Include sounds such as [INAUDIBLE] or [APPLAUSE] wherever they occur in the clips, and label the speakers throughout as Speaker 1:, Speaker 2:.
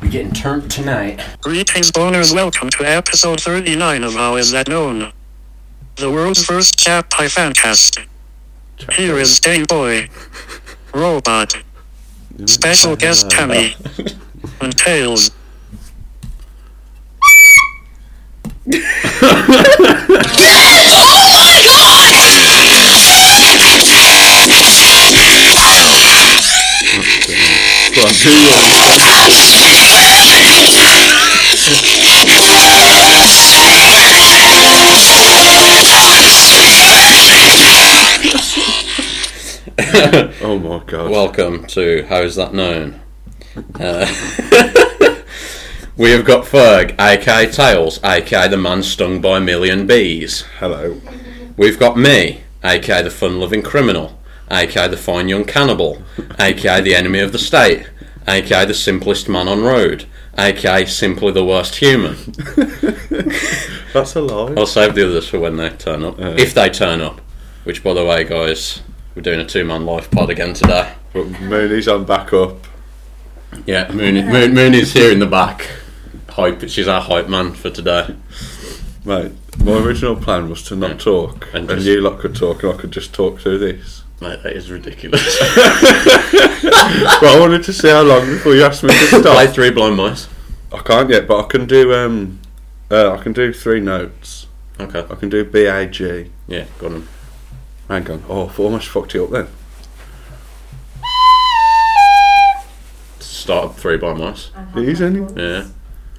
Speaker 1: We getting turned tonight.
Speaker 2: Greetings, boners. Welcome to episode 39 of How Is That Known? The world's first chat pie fancast. Here is Dane Boy, Robot, Special Guest Tammy, and Tails.
Speaker 3: Oh my god.
Speaker 4: Welcome to How's That Known? Uh, [LAUGHS] we have got Ferg, aka Tails, aka the man stung by a million bees.
Speaker 3: Hello.
Speaker 4: We've got me, aka the fun loving criminal, aka the fine young cannibal, aka the enemy of the state, aka the simplest man on road, aka simply the worst human.
Speaker 3: [LAUGHS] That's a lie.
Speaker 4: I'll save the others for when they turn up. If they turn up. Which, by the way, guys, we're doing a two man live pod again today.
Speaker 3: But Mooney's on back up.
Speaker 4: Yeah, Moon, Moon, Moon is here in the back. Hype, she's our hype man for today.
Speaker 3: Mate, my original plan was to not talk.
Speaker 4: And
Speaker 3: And,
Speaker 4: just-
Speaker 3: you lot could talk and I could just talk through this.
Speaker 4: Mate, that is [LAUGHS] ridiculous.
Speaker 3: but I wanted to see how long before you asked me to
Speaker 4: Play
Speaker 3: stop.
Speaker 4: three blind mice.
Speaker 3: I can't yet, but I can do um uh, I can do three notes.
Speaker 4: Okay.
Speaker 3: I can do B A G.
Speaker 4: Yeah, got him.
Speaker 3: Hang on. Oh, I almost fucked you up then.
Speaker 4: Start up three blind mice.
Speaker 3: It is, isn't it?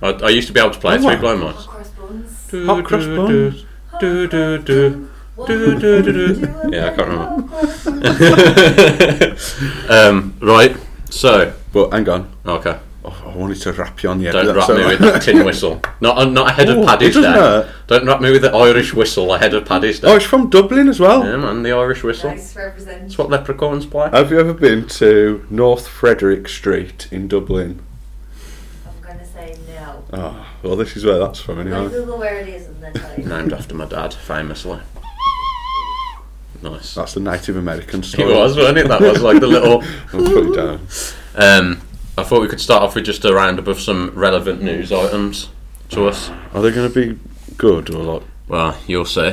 Speaker 4: Yeah. I, I used to be able to play
Speaker 3: Oh,
Speaker 4: three
Speaker 3: wow.
Speaker 4: blind mice.
Speaker 3: Hot cross buns.
Speaker 4: Do, do, do, do, do, do, do. Yeah, I can't remember. [LAUGHS] um, right, so,
Speaker 3: But hang on.
Speaker 4: okay.
Speaker 3: Oh, I wanted to rap you on the head.
Speaker 4: Don't
Speaker 3: but
Speaker 4: rap
Speaker 3: that's
Speaker 4: me
Speaker 3: alright.
Speaker 4: with
Speaker 3: [LAUGHS]
Speaker 4: that tin whistle. Not, uh, not ahead
Speaker 3: Oh,
Speaker 4: of
Speaker 3: it
Speaker 4: Paddy's
Speaker 3: doesn't
Speaker 4: Day.
Speaker 3: hurt.
Speaker 4: Don't rap me with the Irish whistle ahead of Paddy's
Speaker 3: Oh,
Speaker 4: Day.
Speaker 3: it's from Dublin as well.
Speaker 4: Yeah, man, the Irish whistle.
Speaker 5: Nice represent.
Speaker 4: That's what leprechauns play.
Speaker 3: Have you ever been to North Frederick Street in Dublin?
Speaker 5: I'm gonna say no.
Speaker 3: Oh, well, this is where that's from,
Speaker 5: I'll
Speaker 3: anyway.
Speaker 5: Google where it is and then tell you.
Speaker 4: Named after my dad, famously. Nice.
Speaker 3: That's the Native American
Speaker 4: It
Speaker 3: story.
Speaker 4: was, wasn't it? That was
Speaker 3: [LAUGHS]
Speaker 4: like the little.
Speaker 3: I'll put it down.
Speaker 4: Um, I thought we could start off with just a roundup of some relevant news items to us.
Speaker 3: Are they going to be good or like?
Speaker 4: Well, you'll see.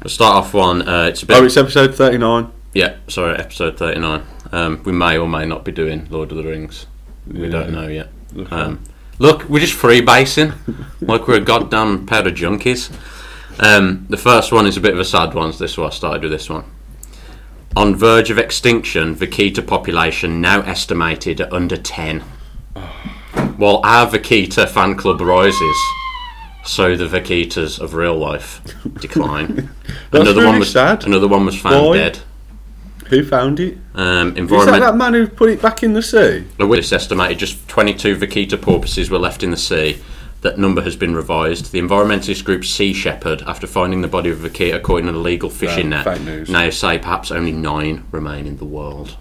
Speaker 4: We'll start off on. Uh, it's a bit.
Speaker 3: Oh, it's episode thirty-nine.
Speaker 4: yeah, sorry, episode 39. Um, we may or may not be doing Lord of the Rings. We don't know yet. Um, look, we're just freebasing [LAUGHS] like we're a goddamn pair of junkies. Um, the first one is a bit of a sad one, so this is why I started with this one. On verge of extinction, vaquita population now estimated at
Speaker 3: [SIGHS]
Speaker 4: under 10. While our vaquita fan club rises, so the vaquitas of
Speaker 3: [LAUGHS]
Speaker 4: real life decline.
Speaker 3: That's really
Speaker 4: was
Speaker 3: sad.
Speaker 4: Another one was found
Speaker 3: Why?
Speaker 4: dead.
Speaker 3: Who found it?
Speaker 4: Um,
Speaker 3: Is that
Speaker 4: environment.
Speaker 3: that man who put it back in the sea?
Speaker 4: The witness estimated just 22 vaquita porpoises were left in the sea. That number has been revised. The environmentalist group Sea Shepherd, after finding the body of a vaquita caught in an illegal fishing
Speaker 3: Right,
Speaker 4: net,
Speaker 3: fake news.
Speaker 4: now say perhaps only nine remain in the world.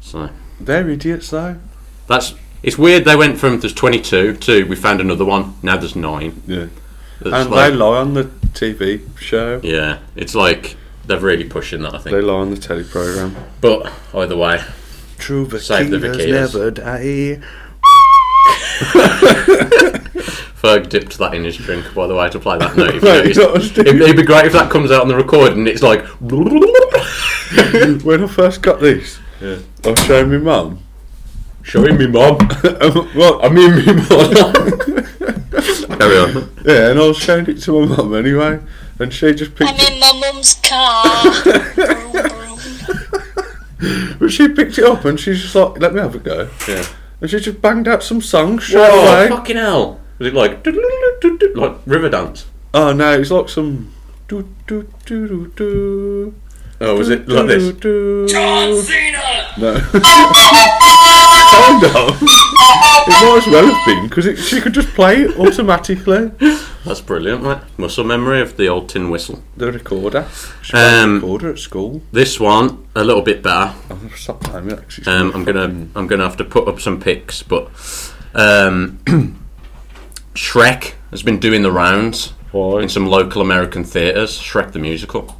Speaker 4: So
Speaker 3: They're idiots, though.
Speaker 4: that's it's weird. They went from there's 22 to we found another one. Now there's nine.
Speaker 3: Yeah.
Speaker 4: That's
Speaker 3: And
Speaker 4: like-
Speaker 3: they lie on the TV show.
Speaker 4: yeah, it's like they're really pushing that. I
Speaker 3: They
Speaker 4: think.
Speaker 3: lie on the telly program.
Speaker 4: But either way,
Speaker 3: True
Speaker 4: Save the vaquitas.
Speaker 3: never die.
Speaker 4: Ferg dipped that in his drink, by the way, to play that note. If you
Speaker 3: Right,
Speaker 4: noticed.
Speaker 3: that was
Speaker 4: it'd, it'd be great if that comes out on the record and it's like.
Speaker 3: [COUGHS]
Speaker 4: [LAUGHS]
Speaker 3: when I first got this,
Speaker 4: Yeah.
Speaker 3: I was showing my mum.
Speaker 4: Showing me mom.
Speaker 3: [LAUGHS] well,
Speaker 4: I mean me mom.
Speaker 3: [LAUGHS]
Speaker 4: [LAUGHS] Carry on.
Speaker 3: yeah, and I was showing it to my mum anyway, and she just picked.
Speaker 6: I'm in my mum's car. Vroom, vroom.
Speaker 3: But she picked it up and she's just like, let me have a go.
Speaker 4: Yeah.
Speaker 3: And she just banged out some songs straight
Speaker 4: Oh,
Speaker 3: away.
Speaker 4: fucking hell. Was it like. [LAUGHS] do-do-do-do-do, Like river dance?
Speaker 3: Oh no, it's like some. Do, do, do, do, do,
Speaker 4: Oh, was it
Speaker 3: do,
Speaker 4: like this?
Speaker 3: do, do.
Speaker 6: John Cena!
Speaker 3: No.
Speaker 6: [LAUGHS]
Speaker 3: kind of. It might as well have been, because she could just play it automatically.
Speaker 4: That's brilliant, mate. Muscle memory of the old tin whistle.
Speaker 3: The recorder. She played the
Speaker 4: Um,
Speaker 3: recorder at school.
Speaker 4: This one, a little bit better.
Speaker 3: I'm going to stop playing it, 'cause it's
Speaker 4: Um, I'm gonna I'm gonna have to put up some pics, but um, [CLEARS THROAT] Shrek has been doing the rounds
Speaker 3: Why?
Speaker 4: in some local American theaters. Shrek the musical.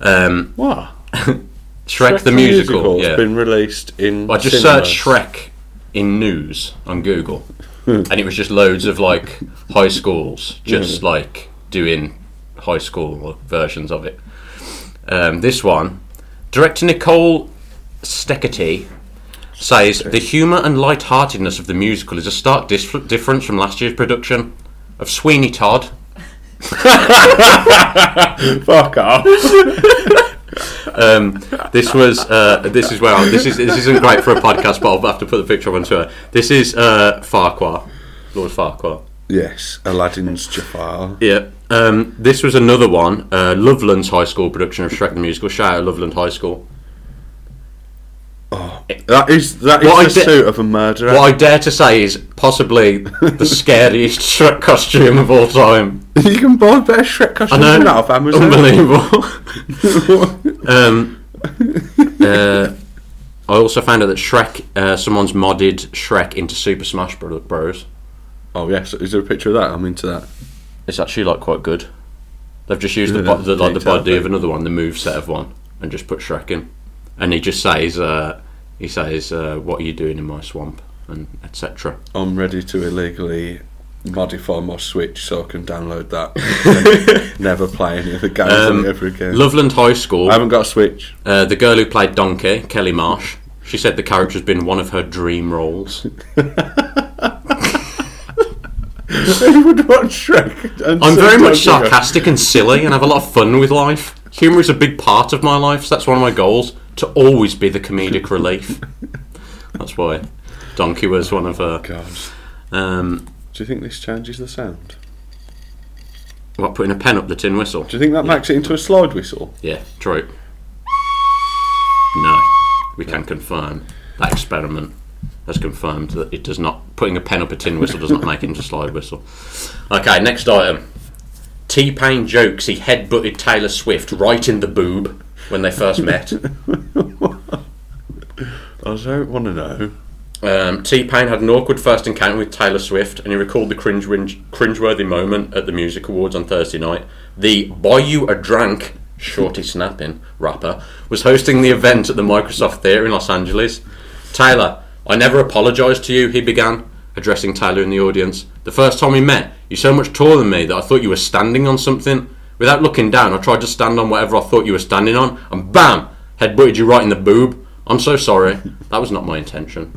Speaker 4: Um,
Speaker 3: What?
Speaker 4: Shrek, the musical. yeah.
Speaker 3: has been released in.
Speaker 4: I just
Speaker 3: cinemas.
Speaker 4: searched Shrek in news on Google, and it was just loads of like high schools just like doing high school versions of it. Um, this one, director Nicole Steckerty says the humour and lightheartedness of the musical is a stark dis- difference from last year's production of Sweeney Todd.
Speaker 3: Fuck off.
Speaker 4: [LAUGHS] Um, this was uh, this is where I'm, this is this isn't great for a podcast, but I'll have to put the picture up on Twitter. This is uh, Farquhar, Lord Farquhar.
Speaker 3: yes, Aladdin's
Speaker 4: [LAUGHS]
Speaker 3: Jafar.
Speaker 4: Yeah. Um, this was another one. Uh, Loveland's High School production of Shrek the Musical. Shout out Loveland High School.
Speaker 3: That is that is
Speaker 4: What I
Speaker 3: the
Speaker 4: did-
Speaker 3: suit of a murderer.
Speaker 4: What I dare to say is possibly the scariest Shrek costume of all time.
Speaker 3: [LAUGHS] you can buy a better Shrek
Speaker 4: I
Speaker 3: costume
Speaker 4: know.
Speaker 3: than that off Amazon. [LAUGHS]
Speaker 4: Unbelievable. Um, uh, I also found out that Shrek, uh, someone's modded Shrek into Super Smash Bro- Bros.
Speaker 3: oh yes, is there a picture of that? I'm into that.
Speaker 4: It's actually like quite good. They've just used the,
Speaker 3: Yeah,
Speaker 4: bo- the like the
Speaker 3: detail
Speaker 4: body of
Speaker 3: thing.
Speaker 4: another one, the move set of one, and just put Shrek in. And he just says, uh, he says, uh, "What are you doing in my swamp?" and etc.
Speaker 3: I'm ready to illegally modify my Switch so I can download
Speaker 4: [LAUGHS]
Speaker 3: that. Never play any of the games on
Speaker 4: Um,
Speaker 3: it ever again.
Speaker 4: Loveland High School.
Speaker 3: I haven't got a Switch.
Speaker 4: Uh, the girl who played Donkey, Kelly Marsh, she said the character's been one of her dream
Speaker 3: [LAUGHS]
Speaker 4: roles.
Speaker 3: Who would watch Shrek? and
Speaker 4: I'm
Speaker 3: say
Speaker 4: very much
Speaker 3: Don't Look Up?
Speaker 4: sarcastic and silly and have a lot of fun with life. Humour is a big part of my life, so that's one of my goals to always be the
Speaker 3: [LAUGHS]
Speaker 4: comedic relief. That's why Donkey was one of her.
Speaker 3: God,
Speaker 4: Um,
Speaker 3: do you think this changes the sound?
Speaker 4: what, putting a pen up the tin whistle?
Speaker 3: Do you think that makes it into a slide whistle?
Speaker 4: Yeah, true. No, we can confirm that experiment has confirmed that it does not. Putting a pen up a tin whistle does not make it into a slide whistle. Okay, next item. T Pain jokes he headbutted Taylor Swift right in the boob when they first met.
Speaker 3: I don't want to know.
Speaker 4: Um, T Pain had an awkward first encounter with Taylor Swift, and he recalled the cringe cringeworthy moment at the Music Awards on Thursday night. The "Buy You a Drink" shorty snapping rapper was hosting the event at the Microsoft Theatre in Los Angeles. Taylor, I never apologised to you. He began addressing Taylor in the audience. The first time we met, you're so much taller than me that I thought you were standing on something. Without looking down, I tried to stand on whatever I thought you were standing on, and bam, headbutted you right in the boob. I'm so sorry. That was not my intention.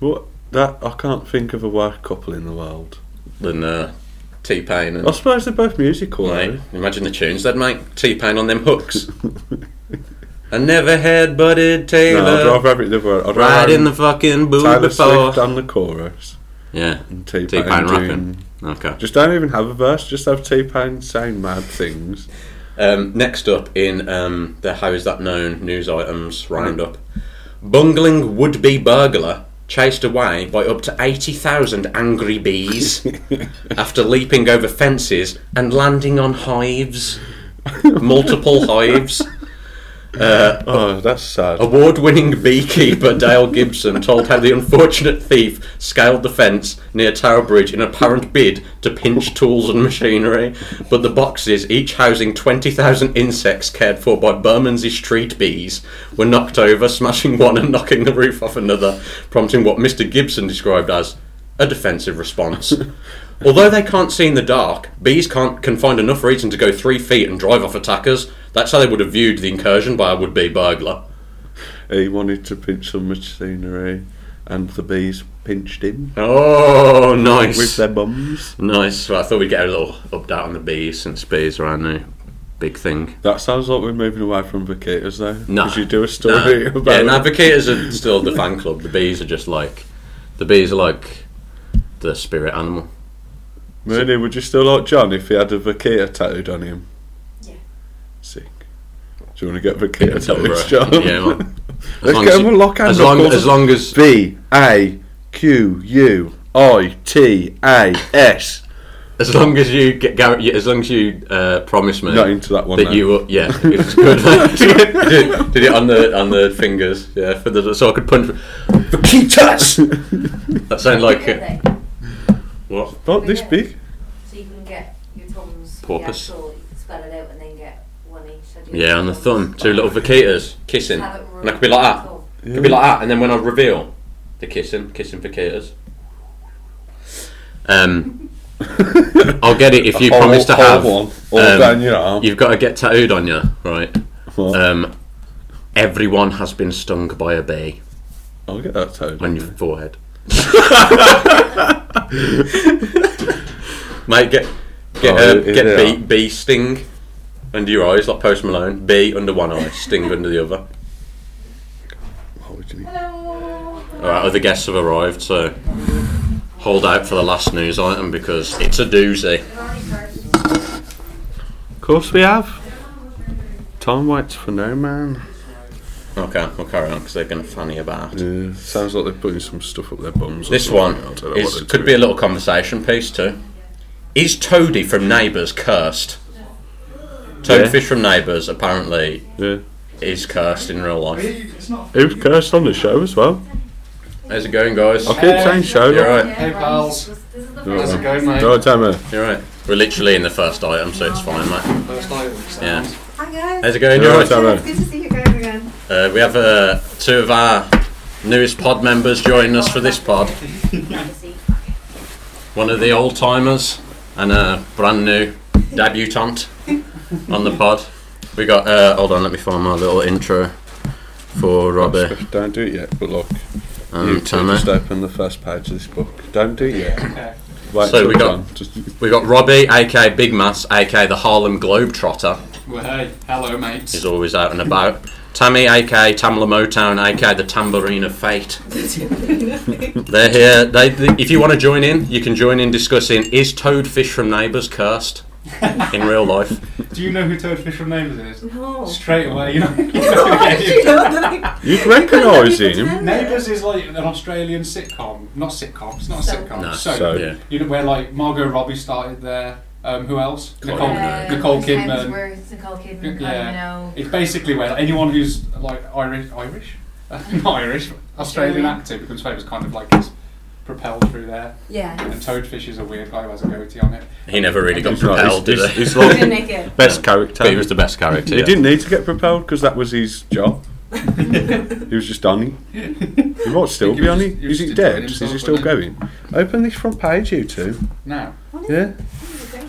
Speaker 3: What that I can't think of a worse couple in the world.
Speaker 4: than uh, T Pain
Speaker 3: I
Speaker 4: and
Speaker 3: suppose they're both musical.
Speaker 4: mate.
Speaker 3: Right?
Speaker 4: Imagine the tunes they'd make. T Pain on them hooks. I never had butted
Speaker 3: [LAUGHS]
Speaker 4: Taylor.
Speaker 3: No, I'd rather have it the other way. I'd rather
Speaker 4: Right
Speaker 3: have
Speaker 4: in the fucking boob
Speaker 3: Taylor
Speaker 4: before.
Speaker 3: Swift uh, on the chorus.
Speaker 4: yeah,
Speaker 3: And T
Speaker 4: T
Speaker 3: Pain
Speaker 4: Pain rapping.
Speaker 3: doing-
Speaker 4: Okay.
Speaker 3: Just don't even have a verse. Just have T Pain saying mad things.
Speaker 4: Um, next up in um, the How Is That Known news items roundup. Bungling would be burglar chased away by up to 80,000
Speaker 3: [LAUGHS]
Speaker 4: angry bees after leaping over fences and landing on hives. Multiple hives.
Speaker 3: Oh, that's sad.
Speaker 4: Award winning beekeeper Dale Gibson told how the unfortunate thief scaled the fence near Tower Bridge in apparent bid to pinch tools and machinery. But the boxes, each housing 20,000 insects cared for by Bermondsey street bees, were knocked over, smashing one and knocking the roof off another, prompting what Mr. Gibson described as a defensive response. Although they can't see in the dark, bees can't can find enough reason to go three feet and drive off attackers. That's how they would have viewed the incursion by a would-be burglar.
Speaker 3: He wanted to pinch some machinery, and the bees pinched him
Speaker 4: Oh, nice.
Speaker 3: with their bums.
Speaker 4: Nice. Well, I thought we'd get a little update on the bees since bees are our new
Speaker 3: [LAUGHS]
Speaker 4: big thing.
Speaker 3: That sounds like we're moving away from vacatas, though.
Speaker 4: No.
Speaker 3: Did you do a story
Speaker 4: no.
Speaker 3: [LAUGHS] about?
Speaker 4: Yeah, no, Vacatas are still the
Speaker 3: [LAUGHS]
Speaker 4: fan club. The bees are just like. The bees are like the spirit animal.
Speaker 3: Mooney, would you still like John if he had a vaquita tattooed on him?
Speaker 5: Yeah.
Speaker 3: Sick. Do you want to get vaquita tattoos,
Speaker 4: Don't
Speaker 3: John?
Speaker 4: worry. Yeah,
Speaker 3: [LAUGHS]
Speaker 4: man. As
Speaker 3: Let's
Speaker 4: long
Speaker 3: get
Speaker 4: as
Speaker 3: him a
Speaker 4: you-
Speaker 3: lock and
Speaker 4: as long, as long as
Speaker 3: V A Q U I T A S.
Speaker 4: as long as you get Garrett, you- as long as you uh, promise me
Speaker 3: Not into that one,
Speaker 4: that
Speaker 3: no.
Speaker 4: you were, yeah it was good [LAUGHS] did, did it on the on the fingers yeah for the, so I could punch vaquitas that sounded [LAUGHS] like uh, a,
Speaker 5: Really?
Speaker 3: [LAUGHS]
Speaker 4: what
Speaker 3: Not this big.
Speaker 5: So you can get your thumbs. the
Speaker 4: Porpoise.
Speaker 5: actual- you can Spread it out and then get one each. so do you
Speaker 4: Yeah,
Speaker 5: have
Speaker 4: on the
Speaker 5: thumbs?
Speaker 4: thumb, two little vaquitas kissing,
Speaker 5: Have it
Speaker 4: and I could be like that.
Speaker 5: rolled.
Speaker 4: Could be like that, and then when I reveal, The kissing, kissing for caters. Um, [LAUGHS] I'll get it if you
Speaker 3: All-
Speaker 4: promise to
Speaker 3: all
Speaker 4: have.
Speaker 3: one, all
Speaker 4: um,
Speaker 3: down your arm.
Speaker 4: You've got to get tattooed on you, right?
Speaker 3: What?
Speaker 4: Um, everyone has been stung by a bee
Speaker 3: I'll get that tattooed.
Speaker 4: on your forehead. [LAUGHS] Mate, get get
Speaker 3: Oh,
Speaker 4: uh,
Speaker 3: here
Speaker 4: get
Speaker 3: they
Speaker 4: bee, bee sting under your eyes, like Post Malone. Bee under one eye, sting under the other.
Speaker 3: Oh, gee.
Speaker 4: All right, other guests have arrived, so hold out for the last news item because it's a doozy.
Speaker 3: Of course we have. Time waits for no man.
Speaker 4: Okay, we'll carry on because they're going to fanny about.
Speaker 3: Yeah, sounds like they're putting some stuff up their bums. or
Speaker 4: This
Speaker 3: something.
Speaker 4: one
Speaker 3: I don't know what
Speaker 4: is,
Speaker 3: they're
Speaker 4: could be a
Speaker 3: doing.
Speaker 4: little conversation piece too. Is Toadie from Neighbours cursed? Toadfish from Neighbours apparently is cursed in real life.
Speaker 1: not.
Speaker 7: He was cursed on the show as well.
Speaker 4: How's it going, guys?
Speaker 7: I keep saying show.
Speaker 4: You're right.
Speaker 1: Hey, pals.
Speaker 5: This is the
Speaker 1: How's
Speaker 5: first
Speaker 1: it going, mate?
Speaker 7: Don't tell me.
Speaker 4: You're right. We're literally in the first item, so it's fine, mate.
Speaker 1: First item, so-
Speaker 4: Yeah.
Speaker 8: Hi guys.
Speaker 4: How's it going? You're
Speaker 7: You're
Speaker 4: right.
Speaker 7: right, Hello.
Speaker 8: It's good to see you guys again.
Speaker 4: Uh, we have uh, two of our newest pod members joining us for this pod. One of the old timers and a brand new debutante on the pod. We got. Uh, hold on, let me find my little intro for Robbie
Speaker 3: Don't do it yet, but look.
Speaker 4: and
Speaker 3: two
Speaker 4: Um, Tammy.
Speaker 3: just open the first page of this book. Don't do it yet.
Speaker 1: Okay.
Speaker 3: Wait
Speaker 4: So
Speaker 3: till
Speaker 4: we got-
Speaker 3: done. Just,
Speaker 4: We got Robbie, aka Big Mass, aka the Harlem Globetrotter.
Speaker 1: Well, hey, hello, mates.
Speaker 4: He's always out and about. Tammy, aka Tamla Motown, aka the Tambourine of Fate. They're here. They, they- if you want to join in, you can join in discussing is Toadfish from Neighbours cursed in real life?
Speaker 1: Do you know who Toadfish from Neighbours is?
Speaker 8: No.
Speaker 1: Straight away, you know. You [LAUGHS]
Speaker 8: Actually,
Speaker 1: know
Speaker 8: no, did I-
Speaker 7: You'd recognise him.
Speaker 1: Neighbours is like an Australian sitcom. Not sitcom. It's not a sitcom.
Speaker 4: No,
Speaker 1: soap.
Speaker 7: soap.
Speaker 4: Yeah.
Speaker 1: You know where like Margot Robbie started there. Um, who else? Nicole.
Speaker 4: Kidman.
Speaker 1: Nicole Kidman.
Speaker 5: Uh, Nicole Kidman. I don't
Speaker 1: Yeah.
Speaker 5: know.
Speaker 1: It's basically where anyone who's like Irish, Irish, [LAUGHS] not Irish, Australian
Speaker 5: Australian.
Speaker 1: actor becomes famous, kind of like is propelled through there.
Speaker 8: Yeah.
Speaker 1: And Toadfish is a weird guy who has a goatee on it.
Speaker 4: He never really got
Speaker 7: He's right,
Speaker 4: propelled,
Speaker 7: he's-
Speaker 4: did he?
Speaker 7: he's- he's
Speaker 8: I
Speaker 7: like-
Speaker 8: didn't make it.
Speaker 7: Best character.
Speaker 4: But he was the best character.
Speaker 7: He
Speaker 4: yeah.
Speaker 7: didn't need to get propelled because that was his job.
Speaker 4: [LAUGHS]
Speaker 1: [LAUGHS]
Speaker 7: he was just on it. He might still
Speaker 1: He
Speaker 7: be
Speaker 1: was
Speaker 7: on
Speaker 1: just-
Speaker 7: it.
Speaker 1: he was
Speaker 7: Is it
Speaker 1: just enjoying
Speaker 7: dead? Is
Speaker 1: himself,
Speaker 7: he still
Speaker 1: wasn't
Speaker 7: going? Open this front page, you two.
Speaker 1: Now,
Speaker 7: Yeah.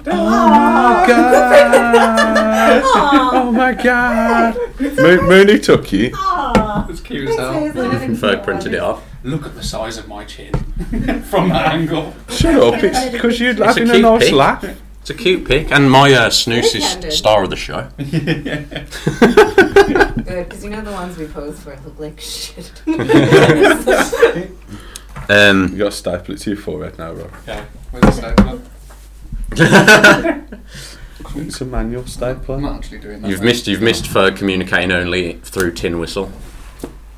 Speaker 8: Oh,
Speaker 7: God.
Speaker 8: Aw.
Speaker 7: Oh my god. Mo- Mooney took you.
Speaker 8: Aw.
Speaker 1: that's cute as hell.
Speaker 8: Thanks, Liz.
Speaker 4: Ferg printed it off.
Speaker 1: Look at the size of my chin [LAUGHS] from that angle.
Speaker 7: Shut up. It's because you're
Speaker 4: It's a
Speaker 7: having a
Speaker 4: cute
Speaker 7: nice
Speaker 1: [LAUGHS]
Speaker 4: pic.
Speaker 7: laugh.
Speaker 4: It's a cute pic, and my uh, snooze is
Speaker 8: Weekended.
Speaker 4: star of the show.
Speaker 8: Good, because you know the ones we pose for look like
Speaker 4: [LAUGHS]
Speaker 5: [LAUGHS]
Speaker 8: shit.
Speaker 4: Um,
Speaker 3: you got to staple it to your forehead now, Rob.
Speaker 1: yeah, with the stapler.
Speaker 3: It's a manual
Speaker 1: I'm
Speaker 3: stapler.
Speaker 1: not actually doing that.
Speaker 4: [LAUGHS] you've
Speaker 1: mate.
Speaker 4: missed you've missed Ferg communicating only through tin whistle.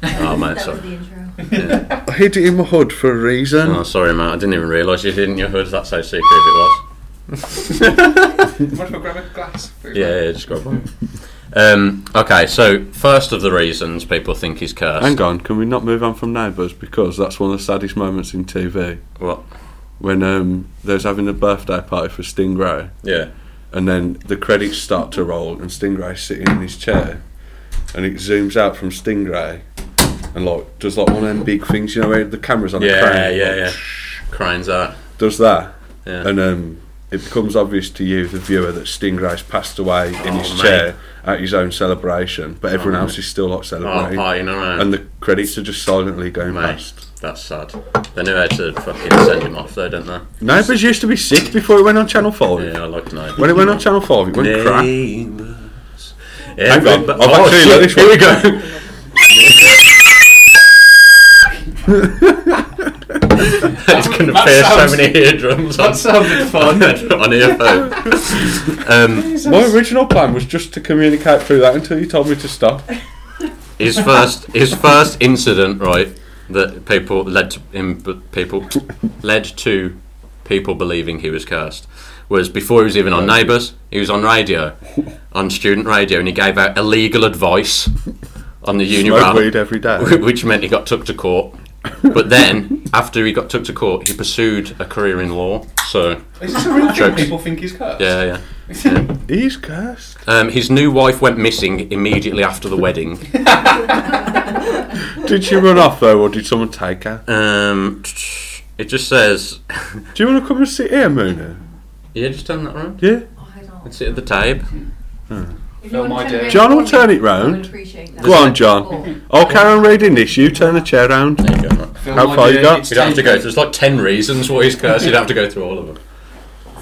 Speaker 4: Oh mate,
Speaker 5: That was
Speaker 4: sorry.
Speaker 5: the intro.
Speaker 3: I hid it in my hood for a reason.
Speaker 7: [LAUGHS]
Speaker 4: Oh, sorry, mate. I didn't even realise you did in your hood. That's how secretive it was.
Speaker 1: Might as well grab a glass.
Speaker 4: Yeah, yeah just grab one. um, okay, so first of the reasons people think he's cursed.
Speaker 3: Hang on, can we not move on from Neighbours? Because that's one of the saddest moments in TV.
Speaker 4: What?
Speaker 3: When um, they was having a birthday party for Stingray,
Speaker 4: Yeah.
Speaker 3: and then the credits start to roll, and Stingray's sitting in his chair, and it zooms out from Stingray, and like does like one of them big things, you know, where the camera's on
Speaker 4: Yeah,
Speaker 3: the crane,
Speaker 4: yeah,
Speaker 3: like,
Speaker 4: yeah. Cranes out.
Speaker 3: does that,
Speaker 4: Yeah.
Speaker 3: and um, it becomes obvious to you, the viewer, that Stingray's passed away in his
Speaker 4: Oh, mate.
Speaker 3: chair at his own celebration, but everyone else is still like
Speaker 4: Oh,
Speaker 3: celebrating,
Speaker 4: party, no, no.
Speaker 3: and the credits are just silently going
Speaker 4: Mate.
Speaker 3: past.
Speaker 4: That's sad. They knew how to fucking send him off, though, didn't they?
Speaker 3: Neighbours used to be sick before it went on Channel 5.
Speaker 4: Yeah, I like to know.
Speaker 3: When it went on Channel 5, it went crap.
Speaker 4: Neighbours.
Speaker 3: Hang on, I've
Speaker 4: Everybody- Oh,
Speaker 3: actually
Speaker 4: shit,
Speaker 3: let this
Speaker 4: here we go.
Speaker 3: go.
Speaker 4: [LAUGHS] It's going to
Speaker 1: That
Speaker 4: pierce so
Speaker 1: sounds-
Speaker 4: many eardrums.
Speaker 1: That sounded fun.
Speaker 4: [LAUGHS] on earphone.
Speaker 3: [LAUGHS]
Speaker 4: um,
Speaker 3: My original plan was just to communicate through that until you told me to stop.
Speaker 4: his first his first incident, right, that people led to him but people led to people believing he was cursed was before he was even on Neighbours, he was on radio, on student radio, and he gave out illegal advice on the
Speaker 3: Smoke weed
Speaker 4: Unibrow,
Speaker 3: every
Speaker 4: [LAUGHS]
Speaker 3: day.
Speaker 4: which meant he got took to court. But then, after he got took to court, he pursued a career in law. So,
Speaker 1: Is this a real thing
Speaker 4: Jokes.
Speaker 1: people think he's cursed?
Speaker 4: yeah, yeah.
Speaker 3: He's cursed.
Speaker 4: Um, his new wife went missing immediately after the wedding.
Speaker 3: Did she run off though, or did someone take her?
Speaker 4: Um, it just says, [LAUGHS]
Speaker 3: Do you want to come and sit here, Mona?
Speaker 4: yeah, just turn that around.
Speaker 3: Yeah.
Speaker 5: Oh, I don't.
Speaker 4: And sit at the table.
Speaker 8: If
Speaker 1: Fill
Speaker 8: wanna
Speaker 1: my
Speaker 8: turn
Speaker 1: day.
Speaker 8: around,
Speaker 3: John will turn it
Speaker 8: I would
Speaker 3: round.
Speaker 8: appreciate that.
Speaker 3: Go on, [LAUGHS]
Speaker 5: Cool.
Speaker 3: John. I'll carry on reading this. You turn the chair round.
Speaker 4: There you go. Right.
Speaker 1: Film
Speaker 3: How
Speaker 1: my
Speaker 3: far you
Speaker 1: dirt,
Speaker 3: got?
Speaker 1: it's
Speaker 4: You don't have to go.
Speaker 1: taken.
Speaker 4: There's like ten reasons why he's cursed. You'd have to go through all of them.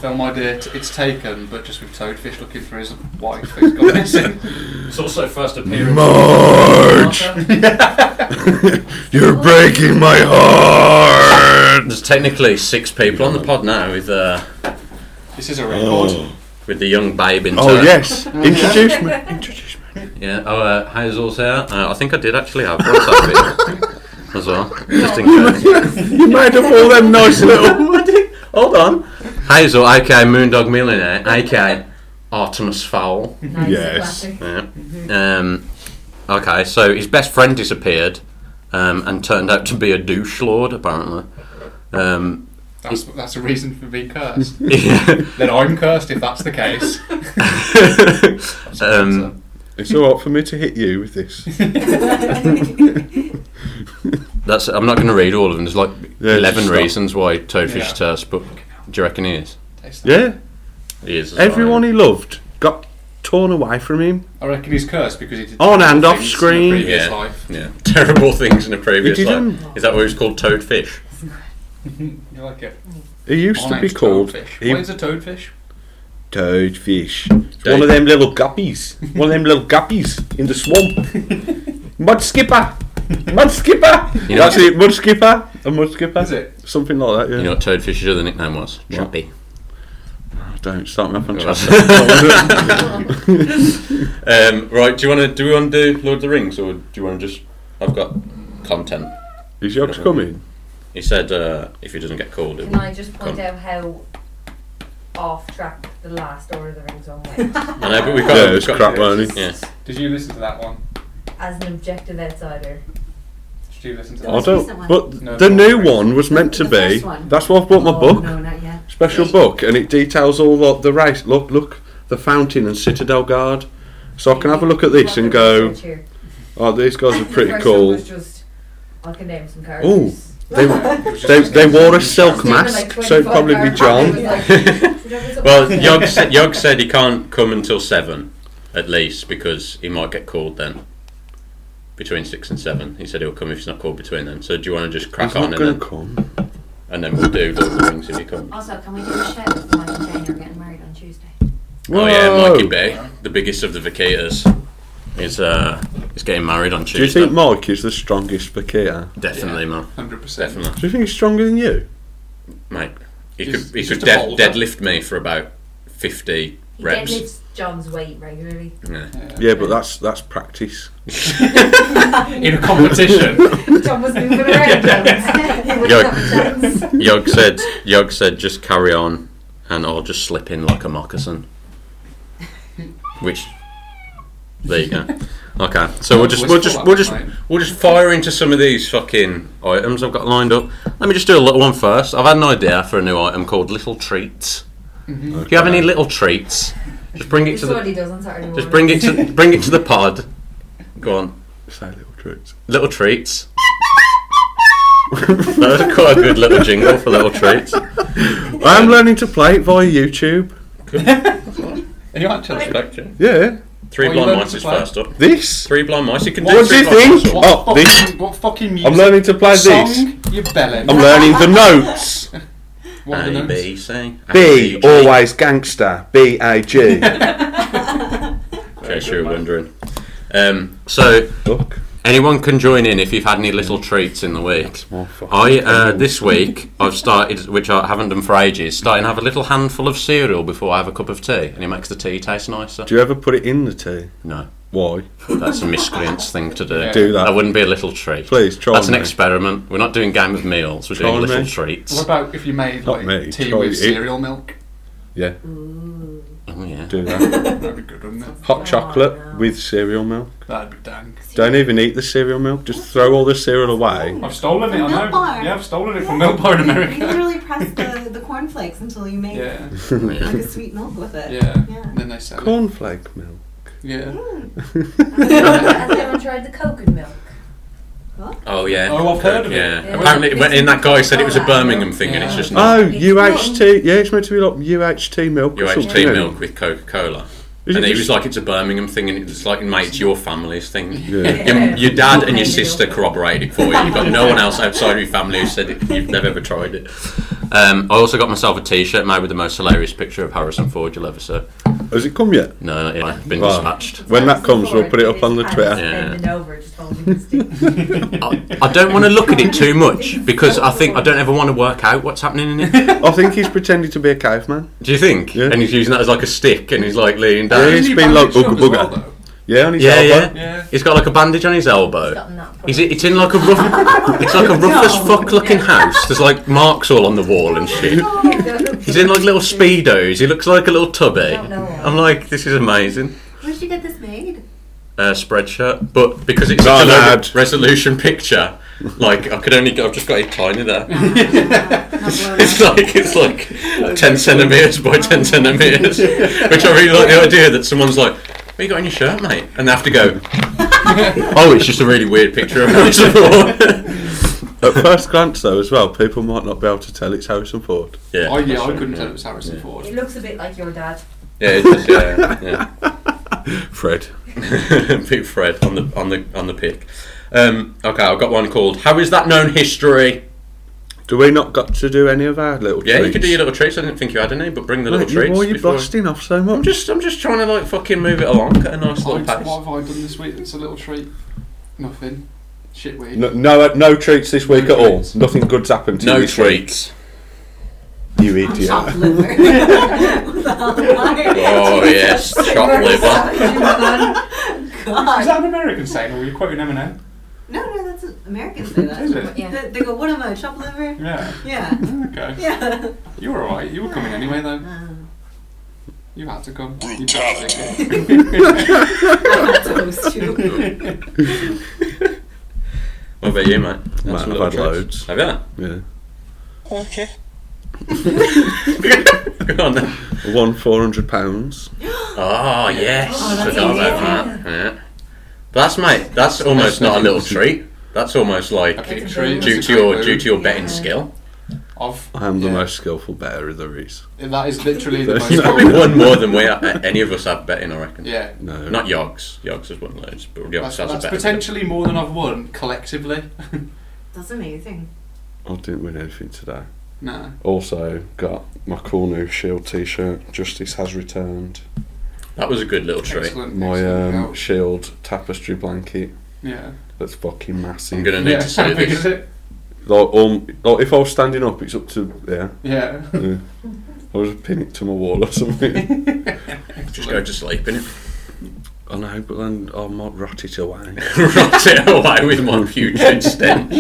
Speaker 1: Film my dirt, it's taken, but just with Toadfish looking for his wife who's
Speaker 4: [LAUGHS]
Speaker 1: gone missing.
Speaker 4: It's also first appearance.
Speaker 3: [LAUGHS] Marge, you're breaking my heart.
Speaker 4: There's technically six people on the pod now with uh,
Speaker 1: This is a record.
Speaker 4: Oh. with the young babe in
Speaker 3: Oh
Speaker 4: tow.
Speaker 3: yes, [LAUGHS] introduce me. Introduce me.
Speaker 4: Yeah. Oh, uh, Hazel's here. Uh, I think I did actually have
Speaker 3: [LAUGHS]
Speaker 4: one side of it as well, just in case.
Speaker 3: You made up all them nice [LAUGHS] little.
Speaker 4: Hold on. Hazel, aka Moondog Millionaire, aka Artemis Fowl.
Speaker 3: Mm-hmm.
Speaker 8: Nice
Speaker 3: Yes.
Speaker 8: classic.
Speaker 4: Yeah. Um, okay, so his best friend disappeared um, and turned out to be a douche lord, apparently.
Speaker 3: [LAUGHS]
Speaker 4: Um, [LAUGHS]
Speaker 1: That's, that's a reason for being cursed.
Speaker 4: yeah.
Speaker 1: then I'm cursed if that's the case.
Speaker 4: [LAUGHS] um,
Speaker 3: It's all right for me to hit you with this. [LAUGHS]
Speaker 4: that's. I'm not going to read all of them. There's like
Speaker 3: Yeah,
Speaker 4: eleven
Speaker 3: just stop.
Speaker 4: reasons why Toadfish
Speaker 1: Yeah.
Speaker 4: is cursed, but do you reckon he is?
Speaker 1: Taste that.
Speaker 3: Yeah,
Speaker 4: He is.
Speaker 3: everyone he loved got torn away from him.
Speaker 1: I reckon he's cursed because he did
Speaker 3: On and
Speaker 1: things
Speaker 3: off
Speaker 1: in the
Speaker 3: screen.
Speaker 1: previous
Speaker 4: Yeah.
Speaker 1: life.
Speaker 4: Yeah. [LAUGHS] Terrible things in a previous
Speaker 3: He
Speaker 4: life.
Speaker 3: didn't-
Speaker 4: Is that what it's called? Toadfish.
Speaker 1: You like it?
Speaker 3: He used
Speaker 1: My
Speaker 3: to be
Speaker 1: name's
Speaker 3: called
Speaker 1: Toadfish.
Speaker 3: he-
Speaker 1: What is a toadfish?
Speaker 3: toadfish. One of them little guppies. One of them little guppies in the swamp.
Speaker 4: [LAUGHS]
Speaker 3: Mud skipper. Mud skipper.
Speaker 4: You know-
Speaker 3: That's it. Mud skipper. A mud skipper.
Speaker 1: Is it?
Speaker 3: Something like that. Yeah.
Speaker 4: You know what Toadfish's other nickname was? Chappy.
Speaker 3: Don't start me off on
Speaker 4: [LAUGHS] Well,
Speaker 3: Chester.
Speaker 4: Um, right. Do you want to do we want to do Lord of the Rings or do you want to just? I've got content.
Speaker 3: [LAUGHS] Is Yogs
Speaker 4: [LAUGHS]
Speaker 3: coming?
Speaker 4: He said uh, if he doesn't get called, it
Speaker 5: Can I just point
Speaker 4: Come.
Speaker 5: out how off track the last Lord of the Rings one
Speaker 3: [LAUGHS]
Speaker 5: went?
Speaker 4: I know, but we've got.
Speaker 3: Yeah,
Speaker 4: we've
Speaker 3: it's
Speaker 4: got-
Speaker 3: crap, weren't he?
Speaker 4: Yeah.
Speaker 1: Did you listen to that one?
Speaker 5: As an objective outsider,
Speaker 1: Did you listen to
Speaker 8: I
Speaker 1: that?
Speaker 3: I
Speaker 1: one?
Speaker 8: recent
Speaker 3: don't.
Speaker 8: one.
Speaker 3: But
Speaker 1: No, the
Speaker 3: the new
Speaker 1: first one.
Speaker 3: one was meant to
Speaker 8: The
Speaker 3: be.
Speaker 8: first one.
Speaker 3: That's why I've bought my
Speaker 8: Oh,
Speaker 3: book,
Speaker 8: No, not yet.
Speaker 3: special book, and it details all the, the race. Look, look, the fountain and Citadel Guard. So I can have a look at this and go,
Speaker 5: Research here.
Speaker 3: oh, these
Speaker 8: [LAUGHS]
Speaker 3: guys are
Speaker 5: The
Speaker 3: pretty
Speaker 5: first one
Speaker 3: cool.
Speaker 5: was just, I can name some
Speaker 3: Ooh,
Speaker 5: characters.
Speaker 3: they
Speaker 1: It was just
Speaker 3: they,
Speaker 1: his
Speaker 3: they
Speaker 1: name.
Speaker 3: wore a silk
Speaker 8: Still
Speaker 3: mask,
Speaker 8: like
Speaker 3: so it'd probably be
Speaker 8: 25
Speaker 3: John. [LAUGHS]
Speaker 5: [LAUGHS]
Speaker 8: hours.
Speaker 4: Well, Yog said, Yog said he can't come until seven, at least, because he might get called then. Between six and seven, he said he'll come if he's not called between them. So do you want to just crack
Speaker 3: He's
Speaker 4: on
Speaker 3: not
Speaker 4: and
Speaker 3: going
Speaker 4: then,
Speaker 3: to come.
Speaker 4: and then we'll do Lord of the Rings if he comes?
Speaker 9: Also, can we do a shout for Mike and Jane are getting married on Tuesday?
Speaker 4: Oh yeah,
Speaker 3: Whoa.
Speaker 4: Mikey Bay, the biggest of the vacatas, is uh is getting married on
Speaker 3: Do you
Speaker 4: Tuesday.
Speaker 3: think Mike is the strongest vacator?
Speaker 4: Definitely, man.
Speaker 1: 100%.
Speaker 4: Definitely,
Speaker 3: Do you think he's stronger than you?
Speaker 4: mate. He
Speaker 1: Just-
Speaker 4: could he
Speaker 1: just
Speaker 4: could
Speaker 1: a
Speaker 4: dead,
Speaker 1: boulder.
Speaker 4: deadlift me for about fifty
Speaker 5: He
Speaker 4: reps.
Speaker 5: deadlifts John's weight regularly. [LAUGHS]
Speaker 4: Yeah.
Speaker 3: Yeah, but that's that's practice.
Speaker 1: In a competition.
Speaker 3: [LAUGHS]
Speaker 8: John was
Speaker 1: [LAUGHS]
Speaker 8: moving around. He wouldn't
Speaker 4: Yog,
Speaker 8: have a
Speaker 4: [LAUGHS]
Speaker 8: chance.
Speaker 4: Yog said, Yog said, just carry on, and I'll just slip in like a
Speaker 5: [LAUGHS]
Speaker 4: moccasin. Which, there you go.
Speaker 5: [LAUGHS]
Speaker 4: Okay, so we'll just we'll just we'll just we'll just fire into some of these fucking items I've got lined up. Let me just do a little one first. I've had an idea for a new item called Little Treats. Do you have any little treats? Just bring it
Speaker 5: This
Speaker 4: to
Speaker 5: is what he
Speaker 4: the
Speaker 5: does on Saturday morning.
Speaker 4: just bring it to bring it to the pod. Go on,
Speaker 3: Say little tricks.
Speaker 4: little treats. That was quite a good little jingle for little treats.
Speaker 3: I'm learning to play it via YouTube.
Speaker 1: Are you actually?
Speaker 3: Yeah.
Speaker 4: Three
Speaker 1: What are you
Speaker 4: blind
Speaker 1: learning
Speaker 4: mice
Speaker 1: to
Speaker 4: is
Speaker 1: play?
Speaker 4: first up.
Speaker 3: This?
Speaker 4: Three blind mice. You can do
Speaker 3: What do
Speaker 4: three
Speaker 3: you
Speaker 4: blind mice.
Speaker 3: think?
Speaker 4: up.
Speaker 3: Oh,
Speaker 1: fucking,
Speaker 3: this.
Speaker 1: What fucking music?
Speaker 3: I'm learning to play
Speaker 1: Song,
Speaker 3: this.
Speaker 1: you bellend.
Speaker 3: I'm learning the notes.
Speaker 1: What are the
Speaker 4: A,
Speaker 1: notes?
Speaker 4: B, C.
Speaker 3: B, always gangster. B A G.
Speaker 4: In case you were wondering. Um, so,
Speaker 3: Look.
Speaker 4: anyone can join in if you've had any little treats in the week. I uh, this week I've started, which I haven't done for ages, starting to have a little handful of cereal before I have a cup of tea, and it makes the tea taste nicer.
Speaker 3: Do you ever put it in the tea?
Speaker 4: No,
Speaker 3: Why?
Speaker 4: that's a miscreant's thing to do.
Speaker 3: Do that.
Speaker 4: That wouldn't be a little treat.
Speaker 3: Please, try
Speaker 4: That's an
Speaker 3: me.
Speaker 4: experiment. We're not doing game of meals. We're
Speaker 3: Try
Speaker 4: doing little
Speaker 3: me.
Speaker 1: What
Speaker 4: treats.
Speaker 1: about if you made
Speaker 3: Not
Speaker 1: like
Speaker 3: me,
Speaker 1: tea
Speaker 3: try
Speaker 1: with
Speaker 3: it.
Speaker 1: cereal milk?
Speaker 3: Yeah, [LAUGHS]
Speaker 4: Oh yeah.
Speaker 3: do that.
Speaker 1: That'd be good, wouldn't it?
Speaker 3: Hot chocolate with cereal milk.
Speaker 1: That'd be dank.
Speaker 3: Don't even eat the cereal milk. Just throw all the cereal away.
Speaker 1: I've stolen it, I know.
Speaker 9: Milk bar.
Speaker 1: Yeah, I've stolen it from Milk Bar in
Speaker 9: He's
Speaker 1: America.
Speaker 9: really proud
Speaker 8: past the, the cornflakes until you make
Speaker 1: Yeah.
Speaker 3: Oh,
Speaker 8: like a sweet milk with it.
Speaker 1: Yeah.
Speaker 8: Yeah.
Speaker 1: And then they sell it.
Speaker 3: Cornflake milk.
Speaker 1: Yeah.
Speaker 5: Has anyone tried the coconut milk?
Speaker 4: Oh yeah.
Speaker 1: Oh, I've heard of it.
Speaker 4: yeah.
Speaker 5: Yeah.
Speaker 4: Apparently, it went in that guy said it was a
Speaker 5: Yeah.
Speaker 4: Birmingham thing, and it's just not
Speaker 3: Oh, UHT. Yeah, it's meant to be like UHT milk. or something,
Speaker 4: UHT
Speaker 3: isn't it?
Speaker 4: milk with Coca Cola.
Speaker 3: Is
Speaker 4: and
Speaker 3: it
Speaker 4: it was
Speaker 3: just-
Speaker 4: like it's a Birmingham thing, and it's like mate, it's your family's thing.
Speaker 3: Yeah.
Speaker 4: [LAUGHS] Your, your dad and your sister corroborated it for you. You've got no one else outside of your family who said it, you've never ever tried it. Um, I also got myself a T-shirt made with the most hilarious picture of Harrison Ford you'll ever see.
Speaker 3: Oh, Has it come yet?
Speaker 4: No, not yet. I've been
Speaker 3: Wow.
Speaker 4: dispatched.
Speaker 3: When that comes, we'll put it up on the
Speaker 5: His
Speaker 3: Twitter.
Speaker 5: hands
Speaker 4: Yeah.
Speaker 5: bending over, just holding the stick.
Speaker 4: I, I don't want to look at it too much because I think I don't ever want to work out what's happening in
Speaker 3: [LAUGHS]
Speaker 4: it.
Speaker 3: I think he's pretending to be a caveman.
Speaker 4: Do you think?
Speaker 3: Yeah.
Speaker 4: And he's using that as like a stick, and he's like leaning down.
Speaker 3: Yeah,
Speaker 1: Didn't
Speaker 3: it's
Speaker 1: he
Speaker 3: been like
Speaker 1: bandage it up
Speaker 3: booga
Speaker 1: as well,
Speaker 3: booga.
Speaker 1: though?
Speaker 3: Yeah, on his
Speaker 4: Yeah,
Speaker 3: elbow.
Speaker 4: yeah.
Speaker 1: Yeah.
Speaker 4: He's got like a bandage on his elbow.
Speaker 5: Gotten that [LAUGHS]
Speaker 4: Is it? It's in like a rough. It's like a rough as fuck looking house. There's like marks all on the wall and shit. He's in like little speedos. He looks like a little tubby.
Speaker 5: Don't know.
Speaker 4: I'm like, this is amazing.
Speaker 9: Where'd you get this made?
Speaker 4: Uh, spreadshirt, but because it's
Speaker 3: Not
Speaker 4: such a low
Speaker 3: allowed.
Speaker 4: resolution picture, like I could only. I've just got it tiny
Speaker 9: Not
Speaker 4: there.
Speaker 9: blown
Speaker 4: [LAUGHS] It's
Speaker 9: up.
Speaker 4: like it's like ten centimeters by ten centimeters, which I really like the idea that someone's like, "What you got on your shirt, mate?" and they have to go, "Oh, it's just a really weird picture of Harrison Ford."
Speaker 3: At first glance, though, as well, people might not be able to tell it's Harrison Ford.
Speaker 4: [LAUGHS] yeah,
Speaker 1: I, yeah, I
Speaker 4: that's
Speaker 1: couldn't
Speaker 4: right,
Speaker 1: tell it was Harrison Ford.
Speaker 5: It looks a bit like your dad.
Speaker 4: Yeah, it does, yeah, yeah.
Speaker 3: Fred.
Speaker 4: [LAUGHS] Big Fred on the on the on the pick. Um, okay, I've got one called "How is that known history?"
Speaker 3: Do we not got to do any of our little
Speaker 4: Yeah, you could do
Speaker 3: treats?
Speaker 4: your little treats. I didn't think you had any, but bring the little
Speaker 3: Mate, you-
Speaker 4: treats.
Speaker 3: Why are you
Speaker 4: before-
Speaker 3: blasting off so
Speaker 4: I'm
Speaker 3: much?
Speaker 4: just I'm just trying to like fucking move it along at a nice
Speaker 1: What
Speaker 4: little
Speaker 1: what
Speaker 4: pace.
Speaker 1: have I done this week? It's a little treat. Nothing. Shit week.
Speaker 3: No, no, no treats this week
Speaker 1: No
Speaker 3: at all.
Speaker 1: treats.
Speaker 3: Nothing good's happened to you
Speaker 4: No
Speaker 3: this week.
Speaker 4: treats.
Speaker 3: You idiot.
Speaker 4: [LAUGHS]
Speaker 8: Chopped liver. oh
Speaker 4: Oh
Speaker 8: [LAUGHS]
Speaker 4: yes, chop liver.
Speaker 1: Is that an American saying, or were you quoting Eminem?
Speaker 8: No, no, that's Americans say
Speaker 1: [LAUGHS]
Speaker 8: that.
Speaker 1: Is it?
Speaker 9: Yeah.
Speaker 8: They, they go, "What am I? Chopped liver?"
Speaker 1: Yeah.
Speaker 8: Yeah,
Speaker 1: Okay. [LAUGHS]
Speaker 8: yeah.
Speaker 1: You were alright. You were coming anyway, though. You had to come. You had to come. [LAUGHS]
Speaker 8: Toast too.
Speaker 4: What about you,
Speaker 3: Mate,
Speaker 4: mate? Had some
Speaker 3: I've
Speaker 4: little
Speaker 3: had loads.
Speaker 4: treats. Have you?
Speaker 3: Yeah.
Speaker 6: Okay.
Speaker 4: Go on then.
Speaker 3: One four hundred pounds.
Speaker 4: Oh yes,
Speaker 8: that's
Speaker 4: forgot about
Speaker 5: easy.
Speaker 4: that. Yeah. That's mate. That's almost not a little treat. That's almost like
Speaker 1: Okay,
Speaker 5: It's a
Speaker 1: treat.
Speaker 5: bonus.
Speaker 4: due
Speaker 1: It's
Speaker 4: to
Speaker 1: a
Speaker 4: your
Speaker 1: great
Speaker 4: due to your
Speaker 1: move.
Speaker 4: betting
Speaker 5: Yeah.
Speaker 4: skill.
Speaker 1: I've-
Speaker 3: I am the
Speaker 1: yeah.
Speaker 3: most skillful better there is.
Speaker 1: That is literally the most.
Speaker 3: [LAUGHS] There's
Speaker 4: Probably one more than we any of us have betting. I reckon.
Speaker 1: Yeah.
Speaker 3: [LAUGHS] No.
Speaker 4: Not Yogs. Yogs has won loads, but
Speaker 1: That's,
Speaker 4: Yogs has a
Speaker 1: that's
Speaker 4: better.
Speaker 1: potentially more than I've won collectively. [LAUGHS]
Speaker 8: That's amazing.
Speaker 3: I didn't win anything today.
Speaker 1: no.
Speaker 3: Also got my cool new Shield T-shirt. Justice has returned.
Speaker 4: That was a good little treat.
Speaker 1: Excellent.
Speaker 3: My
Speaker 1: excellent
Speaker 3: um,
Speaker 1: help.
Speaker 3: Shield tapestry blanket.
Speaker 1: yeah.
Speaker 3: That's fucking massive.
Speaker 4: I'm gonna need
Speaker 1: Yeah. [LAUGHS]
Speaker 4: to see
Speaker 1: How big is
Speaker 4: this.
Speaker 1: it?
Speaker 3: Like, um, like if I was standing up, it's up to yeah.
Speaker 1: Yeah.
Speaker 3: yeah. I was pin it to my wall or something.
Speaker 1: [LAUGHS]
Speaker 4: Just go to sleep in it. [LAUGHS]
Speaker 3: I know, but then I might rot it away. [LAUGHS]
Speaker 4: Rot it away with my putrid stench,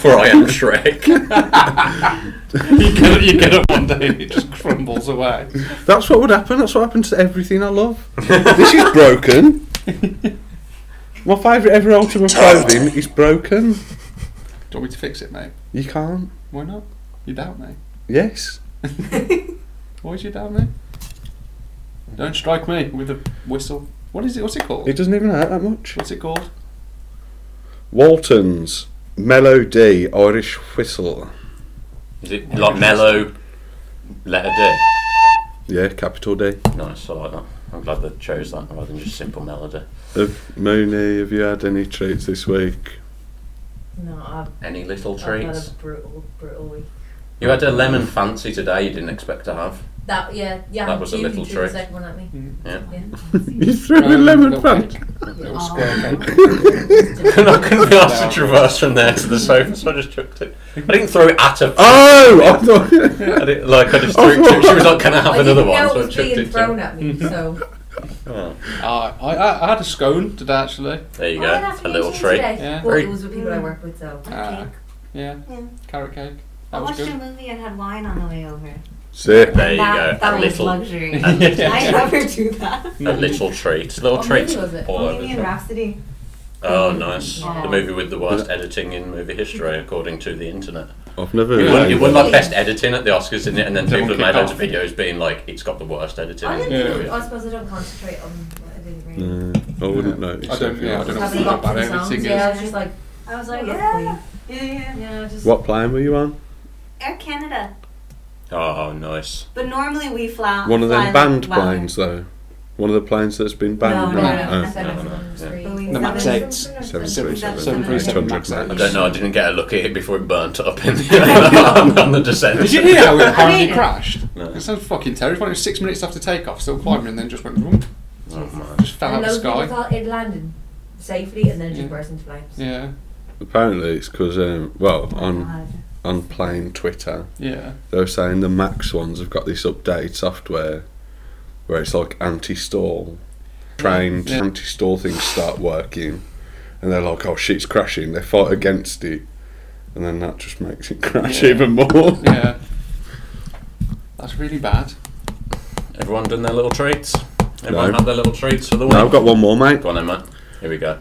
Speaker 4: for I am Shrek.
Speaker 1: you, get it, you get it one day and it just crumbles away.
Speaker 3: That's what would happen. That's what happens to everything
Speaker 1: [LAUGHS]
Speaker 3: I love. this is broken. My favourite ever item of clothing is broken.
Speaker 1: Do you want me to fix it, mate?
Speaker 3: You can't.
Speaker 1: Why not? You doubt me.
Speaker 3: Yes.
Speaker 1: Why would you doubt me? Don't strike me with a whistle. What is it? What's it called?
Speaker 3: It doesn't even hurt that much.
Speaker 1: What's it called?
Speaker 3: Walton's Melody Irish Whistle.
Speaker 4: Is it like mellow letter D?
Speaker 3: Yeah, capital D.
Speaker 4: Nice, I like that. I'm glad they chose that rather than just simple melody.
Speaker 3: Have, Mooney, have you had any treats this week?
Speaker 5: No, I've,
Speaker 4: Any little
Speaker 5: I've got
Speaker 7: [LAUGHS]
Speaker 4: treats?
Speaker 5: a brutal, brutal week.
Speaker 4: You had a lemon fancy today you didn't expect to have.
Speaker 5: That yeah, yeah.
Speaker 4: That was a
Speaker 5: you
Speaker 4: little
Speaker 5: threw the
Speaker 4: trick.
Speaker 5: second one at me.
Speaker 4: Yeah.
Speaker 3: you threw a
Speaker 1: Um,
Speaker 3: lemon
Speaker 1: little
Speaker 3: punch.
Speaker 1: cake. Little square cake.
Speaker 4: [LAUGHS] and I couldn't be asked to traverse from there to the sofa, so I just chucked it. I didn't throw it at her.
Speaker 3: [LAUGHS] Oh, I
Speaker 4: [LAUGHS] I
Speaker 3: thought. [LAUGHS]
Speaker 4: didn't, like, I just threw it. She was like, can I have
Speaker 5: I
Speaker 4: another
Speaker 5: didn't
Speaker 4: one?
Speaker 5: know it
Speaker 4: So I
Speaker 5: was
Speaker 4: chucked
Speaker 5: being
Speaker 4: it.
Speaker 5: thrown
Speaker 4: to-
Speaker 5: at me, so
Speaker 4: [LAUGHS] Oh.
Speaker 1: Ah, [LAUGHS] I, I, I had a scone today, actually.
Speaker 4: There you
Speaker 9: Oh,
Speaker 4: go,
Speaker 9: that's
Speaker 4: a little
Speaker 9: amazing
Speaker 4: treat.
Speaker 9: today.
Speaker 1: Yeah.
Speaker 5: well, it was with people I work with, so
Speaker 1: Ah, yeah.
Speaker 9: Yeah.
Speaker 1: Carrot cake.
Speaker 9: I
Speaker 1: That was
Speaker 9: watched a
Speaker 1: [LAUGHS] good.
Speaker 9: movie and had wine on the way over.
Speaker 3: Sick.
Speaker 4: There you
Speaker 9: that,
Speaker 4: go,
Speaker 9: That
Speaker 4: a
Speaker 9: was
Speaker 4: little,
Speaker 9: luxury.
Speaker 4: [LAUGHS] Yeah.
Speaker 8: I never do that.
Speaker 4: a little treat. Little
Speaker 5: What
Speaker 4: treats
Speaker 5: movie was it?
Speaker 4: all over the
Speaker 8: Bohemian
Speaker 4: shop.
Speaker 8: Rhapsody.
Speaker 4: Oh, nice.
Speaker 5: Yeah.
Speaker 4: The movie with the worst editing in movie history, according to the internet.
Speaker 3: I've never.
Speaker 4: It
Speaker 3: heard
Speaker 4: won, it
Speaker 3: of
Speaker 4: won
Speaker 3: that.
Speaker 4: like best editing at the Oscars, didn't it? And then
Speaker 1: Someone
Speaker 4: people have made loads
Speaker 1: kicked
Speaker 4: of videos being like, it's got the worst editing.
Speaker 7: I,
Speaker 4: in
Speaker 7: didn't
Speaker 1: Yeah.
Speaker 7: really, I suppose I don't concentrate on what I didn't read.
Speaker 3: Mm, I wouldn't notice.
Speaker 1: I don't.
Speaker 3: anything
Speaker 1: Yeah, I
Speaker 3: like
Speaker 1: don't know what
Speaker 3: that.
Speaker 5: Have you got
Speaker 1: about
Speaker 5: some
Speaker 1: anything.
Speaker 5: songs?
Speaker 1: singers.
Speaker 7: Yeah, I was just like,
Speaker 8: I was like,
Speaker 7: Oh,
Speaker 8: yeah.
Speaker 7: lovely.
Speaker 5: Yeah, yeah.
Speaker 7: yeah, just.
Speaker 3: What plane were you on?
Speaker 8: Air Canada.
Speaker 4: Oh, nice.
Speaker 8: But normally we fly.
Speaker 3: One of
Speaker 8: fly
Speaker 3: them
Speaker 8: like
Speaker 3: banned
Speaker 8: wow.
Speaker 3: planes, though. One of the planes that's been
Speaker 8: No,
Speaker 3: banned.
Speaker 8: no,
Speaker 3: now.
Speaker 8: no.
Speaker 3: Oh.
Speaker 7: said
Speaker 4: no,
Speaker 7: I was
Speaker 4: no,
Speaker 7: on the
Speaker 4: yeah.
Speaker 7: street.
Speaker 8: But we-
Speaker 1: The Max
Speaker 8: seven-
Speaker 1: 8s.
Speaker 3: Seven,
Speaker 1: Seven-
Speaker 3: three, seven,
Speaker 8: seven, three,
Speaker 3: eight
Speaker 1: seven,
Speaker 3: hundred
Speaker 1: max out.
Speaker 3: miles.
Speaker 4: I don't know. I didn't get a look at it before it burnt up in the, on the descent.
Speaker 1: Did you hear
Speaker 9: [LAUGHS]
Speaker 1: how it apparently
Speaker 8: mean-
Speaker 1: crashed?
Speaker 4: No.
Speaker 1: It sounds fucking terrifying. It was six minutes after takeoff, still climbing, and then just went vroom,
Speaker 4: [LAUGHS] Oh, man.
Speaker 1: just fell
Speaker 7: And
Speaker 1: out the
Speaker 7: loads of
Speaker 1: sky.
Speaker 7: people thought it landed safely and then it
Speaker 1: Yeah.
Speaker 7: just burst into flames.
Speaker 1: Yeah,
Speaker 3: Apparently, it's because um, well,
Speaker 8: Oh,
Speaker 3: on
Speaker 8: God.
Speaker 3: on plane Twitter,
Speaker 1: yeah.
Speaker 3: they were saying the Max ones have got this updated software where it's like anti-stall. Trained
Speaker 1: Yeah.
Speaker 3: anti-stall things start working, and they're like, "Oh shit's crashing." They fight against it, and then that just makes it crash
Speaker 4: Yeah.
Speaker 3: even more.
Speaker 1: Yeah. That's really bad.
Speaker 4: Everyone done their little treats. Everyone
Speaker 3: No.
Speaker 4: had their little treats for the week.
Speaker 3: Now I've got one more, mate.
Speaker 4: Go on then, Matt. Here we go.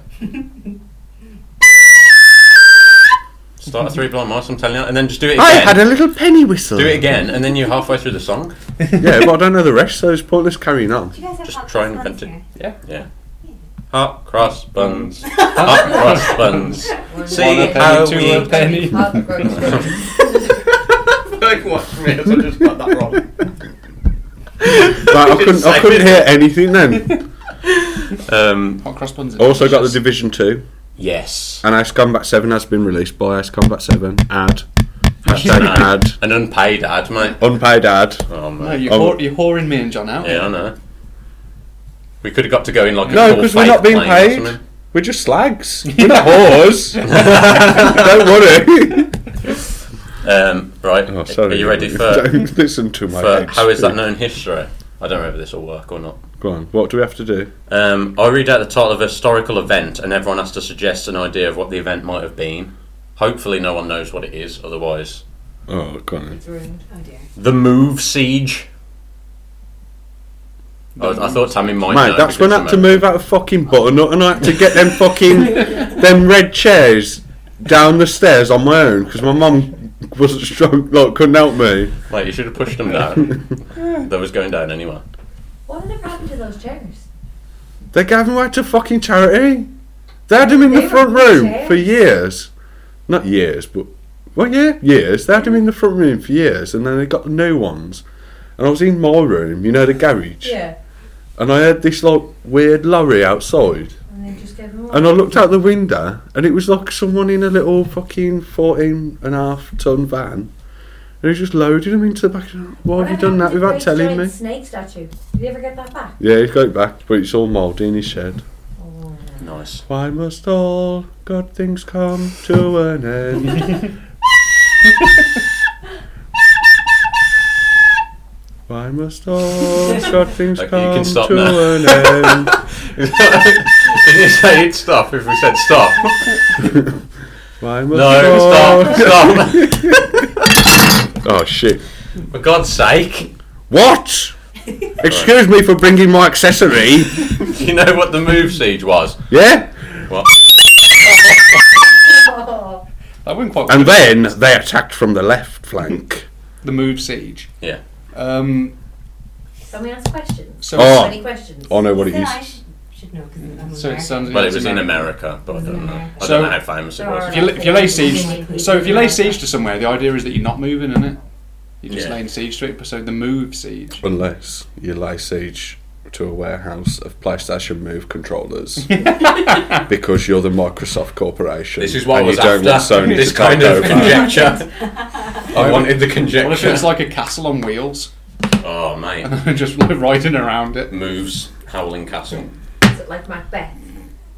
Speaker 4: Start a three blind mice, I'm telling you, and then just do it again.
Speaker 3: I had a little penny whistle.
Speaker 4: do it again, and then you're halfway through the song.
Speaker 3: yeah, but I don't know the rest, so it's pointless carrying on.
Speaker 8: Do you guys have
Speaker 4: Just
Speaker 8: hot
Speaker 4: try and
Speaker 8: cross buns
Speaker 4: invent it.
Speaker 8: here?
Speaker 1: Yeah.
Speaker 4: Yeah. Hot cross buns. Hot cross buns. See
Speaker 7: [LAUGHS]
Speaker 1: a penny,
Speaker 4: how
Speaker 1: two
Speaker 4: we
Speaker 1: a penny.
Speaker 7: Half grown children.
Speaker 1: [LAUGHS] like what? I just got that wrong.
Speaker 3: But I couldn't, I couldn't hear anything then.
Speaker 4: [LAUGHS] Um,
Speaker 1: Hot cross buns. are
Speaker 3: Also got the
Speaker 1: delicious.
Speaker 3: Division 2,
Speaker 4: yes.
Speaker 3: and Ace Combat 7 has been released by Ace Combat 7. Ad. Hashtag
Speaker 4: An
Speaker 3: ad.
Speaker 4: An unpaid ad, mate.
Speaker 3: Unpaid ad.
Speaker 4: Oh, man.
Speaker 1: No, you're,
Speaker 3: Oh.
Speaker 1: whore- you're whoring me and John out.
Speaker 4: Yeah, I know. We could have got to go in like a
Speaker 3: No,
Speaker 4: full
Speaker 3: 'cause we're
Speaker 4: faith
Speaker 3: not being
Speaker 4: plane or
Speaker 3: paid.
Speaker 4: something.
Speaker 3: We're just slags.
Speaker 4: [LAUGHS]
Speaker 3: We're not whores. don't worry.
Speaker 4: Um, right.
Speaker 3: Oh, sorry.
Speaker 4: Are
Speaker 3: [LAUGHS]
Speaker 4: you ready for,
Speaker 3: Don't listen to my
Speaker 4: for
Speaker 3: ex.
Speaker 4: how is that known history? I don't know if this will work or not.
Speaker 3: Go on. What do we have to do?
Speaker 4: Um, I read out the title of a historical event, and everyone has to suggest an idea of what the event might have been. Hopefully, no one knows what it is. Otherwise,
Speaker 3: Oh, go on.
Speaker 7: It's ruined.
Speaker 8: Oh dear.
Speaker 4: the move siege. I, I thought Tammy might. know
Speaker 3: Mate, that's when I had
Speaker 4: because
Speaker 3: to
Speaker 4: I'm
Speaker 3: move out of fucking butternut and I had to get them
Speaker 7: [LAUGHS]
Speaker 3: fucking them red chairs down the stairs on my own because my mum wasn't strong, like couldn't help me.
Speaker 4: a- Like you should
Speaker 3: [LAUGHS]
Speaker 4: have pushed them down. that was going down anyway.
Speaker 7: What had ever happened to those chairs?
Speaker 3: They gave them away to fucking charity. They had them in the
Speaker 7: They
Speaker 3: front
Speaker 7: were
Speaker 3: room
Speaker 7: chairs?
Speaker 3: for years, not years, but well, yeah, years. They had them in the front room for years, and then they got the new ones. And I was in my room, you know, the garage,
Speaker 7: Yeah.
Speaker 3: and I heard this like weird lorry outside.
Speaker 7: And they just "Oh, gave them
Speaker 3: And I looked out the window, and it was like someone in a little fucking 14 and a half ton van. And he just loaded them into the back. and Why have you done that without telling me?
Speaker 7: Snake statue. Did you ever get that back?
Speaker 3: Yeah, he's got it back, but it's all mouldy in his shed.
Speaker 7: Oh,
Speaker 4: Nice.
Speaker 3: Why must all good things come to an end? Why must all good things
Speaker 4: Okay, you can
Speaker 3: come
Speaker 4: stop
Speaker 3: to
Speaker 4: now.
Speaker 3: an end?
Speaker 4: Did you say it's stop if we said stop?
Speaker 3: Why must
Speaker 4: No,
Speaker 3: all...
Speaker 4: stop,
Speaker 3: [LAUGHS]
Speaker 4: stop.
Speaker 3: Oh, shit.
Speaker 4: For God's sake. [LAUGHS]
Speaker 3: What? Excuse me for bringing my accessory.
Speaker 4: Do you know what the move siege was?
Speaker 3: Yeah?
Speaker 4: What?
Speaker 7: Oh,
Speaker 1: That wouldn't quite.
Speaker 3: And then they attacked from the left flank.
Speaker 1: the move siege.
Speaker 4: Yeah.
Speaker 1: Um.
Speaker 7: can we ask questions?
Speaker 1: So
Speaker 3: Oh.
Speaker 7: Any questions?
Speaker 3: I know what it
Speaker 8: Then
Speaker 3: is.
Speaker 8: I sh- should know because I'm
Speaker 1: So um, it
Speaker 8: American.
Speaker 1: sounds-
Speaker 4: Well, it was in
Speaker 1: America.
Speaker 4: America, but I don't know. I don't
Speaker 1: So-
Speaker 4: know how famous it was.
Speaker 1: If you, if you lay siege, so if you lay siege to somewhere, the idea is that you're not moving, isn't it? You're just
Speaker 4: Yeah.
Speaker 1: laying siege to it. So the move siege.
Speaker 3: Unless you lay siege to a warehouse of PlayStation Move controllers. because you're the Microsoft Corporation.
Speaker 4: This is what I
Speaker 3: and
Speaker 4: was
Speaker 3: you don't
Speaker 4: after.
Speaker 3: want Sony
Speaker 4: this
Speaker 3: to take
Speaker 4: kind of
Speaker 3: over.
Speaker 4: conjecture.
Speaker 7: [LAUGHS]
Speaker 4: I wanted the
Speaker 1: What if it's
Speaker 4: conjecture.
Speaker 1: like a castle on wheels [LAUGHS]
Speaker 4: [LAUGHS] Oh mate,
Speaker 1: and just like riding around it?
Speaker 4: moves Howling Castle.
Speaker 7: Is it like Macbeth,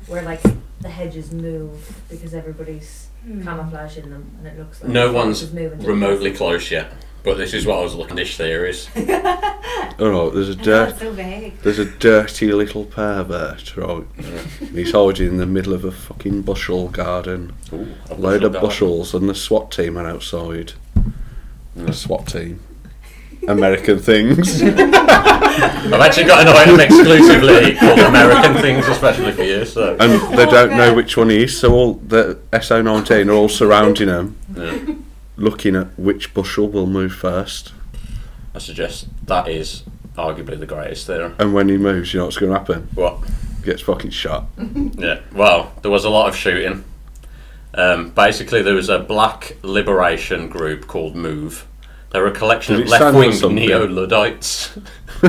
Speaker 7: where like the hedges move because everybody's
Speaker 5: Hmm.
Speaker 7: camouflaging them and it looks like
Speaker 4: No
Speaker 7: the
Speaker 4: one's
Speaker 7: hedges moving to the
Speaker 4: remotely
Speaker 7: castle?
Speaker 4: close yet. But this is what I was looking at. Dish
Speaker 7: [LAUGHS]
Speaker 4: theories.
Speaker 3: Oh, no, there's a
Speaker 8: I know,
Speaker 3: dirt.
Speaker 8: it's so vague.
Speaker 3: There's a dirty little pervert, right?
Speaker 8: [LAUGHS]
Speaker 3: And he's hiding in the middle of a fucking bushel garden.
Speaker 4: Ooh, a
Speaker 3: load
Speaker 4: bushel
Speaker 3: of
Speaker 4: garden.
Speaker 3: bushels, and the SWAT team are outside.
Speaker 4: Mm.
Speaker 3: The SWAT team. American
Speaker 8: [LAUGHS]
Speaker 3: things.
Speaker 4: I've actually got an item exclusively called American things, especially for you. So
Speaker 3: and
Speaker 8: Oh,
Speaker 3: they don't know which one he is, so all the SO19 are all surrounding him.
Speaker 4: yeah.
Speaker 3: looking at which bushel will move first.
Speaker 4: I suggest that is arguably the greatest theorem.
Speaker 3: And when he moves, you know what's going to happen?
Speaker 4: What?
Speaker 3: Gets fucking shot. [LAUGHS]
Speaker 4: Yeah. Well, there was a lot of shooting. Um, basically, there was a black liberation group called Move. They were a collection
Speaker 3: Did
Speaker 4: of
Speaker 3: it stand
Speaker 4: left
Speaker 3: for
Speaker 4: wing
Speaker 3: something?
Speaker 4: neo Luddites. [LAUGHS]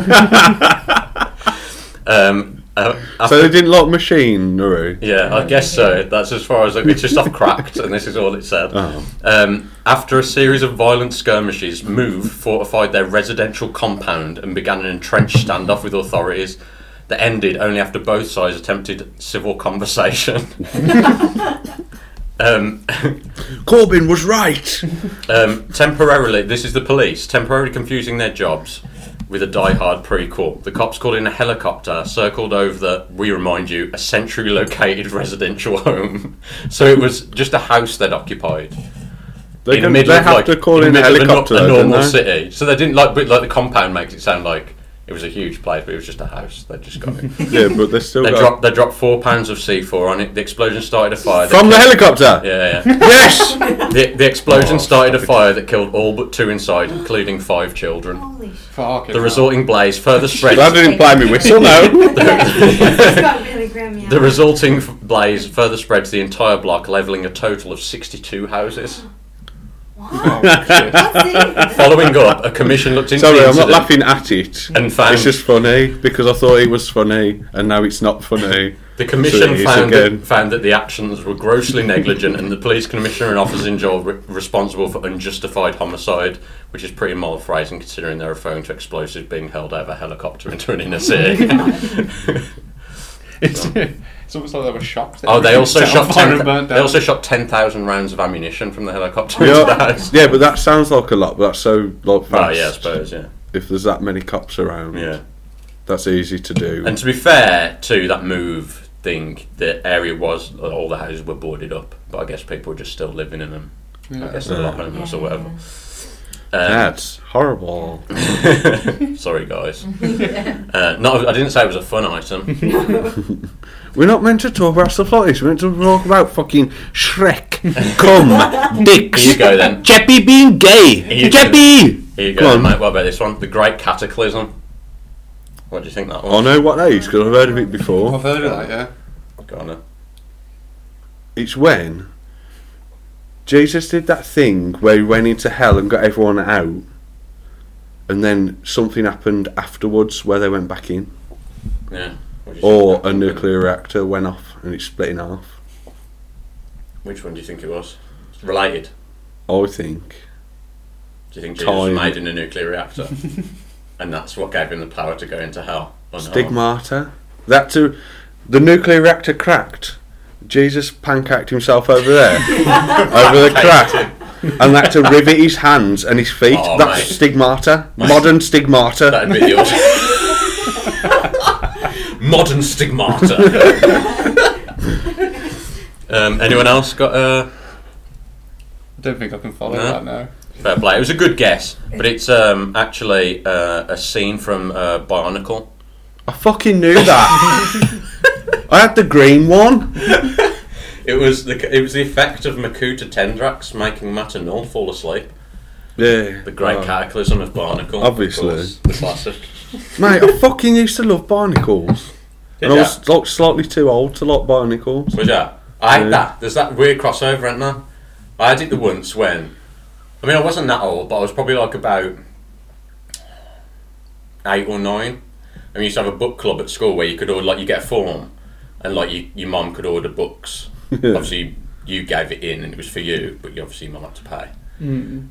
Speaker 4: um, uh,
Speaker 3: So they
Speaker 4: after-
Speaker 3: didn't lock machine, Naru.
Speaker 4: yeah, I guess so. That's as far as I, it's just off cracked, and this is all it said.
Speaker 3: Oh.
Speaker 4: Um, after a series of violent skirmishes, Move fortified their residential compound and began an entrenched standoff with authorities that ended only after both sides attempted civil conversation. [LAUGHS] um,
Speaker 3: Corbyn was
Speaker 4: [LAUGHS]
Speaker 3: right.
Speaker 4: um, temporarily, this is the police, temporarily confusing their jobs with a die-hard pre-call. The cops called in a helicopter, circled over the, we remind you, a centrally located [LAUGHS] residential home. So it was just a house they'd occupied.
Speaker 3: They,
Speaker 4: in
Speaker 3: can, they
Speaker 4: the middle of,
Speaker 3: have
Speaker 4: like,
Speaker 3: to call
Speaker 4: in
Speaker 3: in
Speaker 4: the
Speaker 3: a
Speaker 4: middle of
Speaker 3: helicopter,
Speaker 4: a, no- a
Speaker 3: don't
Speaker 4: normal
Speaker 3: they?
Speaker 4: city. So they didn't like, but like the compound makes it sound like it was a huge place, but it was just a house. They just got
Speaker 3: [LAUGHS]
Speaker 4: it.
Speaker 3: Yeah, but they still
Speaker 4: they
Speaker 3: got
Speaker 4: dropped they dropped four pounds of C four on it. The explosion started a fire. that
Speaker 3: from the
Speaker 4: killed-
Speaker 3: helicopter.
Speaker 4: Yeah, yeah. [LAUGHS]
Speaker 3: Yes.
Speaker 4: The, the explosion
Speaker 1: Oh,
Speaker 4: started a fire that killed all but two inside, including five children.
Speaker 8: [LAUGHS]
Speaker 9: Holy shit.
Speaker 1: Fuck it,
Speaker 4: The
Speaker 1: man.
Speaker 4: resulting blaze
Speaker 3: [LAUGHS]
Speaker 4: further spread.
Speaker 3: that didn't play me whistle, no.
Speaker 9: It's got really grim, yeah.
Speaker 4: The resulting f- blaze further spread to the entire block, levelling a total of 62 houses.
Speaker 9: What?
Speaker 1: Oh, shit.
Speaker 4: [LAUGHS]
Speaker 9: What's he?
Speaker 3: [LAUGHS]
Speaker 4: Following up, a commission looked into
Speaker 3: [LAUGHS] Sorry,
Speaker 4: the
Speaker 3: I'm not
Speaker 4: incident
Speaker 3: laughing at it.
Speaker 4: and found
Speaker 3: It's just funny because I thought it was funny, and now it's not funny.
Speaker 4: The commission
Speaker 3: Jeez,
Speaker 4: found,
Speaker 3: again.
Speaker 4: [LAUGHS] that, found that the actions were grossly negligent and the police commissioner and officers involved were responsible for unjustified homicide, which is pretty mild phrasing considering they're referring to explosives being held out of a helicopter into an inner city. [LAUGHS]
Speaker 1: It's, it's almost like they were shocked. that
Speaker 4: oh, they
Speaker 1: everything [LAUGHS]
Speaker 4: also
Speaker 1: was set on
Speaker 4: shot
Speaker 1: fire
Speaker 4: ten,
Speaker 1: and burnt
Speaker 4: they
Speaker 1: down.
Speaker 4: also shot 10,000 rounds of ammunition from the helicopter into the
Speaker 3: Yeah,
Speaker 4: house.
Speaker 3: yeah, but that sounds like a lot, but that's so like fast.
Speaker 4: Oh, yeah, I suppose, yeah.
Speaker 3: If there's that many cops around,
Speaker 4: Yeah.
Speaker 3: that's easy to do.
Speaker 4: And to be fair to that move thing, the area was, all the houses were boarded up, but I guess people were just still living in them. I guess they're not homeless or whatever. Um,
Speaker 3: that's horrible.
Speaker 4: [LAUGHS] Sorry, guys. Uh, not, I didn't say it was a
Speaker 3: [LAUGHS]
Speaker 4: fun item.
Speaker 3: We're not meant to talk about stuff like this. We're meant to talk about fucking Shrek,
Speaker 4: [LAUGHS]
Speaker 3: cum, dicks.
Speaker 4: Here you go then.
Speaker 3: Jeppy being gay.
Speaker 4: you
Speaker 3: Jeppy.
Speaker 4: Here you
Speaker 3: Go
Speaker 4: go,
Speaker 3: on.
Speaker 4: mate. What about this one? The Great Cataclysm. What do you think that
Speaker 3: I
Speaker 4: was?
Speaker 3: know what that is because I've heard of it before.
Speaker 1: I've heard of that, yeah.
Speaker 3: Oh.
Speaker 4: Go on then.
Speaker 3: It's when Jesus did that thing where he went into hell and got everyone out, and then something happened afterwards where they went back in,
Speaker 4: Yeah. What do you
Speaker 3: or
Speaker 4: think that
Speaker 3: a
Speaker 4: one-
Speaker 3: nuclear reactor went off and it split in half.
Speaker 4: Which one do you think it was? Related.
Speaker 3: I think.
Speaker 4: Do you think Jesus was
Speaker 3: Time.
Speaker 4: made in a
Speaker 3: [LAUGHS]
Speaker 4: nuclear reactor? and that's what gave him the power to go into hell? Or not?
Speaker 3: Stigmata. That too. The nuclear reactor cracked. Jesus pancacked himself over
Speaker 4: [LAUGHS]
Speaker 3: there, over the crack, and had to rivet his hands and his feet.
Speaker 4: Oh,
Speaker 3: That's
Speaker 4: mate.
Speaker 3: stigmata. Modern stigmata.
Speaker 4: That'd be yours.
Speaker 3: [LAUGHS]
Speaker 4: Modern stigmata. um, anyone else got a
Speaker 1: I [LAUGHS] don't think I can follow
Speaker 4: No.
Speaker 1: that now.
Speaker 4: fair play? It was a good guess, but it's um, actually uh, a scene from uh, Bionicle.
Speaker 3: I fucking knew that.
Speaker 4: [LAUGHS]
Speaker 3: I had the green one.
Speaker 4: It was the it was the effect of Makuta Tendrax making Matanol fall asleep.
Speaker 3: Yeah. Oh.
Speaker 4: The great cataclysm of Barnacle. of
Speaker 3: Obviously.
Speaker 4: course, the classic.
Speaker 3: Mate, I fucking used to love barnacles.
Speaker 4: Did
Speaker 3: and I
Speaker 4: ya?
Speaker 3: was like, slightly too old to like barnacles.
Speaker 4: Was that? I
Speaker 3: Yeah.
Speaker 4: had that. There's that weird crossover, isn't there? I did the once when. I mean, I wasn't that old, but I was probably like about eight or nine. And we used to have a book club at school where you could order, like, you get a form, and like you, your mum could order books. obviously, you gave it in, and it was for you, but you obviously your mum had to pay.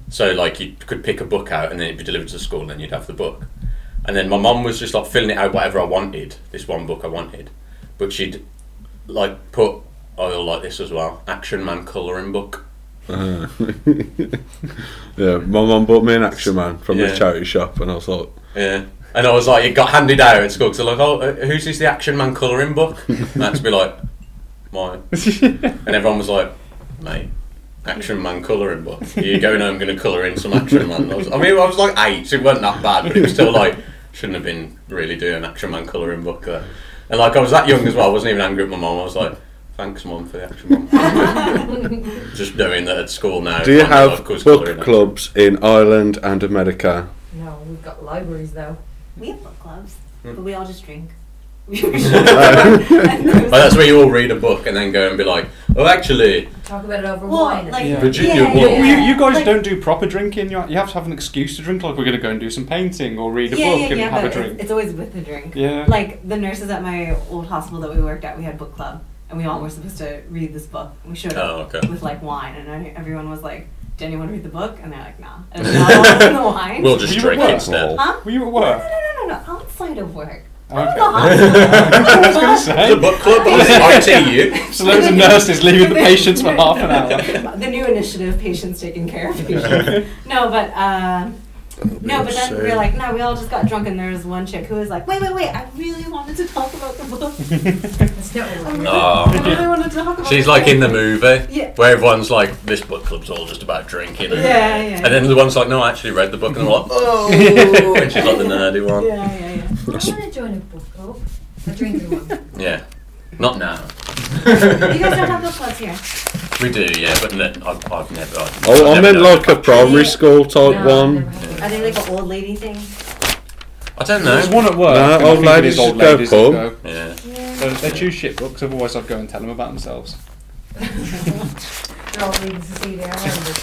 Speaker 4: So like you could pick a book out and then it'd be delivered to the school and then you'd have the book. And then my mum was just like filling it out whatever I wanted, this one book I wanted. But she'd like put oh you'll like this as well. Action Man colouring book. Uh-huh.
Speaker 3: Uh, [LAUGHS] yeah, my mum bought me an Action Man from
Speaker 4: Yeah.
Speaker 3: the charity shop, and I was like,
Speaker 4: Yeah. And I was like, it got handed out at school because like, oh, uh, who's this the Action Man colouring book? [LAUGHS] And I had to be like,
Speaker 3: [LAUGHS]
Speaker 4: mine. And everyone was like, mate, Action Man colouring book. Are you going home going to colour in some Action Man? I, was, I mean, I was like eight, so it wasn't that bad, but it was still like, shouldn't have been really doing Action Man colouring book there. And like, I was that young as well, I wasn't even angry at my mum. I was like, Thanks, Mum, for the extra mum. Just knowing that at school
Speaker 3: [LAUGHS]
Speaker 4: now.
Speaker 3: Do you
Speaker 4: I'm
Speaker 3: have
Speaker 4: allowed cause colour
Speaker 3: book
Speaker 4: in it.
Speaker 3: clubs in Ireland and America?
Speaker 5: No, we've got libraries though.
Speaker 8: We have book clubs,
Speaker 4: Hmm.
Speaker 8: but we all just drink. [LAUGHS]
Speaker 4: Oh, that's where you all read a book and then go and be like, oh, actually,
Speaker 5: Talk about it over
Speaker 8: Well,
Speaker 5: wine.
Speaker 8: like-
Speaker 1: Yeah.
Speaker 4: Virginia
Speaker 8: Yeah,
Speaker 1: Yeah,
Speaker 4: Woolf.
Speaker 1: well, you, you guys
Speaker 8: Like-
Speaker 1: don't do proper drinking. You, you have to have an excuse to drink. Like we're going to go and do some painting or read a book and have a
Speaker 8: but
Speaker 1: drink.
Speaker 8: It's, it's always with a drink.
Speaker 1: Yeah.
Speaker 8: Like the nurses at my old hospital that we worked at, we had book club, and we all were supposed to read this book. We showed
Speaker 4: Oh,
Speaker 8: up
Speaker 4: okay.
Speaker 8: with like wine, and I- everyone was like, "Did anyone read the book?" And they're like, "Nah." And we all opened the wine.
Speaker 4: We'll just
Speaker 1: You
Speaker 4: drink
Speaker 1: were.
Speaker 4: instead.
Speaker 8: huh?
Speaker 1: Were you at
Speaker 8: No,
Speaker 1: work?
Speaker 8: no, no, no, no. Outside of work. [LAUGHS]
Speaker 1: Okay. [LAUGHS]
Speaker 8: The
Speaker 1: I was
Speaker 8: hospital.
Speaker 1: going to say.
Speaker 4: The book club on
Speaker 1: [LAUGHS]
Speaker 4: ITU.
Speaker 1: So loads of nurses leaving the patients for half an hour.
Speaker 8: the new initiative, patients taking care of patients. no, but uh, no, but then we were like, no, we all just got drunk, and there was one chick who was like, wait, wait, wait, I really wanted to talk about the book.
Speaker 5: It's not
Speaker 8: I really,
Speaker 4: Oh. [LAUGHS]
Speaker 8: I really wanted to talk about.
Speaker 4: She's
Speaker 8: the
Speaker 4: like
Speaker 8: book."
Speaker 4: in the movie
Speaker 8: Yeah.
Speaker 4: where everyone's like, this book club's all just about drinking.
Speaker 8: Yeah, yeah.
Speaker 4: And then the one's like, no, I actually read the book. And they're like, oh. and she's like the nerdy
Speaker 8: Yeah,
Speaker 4: one. Yeah.
Speaker 8: yeah, yeah.
Speaker 5: I want to join a book club. A drinking
Speaker 1: [LAUGHS]
Speaker 5: one.
Speaker 4: Not now.
Speaker 8: You guys don't have book clubs here.
Speaker 4: [LAUGHS] We do, yeah, but no, I've, I've never. I've,
Speaker 3: Oh, I
Speaker 4: never
Speaker 3: meant
Speaker 4: known
Speaker 3: like a
Speaker 4: about-
Speaker 3: primary school
Speaker 5: No,
Speaker 3: type
Speaker 5: I've never
Speaker 3: one.
Speaker 5: had
Speaker 8: Are they like an old lady thing?
Speaker 4: I don't
Speaker 1: There's
Speaker 4: know.
Speaker 1: one at work.
Speaker 3: No,
Speaker 1: and I
Speaker 3: old
Speaker 1: think it
Speaker 3: ladies
Speaker 1: is old
Speaker 3: just go
Speaker 1: ladies that
Speaker 3: pub.
Speaker 1: go.
Speaker 4: Yeah.
Speaker 1: So they choose shit books. Otherwise, I'd go and tell them about
Speaker 8: [LAUGHS]
Speaker 1: themselves.
Speaker 5: that. They're all reading Cecilia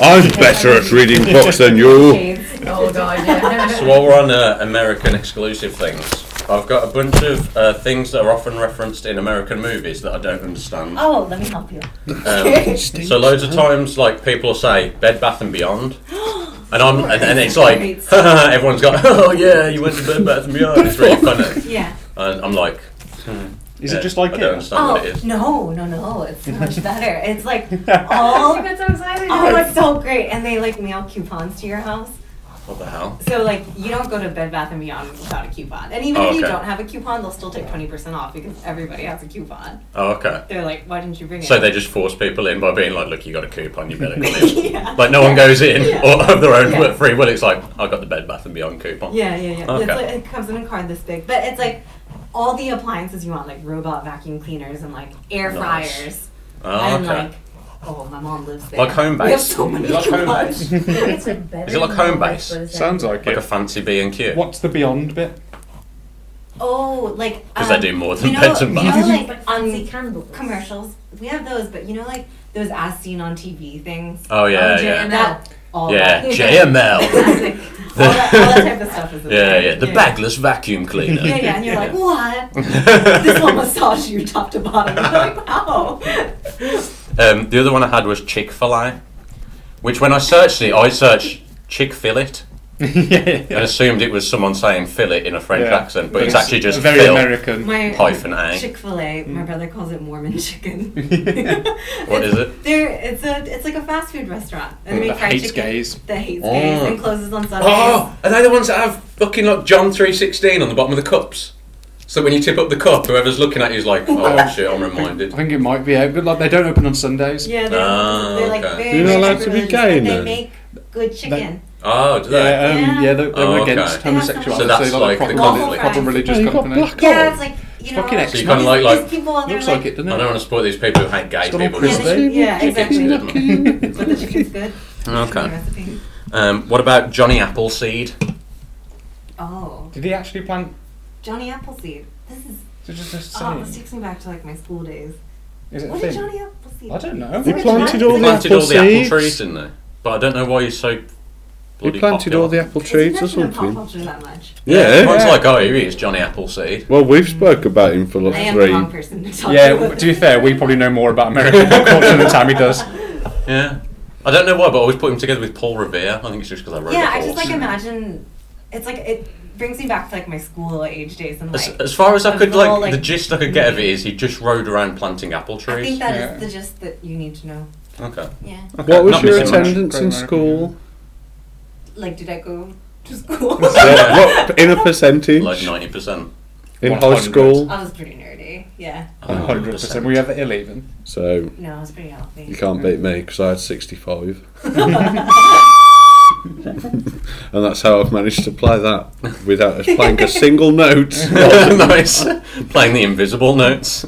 Speaker 5: Ireland.
Speaker 3: I'm better at reading books than
Speaker 8: [LAUGHS]
Speaker 3: you.
Speaker 8: Shades.
Speaker 5: Oh god, yeah.
Speaker 4: [LAUGHS] So
Speaker 7: [LAUGHS]
Speaker 4: while we're on uh, American exclusive things, I've got a bunch of uh, things that are often referenced in American movies that I don't understand.
Speaker 8: Oh, let me help you.
Speaker 4: Um, so loads of times, like people will say Bed Bath and
Speaker 8: [GASPS]
Speaker 4: Beyond, and I'm and, and it's like [LAUGHS] everyone's got oh yeah, you went to Bed Bath and Beyond. It's really funny,
Speaker 8: Yeah. Oh,
Speaker 4: and I'm like,
Speaker 1: Hmm. Is
Speaker 4: yeah,
Speaker 1: it just like
Speaker 4: I
Speaker 1: it?
Speaker 4: don't understand what it is.
Speaker 8: no, no, no! It's so much better. It's like all.
Speaker 5: I got so excited.
Speaker 8: Oh, it's so great! And they like mail coupons to your house.
Speaker 4: What the hell?
Speaker 8: So like you don't go to Bed Bath and Beyond without a coupon, and even
Speaker 4: Oh,
Speaker 8: if you
Speaker 4: okay.
Speaker 8: don't have a coupon, they'll still take twenty percent off because everybody has a coupon.
Speaker 4: Oh okay.
Speaker 8: They're like, why didn't you bring it?
Speaker 4: So they
Speaker 8: [LAUGHS]
Speaker 4: just force people in by being like, look, you got a coupon, you better come in.
Speaker 8: yeah.
Speaker 4: Like no one goes in or [LAUGHS] of their own
Speaker 8: Yeah.
Speaker 4: free will. It's like I got the Bed Bath and Beyond coupon.
Speaker 8: yeah, yeah, yeah.
Speaker 4: Okay.
Speaker 8: It's like, it comes in a card this big, but it's like all the appliances you want, like robot vacuum cleaners and like air
Speaker 4: Nice.
Speaker 8: fryers,
Speaker 4: Oh,
Speaker 8: and
Speaker 4: okay.
Speaker 8: like oh, my mom lives there.
Speaker 4: Like home
Speaker 8: We have
Speaker 4: base.
Speaker 8: so many
Speaker 4: Like home [LAUGHS]
Speaker 8: coupons.
Speaker 5: It's like better
Speaker 4: Is it like
Speaker 5: than
Speaker 4: home
Speaker 5: normal,
Speaker 4: base?
Speaker 5: but it's
Speaker 1: Sounds like
Speaker 4: like a
Speaker 1: it.
Speaker 4: fancy B and Q.
Speaker 1: What's the beyond bit?
Speaker 8: oh, like
Speaker 4: 'Cause they
Speaker 8: um,
Speaker 4: do more than
Speaker 8: you know,
Speaker 4: beds and
Speaker 8: You
Speaker 4: baths.
Speaker 8: know,
Speaker 5: Like
Speaker 8: like
Speaker 5: fancy
Speaker 8: on
Speaker 5: candles.
Speaker 8: commercials, we have those, but you know, like those as seen on TV things.
Speaker 4: Oh yeah,
Speaker 5: Oh,
Speaker 4: yeah,
Speaker 5: JML.
Speaker 8: That all
Speaker 4: yeah.
Speaker 8: that.
Speaker 4: JML.
Speaker 8: Classic. all, that, all that type of stuff is in
Speaker 4: Yeah,
Speaker 8: there.
Speaker 4: yeah, the bagless vacuum cleaner.
Speaker 8: Yeah, [LAUGHS] yeah, and you're like, what? [LAUGHS] this will massage you top to bottom. You're like, wow.
Speaker 4: Um, the other one I had was Chick Fil A, which when I searched it, I searched Chick Fil It and
Speaker 1: [LAUGHS] yeah.
Speaker 4: assumed it was someone saying "fill it" in a French
Speaker 1: Yeah.
Speaker 4: accent, but it's actually just
Speaker 1: very
Speaker 4: "fill"
Speaker 1: American.
Speaker 8: My
Speaker 4: hyphen A.
Speaker 8: Chick Fil A. My brother calls it Mormon chicken. [LAUGHS]
Speaker 4: What is it?
Speaker 8: There, it's a, it's like a fast food restaurant. And they
Speaker 1: That
Speaker 8: make fried
Speaker 1: hates
Speaker 8: chicken.
Speaker 1: gays.
Speaker 8: That hates
Speaker 4: Oh.
Speaker 8: gays and closes on Sundays.
Speaker 4: Oh, are they the ones that have fucking like John three sixteen on the bottom of the cups? So when you tip up the cup, whoever's looking at you is like,
Speaker 1: [LAUGHS]
Speaker 4: "Oh shit, I'm
Speaker 1: I
Speaker 4: reminded."
Speaker 1: think it might be yeah, but like they don't open on Sundays.
Speaker 8: Yeah, they're,
Speaker 4: Ah,
Speaker 8: they're like
Speaker 4: okay.
Speaker 8: very.
Speaker 3: You're not allowed to be
Speaker 8: religious,
Speaker 3: gay
Speaker 8: but They
Speaker 3: now.
Speaker 8: make good chicken.
Speaker 4: Oh, do they?
Speaker 1: Yeah, um,
Speaker 8: Yeah.
Speaker 1: yeah, they, they
Speaker 4: Oh,
Speaker 1: were
Speaker 4: okay.
Speaker 1: against
Speaker 8: They have some-
Speaker 1: homosexuality.
Speaker 4: So that's
Speaker 1: like,
Speaker 4: like
Speaker 1: a
Speaker 4: the
Speaker 1: proper,
Speaker 8: conflict.
Speaker 1: proper religious
Speaker 3: you got
Speaker 1: company.
Speaker 3: black
Speaker 8: Yeah, it's like you know.
Speaker 1: Fucking
Speaker 8: these-
Speaker 4: So you kind of like
Speaker 8: these
Speaker 4: like.
Speaker 8: people, they're
Speaker 1: Looks like it, doesn't
Speaker 4: I don't want
Speaker 1: it?
Speaker 4: to spoil these people who hate gay
Speaker 1: got all
Speaker 4: people.
Speaker 1: crisp.
Speaker 4: but-
Speaker 1: Crispy.
Speaker 8: Yeah, exactly.
Speaker 4: Chicken's good.
Speaker 8: But the chicken's good.
Speaker 4: [LAUGHS]
Speaker 8: Chicken
Speaker 4: Okay.
Speaker 8: recipe.
Speaker 4: Um, what about Johnny Appleseed?
Speaker 8: Oh,
Speaker 1: [LAUGHS] Did he actually plant?
Speaker 8: Johnny Appleseed. This is.
Speaker 1: So just a saying.
Speaker 8: Oh, this takes me back to like my school days.
Speaker 1: Is it a
Speaker 8: What did
Speaker 1: thing?
Speaker 8: Johnny Appleseed?
Speaker 1: I don't know.
Speaker 3: He
Speaker 8: Is it
Speaker 3: planted
Speaker 8: Johnny-
Speaker 3: all
Speaker 4: He
Speaker 3: the
Speaker 4: planted
Speaker 3: apple
Speaker 4: all the apple
Speaker 3: seeds.
Speaker 4: trees in there. But I don't know why he's so
Speaker 3: He
Speaker 4: bloody
Speaker 3: planted
Speaker 4: popular.
Speaker 3: all the apple
Speaker 8: Is he
Speaker 3: trees or
Speaker 8: mentioned in pop
Speaker 3: something.
Speaker 8: culture that much?
Speaker 3: Yeah.
Speaker 4: Everyone's like, oh, here he is, Johnny Appleseed.
Speaker 3: Well, we've spoke about him for
Speaker 8: I
Speaker 3: like
Speaker 8: am the
Speaker 3: three.
Speaker 8: wrong person to talk
Speaker 1: Yeah,
Speaker 8: about
Speaker 1: w- to be fair, we probably know more about American pop culture [LAUGHS] than Tammy does.
Speaker 4: Yeah. I don't know why, but I always put him together with Paul Revere. I think it's just because I rode
Speaker 8: [LAUGHS] Yeah,
Speaker 4: a
Speaker 8: I
Speaker 4: horse.
Speaker 8: just like imagine. It's like it brings me back to like my school age days and
Speaker 4: as,
Speaker 8: like.
Speaker 4: as far as I
Speaker 8: a
Speaker 4: could,
Speaker 8: little,
Speaker 4: like,
Speaker 8: like,
Speaker 4: the gist I could get of it is he just rode around planting apple
Speaker 8: I think
Speaker 4: trees.
Speaker 8: that is
Speaker 1: Yeah.
Speaker 8: the gist that you need to know.
Speaker 4: Okay.
Speaker 8: Yeah.
Speaker 3: What was
Speaker 4: Not
Speaker 3: your
Speaker 4: missing much.
Speaker 3: attendance in school?
Speaker 8: Like, did I go to
Speaker 1: [LAUGHS]
Speaker 8: school?
Speaker 3: Yeah, what
Speaker 8: [LAUGHS]
Speaker 3: in a
Speaker 4: Like
Speaker 3: percentage
Speaker 4: 90%.
Speaker 3: in high
Speaker 1: 100.
Speaker 3: school?
Speaker 8: I was pretty nerdy. Yeah.
Speaker 1: Hundred percent. Were
Speaker 4: [LAUGHS]
Speaker 1: you ever ill even?
Speaker 3: So
Speaker 8: No, I was pretty healthy.
Speaker 3: you
Speaker 8: [LAUGHS]
Speaker 3: can't beat me because I had sixty-five, [LAUGHS] and that's how I've managed to play that without us playing a
Speaker 1: [LAUGHS]
Speaker 3: single note. [LAUGHS]
Speaker 4: [LAUGHS] nice. Playing the invisible notes.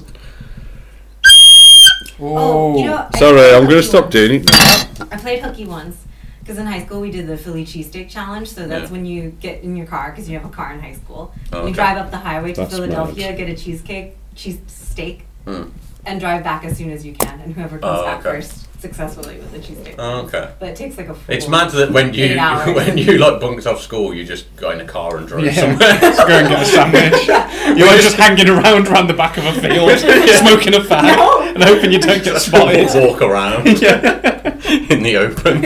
Speaker 8: Oh, you know, I
Speaker 3: Sorry,
Speaker 8: played
Speaker 3: I'm going to
Speaker 8: hooky
Speaker 3: stop
Speaker 8: once.
Speaker 3: doing it now.
Speaker 8: I played hooky once because in high school we did the Philly cheesesteak challenge. So that's
Speaker 4: Yeah.
Speaker 8: when you get in your car because you have a car in high school.
Speaker 4: Oh, okay.
Speaker 8: You drive up the highway to
Speaker 3: That's
Speaker 8: Philadelphia,
Speaker 3: smart.
Speaker 8: get a cheesecake, cheesesteak,
Speaker 4: Mm.
Speaker 8: and drive back as soon as you can. And whoever comes
Speaker 4: Oh,
Speaker 8: back
Speaker 4: okay.
Speaker 8: first successfully with the cheesesteak.
Speaker 4: Okay.
Speaker 8: But it takes like a. Full
Speaker 4: It's mad that when you
Speaker 8: Eight
Speaker 4: [LAUGHS]
Speaker 8: hours.
Speaker 4: when you like bunked off school, you just got in a car and drove
Speaker 1: Yeah.
Speaker 4: somewhere.
Speaker 1: Let's go and get a
Speaker 8: [LAUGHS]
Speaker 1: sandwich. You were just hanging around round the back of a field, smoking a fag,
Speaker 8: No.
Speaker 1: and hoping you [LAUGHS] don't
Speaker 4: [LAUGHS]
Speaker 1: get spotted.
Speaker 4: walk
Speaker 1: [LAUGHS]
Speaker 4: around
Speaker 1: yeah.
Speaker 4: [LAUGHS] in
Speaker 1: [LAUGHS]
Speaker 4: the open.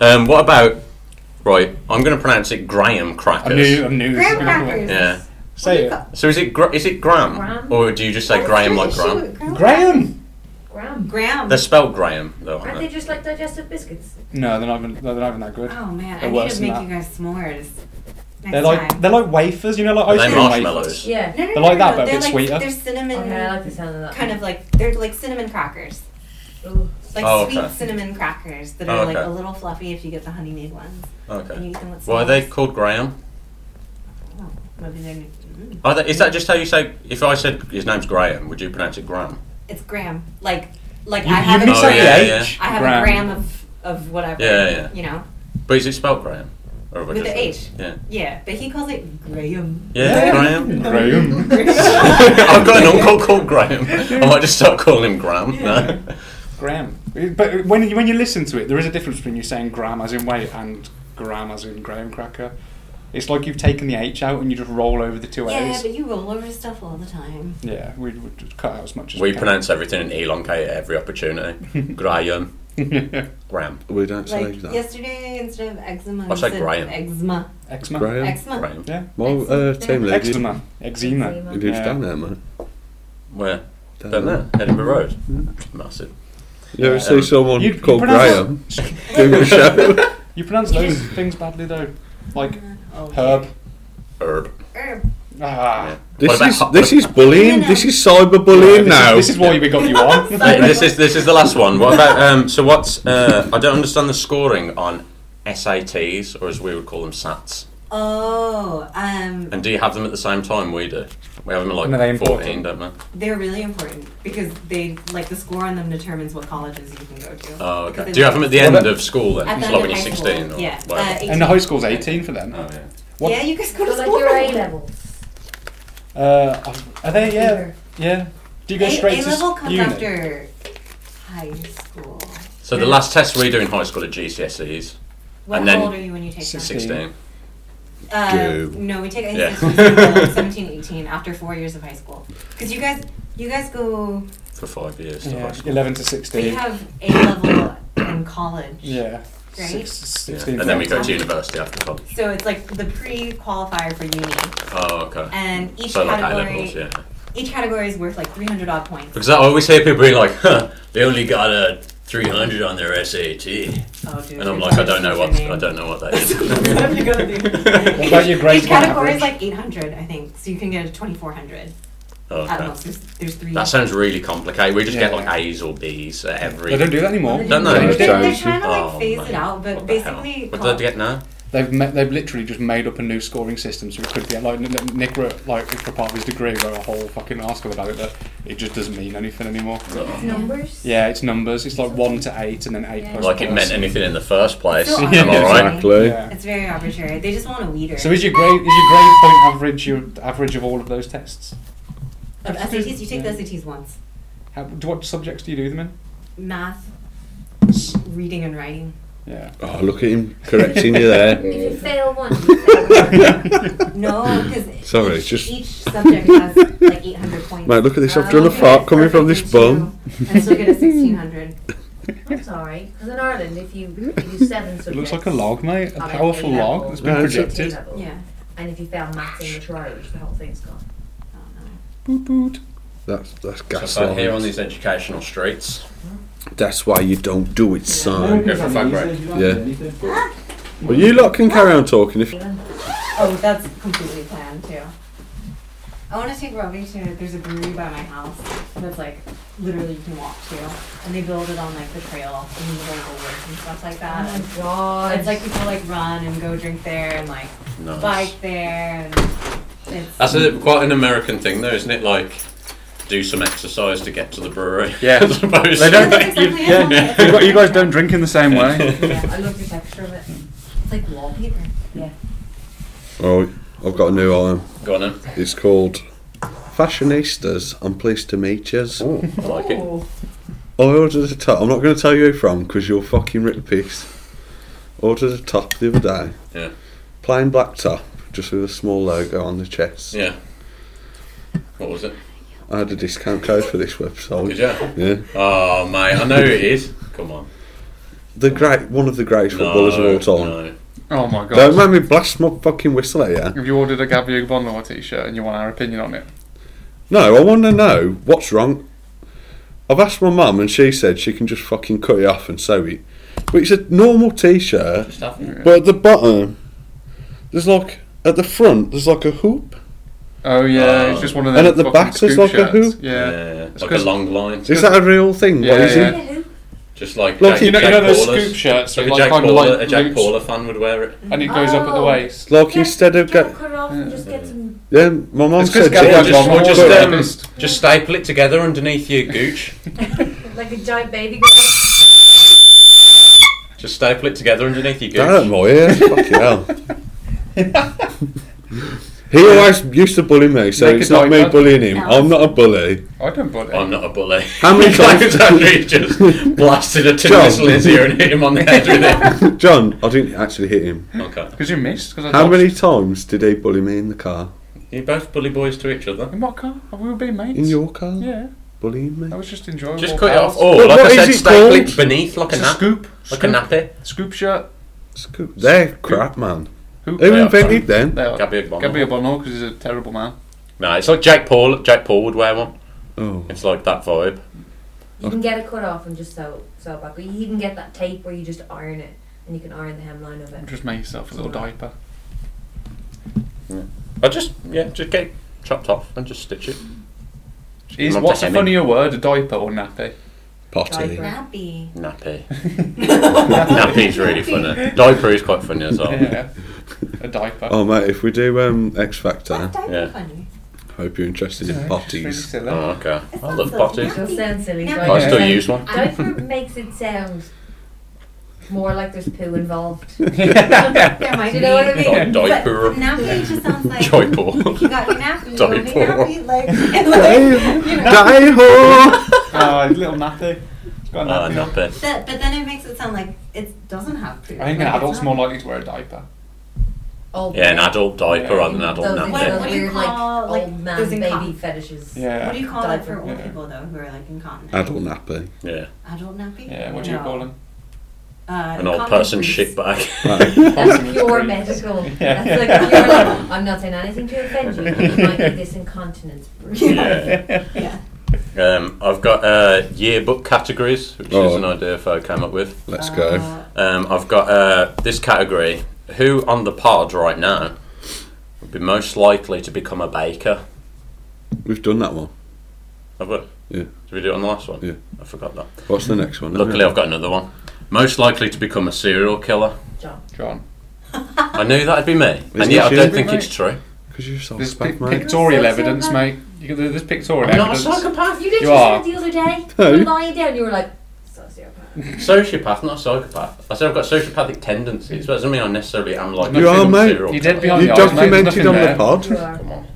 Speaker 4: um, what about right? I'm going to pronounce it Graham
Speaker 1: I
Speaker 4: crackers.
Speaker 1: knew, I knew this was
Speaker 8: Graham
Speaker 1: going to happen.
Speaker 8: crackers.
Speaker 4: Yeah.
Speaker 1: Say it.
Speaker 4: So is it gra- is it Graham,
Speaker 5: Graham.
Speaker 4: or do you just
Speaker 8: Oh,
Speaker 4: say Graham like Graham?
Speaker 1: Graham!
Speaker 5: Graham.
Speaker 8: Graham.
Speaker 4: They're spelled Graham though,
Speaker 5: Aren't
Speaker 4: aren't
Speaker 5: they
Speaker 4: they?
Speaker 5: just like digestive biscuits?
Speaker 1: No, they're not even, they're not even that good.
Speaker 8: Oh man,
Speaker 1: They're
Speaker 8: I need
Speaker 1: worse
Speaker 8: to
Speaker 1: than
Speaker 8: make
Speaker 1: that.
Speaker 8: you guys s'mores. Next
Speaker 1: They're like
Speaker 8: time.
Speaker 1: they're like wafers, you know, like
Speaker 4: Are
Speaker 1: ice
Speaker 4: they
Speaker 1: cream wafers.
Speaker 4: marshmallows?
Speaker 5: Yeah.
Speaker 8: No, no,
Speaker 1: they're
Speaker 8: no,
Speaker 1: like
Speaker 8: no,
Speaker 1: that, but a
Speaker 8: they're
Speaker 1: bit
Speaker 8: like,
Speaker 1: sweeter.
Speaker 8: They're cinnamon,
Speaker 5: Okay, I like the sound of that.
Speaker 8: kind of like they're like cinnamon crackers,
Speaker 5: Ooh.
Speaker 8: like
Speaker 4: Oh,
Speaker 8: sweet
Speaker 4: okay.
Speaker 8: cinnamon crackers that
Speaker 4: Oh,
Speaker 8: are like
Speaker 4: okay.
Speaker 8: a little fluffy if you get the honeymoon ones. And you
Speaker 4: Okay.
Speaker 8: eat them with
Speaker 4: Why are they
Speaker 8: s'mores.
Speaker 4: called Graham?
Speaker 8: Oh, maybe they're mm.
Speaker 4: Are they, is that just how you say? If I said his name's Graham, would you pronounce it Graham?
Speaker 8: It's graham, like like
Speaker 1: You,
Speaker 8: I
Speaker 1: you
Speaker 8: have
Speaker 1: can
Speaker 8: a,
Speaker 4: Oh,
Speaker 1: say
Speaker 4: yeah,
Speaker 1: the
Speaker 4: yeah.
Speaker 1: H.
Speaker 8: I have a gram of of whatever.
Speaker 4: Yeah, yeah.
Speaker 8: You know,
Speaker 4: But is it spelled Graham? Or have I
Speaker 8: With
Speaker 4: just-
Speaker 8: the H.
Speaker 4: Yeah.
Speaker 8: yeah. But he calls it graham.
Speaker 4: Yeah,
Speaker 1: Yeah. [LAUGHS]
Speaker 4: Graham.
Speaker 8: [LAUGHS]
Speaker 1: Graham.
Speaker 4: I've got an uncle called Graham. I might just start calling him Graham. No. [LAUGHS]
Speaker 1: Graham. But when you, when you listen to it, there is a difference between you saying gram as in weight and gram as in graham cracker. It's like you've taken the H out and you just roll over the two
Speaker 8: Yeah,
Speaker 1: A's.
Speaker 8: but you roll over stuff all the time.
Speaker 1: Yeah, we would just cut out as much as
Speaker 4: We
Speaker 1: can.
Speaker 4: pronounce everything and elongate at every opportunity. Graham. Graham.
Speaker 3: We don't say
Speaker 8: Like
Speaker 3: that.
Speaker 8: yesterday, instead of eczema,
Speaker 4: I
Speaker 8: we
Speaker 4: said
Speaker 8: said
Speaker 4: graham.
Speaker 8: eczema.
Speaker 1: [LAUGHS] Eczema.
Speaker 3: Graham?
Speaker 8: Eczema.
Speaker 4: Graham.
Speaker 1: Yeah.
Speaker 3: Well, uh, team lady.
Speaker 1: Eczema. Eczema.
Speaker 5: Eczema.
Speaker 3: Who's
Speaker 1: Yeah.
Speaker 3: down there, man?
Speaker 4: Where?
Speaker 3: Down
Speaker 4: Down there. Edinburgh Road. Massive.
Speaker 3: You ever
Speaker 4: Yeah.
Speaker 3: see someone
Speaker 1: Um, You- you
Speaker 3: called Graham
Speaker 1: pronounce it-
Speaker 3: doing a show?
Speaker 1: [LAUGHS] You pronounce
Speaker 8: [LAUGHS]
Speaker 1: those things badly though, like
Speaker 8: Oh,
Speaker 1: herb.
Speaker 4: Herb.
Speaker 8: Herb.
Speaker 1: Ah,
Speaker 3: This
Speaker 4: about
Speaker 3: is
Speaker 4: hot-
Speaker 3: this is bullying. This is cyberbullying
Speaker 1: this,
Speaker 3: now.
Speaker 1: Is, this is why we got you
Speaker 8: [LAUGHS]
Speaker 1: on.
Speaker 4: Hey, this is this is the last one. What about um? So what's uh? I don't understand the scoring on SATs or as we would call them SATs.
Speaker 8: Oh, um,
Speaker 4: And do you have them at the same time we do? We have them at like
Speaker 1: No, they're
Speaker 4: fourteen,
Speaker 1: important.
Speaker 4: don't we?
Speaker 8: they're really important because they like the score on them determines what colleges you can go to.
Speaker 4: Oh, okay.
Speaker 8: Because
Speaker 4: Do you have them at the end
Speaker 1: What
Speaker 4: of school then?
Speaker 8: At
Speaker 4: It's
Speaker 8: the end
Speaker 4: like
Speaker 8: of
Speaker 4: when you're
Speaker 8: high school,
Speaker 4: sixteen or
Speaker 8: yeah. Uh,
Speaker 4: whatever.
Speaker 8: eight-
Speaker 1: [LAUGHS] and the high school's 18 for them.
Speaker 4: oh yeah.
Speaker 1: What-
Speaker 8: Yeah, you guys
Speaker 5: So
Speaker 8: go to
Speaker 5: like
Speaker 8: school.
Speaker 5: your
Speaker 8: for
Speaker 5: A
Speaker 8: them.
Speaker 5: levels.
Speaker 1: Uh, are they? Yeah,
Speaker 5: Either.
Speaker 1: yeah. Do you go
Speaker 8: Oh. A,
Speaker 1: straight
Speaker 8: A
Speaker 1: to
Speaker 8: level
Speaker 1: s-
Speaker 8: comes
Speaker 1: uni?
Speaker 8: after high school.
Speaker 4: So the last test we do in high school are GCSEs.
Speaker 8: What
Speaker 4: And then-
Speaker 8: how old are you when you take
Speaker 1: Six-
Speaker 8: that?
Speaker 4: Sixteen.
Speaker 8: Uh,
Speaker 3: Go.
Speaker 8: no, we take I
Speaker 4: Yeah.
Speaker 8: think
Speaker 4: [LAUGHS]
Speaker 8: it's like 17, 18 after four years of high school. Because you guys, you guys go.
Speaker 4: for five years. to high
Speaker 1: Yeah,
Speaker 4: school.
Speaker 1: 11 to
Speaker 8: We
Speaker 1: 16.
Speaker 8: have A level in college.
Speaker 1: yeah.
Speaker 8: Right?
Speaker 1: Six,
Speaker 4: Yeah.
Speaker 1: 16
Speaker 4: And then we go to university after college.
Speaker 8: So it's like the pre-qualifier for uni,
Speaker 4: Oh, okay.
Speaker 8: and each
Speaker 4: So like high
Speaker 8: category,
Speaker 4: levels, yeah.
Speaker 8: each category is worth like three hundred odd points.
Speaker 4: Because I always hear people being like, [LAUGHS] huh, they only got a 300 on their SAT.
Speaker 8: Oh, dude,
Speaker 4: And I'm
Speaker 8: it's
Speaker 4: like, I
Speaker 8: such
Speaker 4: don't know
Speaker 8: a
Speaker 4: what,
Speaker 8: name.
Speaker 4: I don't know what that
Speaker 8: [LAUGHS] That's
Speaker 4: is.
Speaker 8: what you gotta do.
Speaker 1: What
Speaker 8: [LAUGHS]
Speaker 1: about your grades
Speaker 8: Each
Speaker 1: on
Speaker 8: category
Speaker 1: average?
Speaker 8: is like eight hundred, I think. So you can get a twenty-four hundred
Speaker 4: Oh, [LAUGHS]
Speaker 8: at
Speaker 4: okay.
Speaker 8: most. There's, there's three.
Speaker 4: That sounds really complicated. We just get
Speaker 1: Yeah.
Speaker 4: like A's or B's at every.
Speaker 1: They don't do that anymore.
Speaker 5: Don't
Speaker 4: know.
Speaker 8: they're,
Speaker 4: Change
Speaker 8: they're
Speaker 3: those.
Speaker 8: trying to like
Speaker 4: Oh,
Speaker 8: phase
Speaker 4: man.
Speaker 8: it out, but
Speaker 4: What the hell?
Speaker 8: basically,
Speaker 4: What
Speaker 8: col-
Speaker 4: did they get now?
Speaker 1: They've ma- they've literally just made up a new scoring system. So it could be like Nick- Nick wrote like for part of his degree wrote a whole fucking article about it that it just doesn't mean anything anymore.
Speaker 5: It's numbers.
Speaker 1: Yeah, it's numbers. It's like one to eight, and then eight
Speaker 5: Yeah.
Speaker 1: plus.
Speaker 4: Like it
Speaker 1: plus.
Speaker 4: meant anything in the first place.
Speaker 8: So
Speaker 4: Am I
Speaker 8: arbitrary.
Speaker 4: right?
Speaker 3: Exactly.
Speaker 1: Yeah.
Speaker 8: it's very arbitrary. They just want a leader.
Speaker 1: So is your grade is your grade point average your average of all of those tests?
Speaker 8: of SATs, you take the SATs once.
Speaker 1: How, do, what subjects do you do them in?
Speaker 8: Math, reading,
Speaker 1: [LAUGHS]
Speaker 8: and writing.
Speaker 1: Yeah.
Speaker 3: Oh, look at him correcting you there.
Speaker 5: [LAUGHS] If you fail one, you fail one.
Speaker 8: No, because
Speaker 3: Sorry,
Speaker 8: each,
Speaker 3: just-
Speaker 8: each subject has like 800 points.
Speaker 3: Mate, look at this.
Speaker 5: Uh,
Speaker 3: I've done a
Speaker 5: look at
Speaker 3: fart
Speaker 5: it.
Speaker 3: coming from this bum.
Speaker 8: And still get a 1600.
Speaker 5: I'm sorry, because in Ireland, if you
Speaker 1: [LAUGHS]
Speaker 3: [LAUGHS]
Speaker 5: if you do seven subjects,
Speaker 1: It looks like a log, mate. A
Speaker 5: on an
Speaker 1: powerful
Speaker 5: A
Speaker 1: log
Speaker 5: level,
Speaker 1: that's
Speaker 5: you
Speaker 1: been
Speaker 3: No,
Speaker 5: do
Speaker 3: it's a-
Speaker 5: two
Speaker 1: projected.
Speaker 5: levels.
Speaker 8: Yeah.
Speaker 5: And if you fail maths in the trials, the whole thing's gone.
Speaker 1: [LAUGHS] Boot boot.
Speaker 3: That's that's
Speaker 4: So if I'm here on
Speaker 3: gaslight.
Speaker 4: these educational streets.
Speaker 3: That's why you don't do it, son.
Speaker 4: Go for a fag break.
Speaker 3: Yeah. Well, you lot can carry on talking if.
Speaker 8: Oh, that's completely planned too. I want to take Robbie to. There's a brewery by my house that's like literally you can walk to, and they build it on like the trail in the middle of the woods and stuff like
Speaker 5: Oh
Speaker 8: that.
Speaker 5: my god!
Speaker 8: It's like people like run and go drink there and like
Speaker 4: Nice.
Speaker 8: bike there and it's
Speaker 4: That's a, quite an American thing, though, isn't it? Like, do some exercise to get to the brewery.
Speaker 1: Yeah.
Speaker 4: [LAUGHS] as opposed
Speaker 1: They don't-
Speaker 4: to-
Speaker 8: That's exactly
Speaker 4: Yeah.
Speaker 8: it.
Speaker 4: Yeah.
Speaker 1: You, gu- you guys don't drink in the
Speaker 4: [LAUGHS]
Speaker 1: same way.
Speaker 8: Yeah, I love the texture of it. It's like wallpaper. Yeah.
Speaker 3: Oh, I've got a new one.
Speaker 4: Go on then.
Speaker 3: It's called Fashionistas. I'm pleased to meet yous.
Speaker 1: Oh.
Speaker 4: I like it.
Speaker 3: I ordered a top. I'm not going to tell you from because you'll fucking rip the piece. Ordered a top the other day.
Speaker 4: Yeah.
Speaker 3: Plain black top, just with a small logo on the chest.
Speaker 4: Yeah. What was it?
Speaker 3: I had a discount code for this
Speaker 4: Did
Speaker 3: website.
Speaker 4: you?
Speaker 3: Yeah.
Speaker 4: Oh, mate, I know it is. Come on.
Speaker 3: The great, one of the greatest
Speaker 4: No,
Speaker 3: footballers of all time.
Speaker 4: no.
Speaker 1: Oh my god.
Speaker 3: Don't make me blast my fucking whistle at you.
Speaker 1: Have you ordered a Gabby Bonlaw t-shirt and you want our opinion on it?
Speaker 3: No, I want to know what's wrong. I've asked my mum and she said she can just fucking cut it off and sew it. But it's a normal t-shirt,
Speaker 4: Just have it.
Speaker 3: but at the bottom, there's like at the front there's like a hoop.
Speaker 1: Oh yeah,
Speaker 4: Oh.
Speaker 1: it's just one of them.
Speaker 3: And at the
Speaker 1: fucking
Speaker 3: back there's
Speaker 1: scoop
Speaker 3: like a
Speaker 1: shirts.
Speaker 3: hoop.
Speaker 1: Yeah.
Speaker 4: Like a
Speaker 1: 'cause-
Speaker 4: long line.
Speaker 3: Is that a real thing? what
Speaker 1: Yeah,
Speaker 3: is
Speaker 1: yeah.
Speaker 3: it?
Speaker 4: Just like
Speaker 3: Look,
Speaker 4: Jack,
Speaker 1: you know- you
Speaker 4: Jack
Speaker 1: know those
Speaker 4: Paulers.
Speaker 1: scoop shirts
Speaker 4: Like
Speaker 1: with
Speaker 4: a
Speaker 1: like
Speaker 4: Jack,
Speaker 1: kinda
Speaker 4: Paula,
Speaker 1: like
Speaker 4: a Jack
Speaker 1: loops?
Speaker 4: Paula fan would wear it.
Speaker 1: and it goes up at the
Speaker 5: Oh.
Speaker 1: waist.
Speaker 3: Like instead of
Speaker 5: get
Speaker 3: get,
Speaker 5: it cut off and just get some.
Speaker 3: yeah, my mum
Speaker 1: It's 'cause
Speaker 3: said
Speaker 1: Gabby
Speaker 3: yeah,
Speaker 4: Gabby
Speaker 3: just,
Speaker 1: Bonlaw
Speaker 4: Bonlaw more
Speaker 1: was
Speaker 3: cut
Speaker 4: just
Speaker 3: it
Speaker 4: them.
Speaker 3: off.
Speaker 1: the best.
Speaker 4: Just staple it together underneath your gooch.
Speaker 5: Like a giant baby girl.
Speaker 4: Just staple it together underneath your
Speaker 3: That hurt
Speaker 4: gooch.
Speaker 3: my ears. oh, [LAUGHS] Fucking hell. He always used to bully me, so
Speaker 1: Make
Speaker 3: it's
Speaker 1: a
Speaker 3: not me
Speaker 1: diaper.
Speaker 3: bullying him. I'm not a bully.
Speaker 1: I don't bully.
Speaker 4: I'm not a bully.
Speaker 3: How
Speaker 4: [LAUGHS]
Speaker 3: many
Speaker 4: He claims
Speaker 3: times-
Speaker 4: that he
Speaker 3: [LAUGHS]
Speaker 4: just blasted a tin
Speaker 3: John.
Speaker 4: whistle in his ear and hit him on the head with it.
Speaker 3: John, I didn't actually hit him. [LAUGHS]
Speaker 4: Okay.
Speaker 1: Because you missed. Cause I
Speaker 3: How
Speaker 1: dodged.
Speaker 3: many times did he bully me in the car?
Speaker 4: You both bully boys to each other.
Speaker 1: In what car? Have we been mates?
Speaker 3: In your car?
Speaker 1: Yeah.
Speaker 3: Bullying me?
Speaker 1: That was just enjoyable.
Speaker 4: Just cut it off.
Speaker 1: pals.
Speaker 4: Oh,
Speaker 3: But
Speaker 4: like
Speaker 3: what
Speaker 4: I said,
Speaker 3: is it
Speaker 4: staple it
Speaker 3: called?
Speaker 4: beneath like a
Speaker 1: It's a
Speaker 4: nap.
Speaker 1: scoop.
Speaker 4: Like
Speaker 1: scoop,
Speaker 4: a nappy.
Speaker 1: Scoop shirt.
Speaker 3: Scoop. They're crap, man.
Speaker 1: Who?
Speaker 3: Who
Speaker 4: Yeah,
Speaker 3: invented them?
Speaker 1: There.
Speaker 4: Gabby Bonlaw.
Speaker 1: Gabby Bonlaw, because he's a terrible man.
Speaker 4: No, it's like Jack Paul. Jack Paul would wear one.
Speaker 3: Oh.
Speaker 4: It's like that vibe.
Speaker 5: You can get it cut off and just sew sew it back. Or you can get that tape where you just iron it and you can iron the hemline of it.
Speaker 1: Just make yourself a little diaper.
Speaker 4: I just yeah, just get it chopped off and just stitch it.
Speaker 1: Is
Speaker 4: Not
Speaker 1: what's
Speaker 4: the
Speaker 1: a
Speaker 4: hemming.
Speaker 1: funnier word, a diaper or nappy?
Speaker 3: Potty.
Speaker 5: Diaper.
Speaker 8: Happy.
Speaker 1: [LAUGHS]
Speaker 4: Nappy. Nappy's really funny. Diaper is quite funny as well.
Speaker 1: Yeah. a diaper.
Speaker 3: Oh, mate, if we do um, X Factor,
Speaker 8: That's diaper
Speaker 4: Yeah.
Speaker 8: funny.
Speaker 3: hope you're interested in
Speaker 1: Yeah, it's really
Speaker 3: potties.
Speaker 1: silly.
Speaker 4: Oh,
Speaker 1: [LAUGHS]
Speaker 4: okay.
Speaker 8: It's
Speaker 4: I
Speaker 8: not
Speaker 4: love
Speaker 8: so
Speaker 4: potty.
Speaker 8: bad.
Speaker 5: It'll sound silly.
Speaker 8: Yeah.
Speaker 5: but
Speaker 4: I still use one.
Speaker 5: Diaper makes it sound more like there's poo involved.
Speaker 3: [LAUGHS]
Speaker 8: There might
Speaker 5: Do you know what I
Speaker 8: be.
Speaker 5: mean?
Speaker 4: Di- diaper.
Speaker 8: But nappy just
Speaker 1: [LAUGHS]
Speaker 3: [LAUGHS]
Speaker 8: sounds like.
Speaker 4: Joy Paul.
Speaker 8: You got your nappy. You got your
Speaker 4: Diaper.
Speaker 8: nappy. Like, [LAUGHS] and
Speaker 3: Dave-
Speaker 8: like, you know.
Speaker 1: [LAUGHS]
Speaker 3: Die ho!
Speaker 1: Oh, little nappy. It's got a
Speaker 4: Ah,
Speaker 1: nappy on.
Speaker 4: nappy.
Speaker 8: That, but then it makes it sound like it doesn't have
Speaker 1: I
Speaker 8: poo.
Speaker 1: think an
Speaker 8: Like, it's
Speaker 1: adult's
Speaker 8: not-
Speaker 1: more likely to wear a diaper.
Speaker 5: Old
Speaker 4: Yeah, an
Speaker 5: man.
Speaker 4: adult diaper rather than an adult
Speaker 5: Those,
Speaker 8: What-
Speaker 5: those
Speaker 8: what
Speaker 4: nappy.
Speaker 8: do you
Speaker 5: weird, like,
Speaker 8: call, like,
Speaker 5: old man
Speaker 8: those in
Speaker 5: baby
Speaker 1: [LAUGHS]
Speaker 8: com-
Speaker 5: fetishes.
Speaker 1: Yeah.
Speaker 8: What do you call it for
Speaker 5: Diaper,
Speaker 8: old
Speaker 1: yeah.
Speaker 8: people though who are like incontinent?
Speaker 3: Adult nappy.
Speaker 4: Yeah,
Speaker 8: Adult nappy.
Speaker 1: yeah, what do you
Speaker 8: No.
Speaker 1: call them?
Speaker 8: Uh,
Speaker 4: an old
Speaker 8: common
Speaker 4: person
Speaker 8: priest.
Speaker 4: shit bag. [LAUGHS]
Speaker 3: [LAUGHS] Right.
Speaker 5: That's pure medical.
Speaker 1: Yeah.
Speaker 5: That's like pure, like, I'm not saying anything to offend you, but you
Speaker 1: [LAUGHS]
Speaker 5: might be this incontinence breed. [LAUGHS]
Speaker 4: yeah.
Speaker 8: Yeah.
Speaker 4: Um, I've got uh, yearbook categories, which is
Speaker 3: Oh.
Speaker 4: an idea I came up with.
Speaker 3: Let's go.
Speaker 8: Uh,
Speaker 4: Um, I've got uh, this category: who on the pod right now would be most likely to become a baker?
Speaker 3: We've done that one.
Speaker 4: Have we?
Speaker 3: Yeah.
Speaker 4: Did we do it on the last one?
Speaker 3: Yeah.
Speaker 4: I forgot that.
Speaker 3: What's the next one?
Speaker 4: Luckily, I've got another one. Most likely to become a serial killer.
Speaker 5: John.
Speaker 1: John.
Speaker 4: I knew that'd be me,
Speaker 3: Isn't
Speaker 4: and
Speaker 3: it
Speaker 4: yet I don't
Speaker 3: you?
Speaker 4: think
Speaker 1: Right.
Speaker 4: it's true.
Speaker 3: Because you're so
Speaker 1: There's
Speaker 3: spag,
Speaker 1: pic-
Speaker 3: mate.
Speaker 1: pictorial
Speaker 5: That's so
Speaker 1: evidence,
Speaker 5: sad.
Speaker 1: mate. You, there- there's pictorial
Speaker 4: I'm not a
Speaker 1: evidence.
Speaker 4: psychopath.
Speaker 5: You literally
Speaker 1: You are.
Speaker 5: said the other day,
Speaker 3: No.
Speaker 5: you were lying down, you were like, sociopath.
Speaker 4: Sociopath, not a psychopath. I said I've got sociopathic tendencies, but it doesn't mean I necessarily am like.
Speaker 1: You
Speaker 4: a
Speaker 1: are,
Speaker 3: mate.
Speaker 4: serial
Speaker 1: You
Speaker 4: killer.
Speaker 1: did behind
Speaker 3: You
Speaker 1: the eyes, mate. Oh, There's
Speaker 3: documented
Speaker 1: nothing
Speaker 3: on the
Speaker 1: there.
Speaker 5: You
Speaker 3: pod.
Speaker 5: are.
Speaker 4: Come on,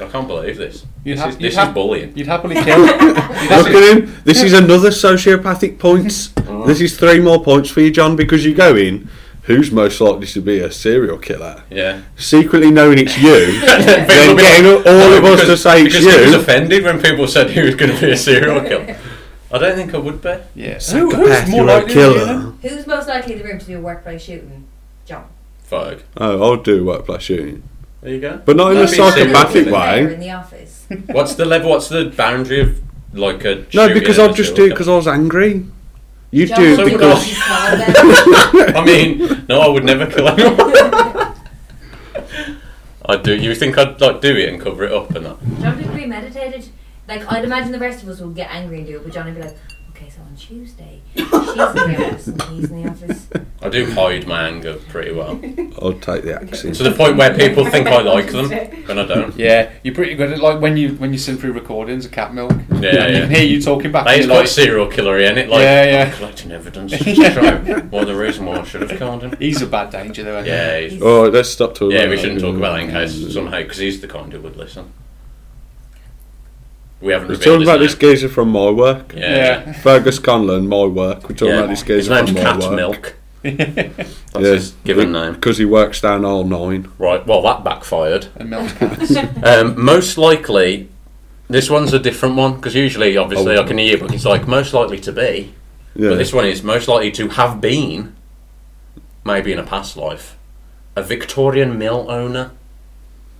Speaker 4: I can't believe this.
Speaker 1: You'd,
Speaker 4: This
Speaker 1: ha-
Speaker 4: is,
Speaker 1: you'd,
Speaker 4: this is
Speaker 1: hap-
Speaker 4: bullying.
Speaker 1: you'd happily kill. you'd
Speaker 3: Look
Speaker 1: happily,
Speaker 3: at him. This is another sociopathic points. This is three more points for you, John, because you go in. Who's most likely to be a serial killer?
Speaker 4: Yeah.
Speaker 3: Secretly knowing it's
Speaker 4: [LAUGHS]
Speaker 3: you,
Speaker 4: then
Speaker 3: then getting all of us to say it's
Speaker 4: because he was
Speaker 3: you.
Speaker 4: offended when people said he was going to be a serial killer. I don't think I would be.
Speaker 1: yeah. Who,
Speaker 3: Psychopath, you're a
Speaker 1: than you
Speaker 3: killer.
Speaker 1: then?
Speaker 5: Who's most likely in the room to do a workplace shooting? John.
Speaker 4: Fuck.
Speaker 3: Oh, I'll do workplace shooting,
Speaker 4: There you go.
Speaker 3: but not in a
Speaker 4: That'd be a serial
Speaker 3: psychopathic
Speaker 4: killer.
Speaker 5: There
Speaker 3: way.
Speaker 5: In the office. [LAUGHS]
Speaker 4: What's the level? What's the boundary of like a?
Speaker 3: No,
Speaker 4: shooting
Speaker 3: because
Speaker 4: and
Speaker 3: I'll
Speaker 4: a
Speaker 3: just do it
Speaker 4: serial
Speaker 3: because I was angry. You
Speaker 5: John
Speaker 3: do
Speaker 5: would
Speaker 3: it
Speaker 4: So
Speaker 5: do it
Speaker 4: because-
Speaker 5: if you smiled at him.
Speaker 4: killer. I mean, no, I would never kill anyone.
Speaker 3: [LAUGHS]
Speaker 4: [LAUGHS] I do. You think I'd like do it and cover it up and that?
Speaker 5: John would be premeditated. Like I'd imagine the rest of us would get angry and do it, but John would be like, Okay, so on Tuesday, she's in the office and he's in
Speaker 1: [LAUGHS]
Speaker 5: the office.
Speaker 4: I do hide my anger pretty well.
Speaker 3: [LAUGHS] I'll take the axes.
Speaker 4: to the point where people think I like them when I don't.
Speaker 1: Yeah, you're pretty good at like when you when you sing through recordings of cat milk.
Speaker 4: Yeah,
Speaker 1: and
Speaker 4: yeah.
Speaker 1: You can hear you talking back.
Speaker 4: That
Speaker 1: and
Speaker 4: is
Speaker 1: you're
Speaker 4: like serial killer, isn't it? Like,
Speaker 1: Yeah, yeah.
Speaker 4: I'm collecting evidence. to show Well, the reason why I should have called him.
Speaker 1: He's a bad danger though. isn't he?
Speaker 4: Yeah, he's,
Speaker 3: Oh, let's stop talking.
Speaker 4: yeah.
Speaker 3: about
Speaker 4: We
Speaker 3: that. Mm.
Speaker 4: shouldn't talk about that in case somehow because he's the kind who would listen. We haven't.
Speaker 3: We're
Speaker 4: revealed
Speaker 3: talking about this
Speaker 4: his
Speaker 3: geezer from my work.
Speaker 4: name. Yeah.
Speaker 3: Fergus Conlon, my work. We're talking
Speaker 4: Yeah.
Speaker 3: about this
Speaker 4: His
Speaker 3: geezer
Speaker 4: name's
Speaker 3: from my
Speaker 4: Cat
Speaker 3: work.
Speaker 4: Milk.
Speaker 1: [LAUGHS]
Speaker 4: That's his given name.
Speaker 3: Because he works down all nine.
Speaker 4: Right. Well, that backfired.
Speaker 1: And milk cats.
Speaker 4: Um, most likely, this one's a different one because usually, obviously,
Speaker 3: Oh.
Speaker 4: like in a yearbook, it's like most likely to be,
Speaker 3: Yeah.
Speaker 4: but this one is most likely to have been, maybe in a past life, a Victorian mill owner.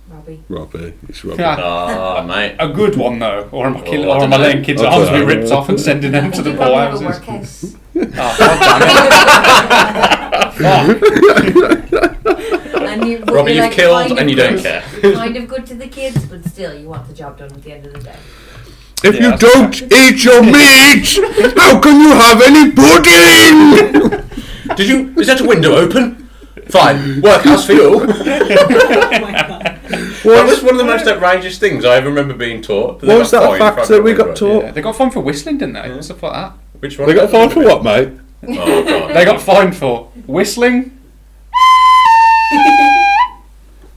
Speaker 5: Robbie.
Speaker 3: Robbie. It's Robbie. [LAUGHS]
Speaker 1: Yeah.
Speaker 4: [LAUGHS] Ah, mate.
Speaker 1: A good one though, or am I, killing,
Speaker 4: Well, I
Speaker 1: or am I
Speaker 4: dunno.
Speaker 1: letting kids'
Speaker 3: I'll
Speaker 1: arms
Speaker 3: try.
Speaker 1: be ripped off and sending them to the
Speaker 5: You're probably at a
Speaker 1: poorhouses?
Speaker 5: workhouse.
Speaker 1: Oh, God damn it. Fuck.
Speaker 5: And you,
Speaker 4: Robbie,
Speaker 5: you're
Speaker 4: you've
Speaker 5: like kind
Speaker 4: killed
Speaker 5: of
Speaker 4: and you don't
Speaker 5: good-
Speaker 4: care.
Speaker 5: Kind of good to the kids, but still, you want the job done at the end of the day.
Speaker 3: If
Speaker 1: Yeah,
Speaker 3: you
Speaker 1: that's
Speaker 3: don't eat your meat, how can you have any pudding?
Speaker 4: Did you? Is that a window open? Fine. Workhouse for you. [LAUGHS]
Speaker 3: [LAUGHS]
Speaker 8: Oh
Speaker 4: That was one of the most outrageous things I ever remember being taught.
Speaker 3: What was that fact that we got taught?
Speaker 1: Yeah, they got fined for whistling, didn't they? Stuff like that.
Speaker 4: Which one?
Speaker 3: They got fined for what, mate?
Speaker 4: Oh, God.
Speaker 1: They got fined for whistling.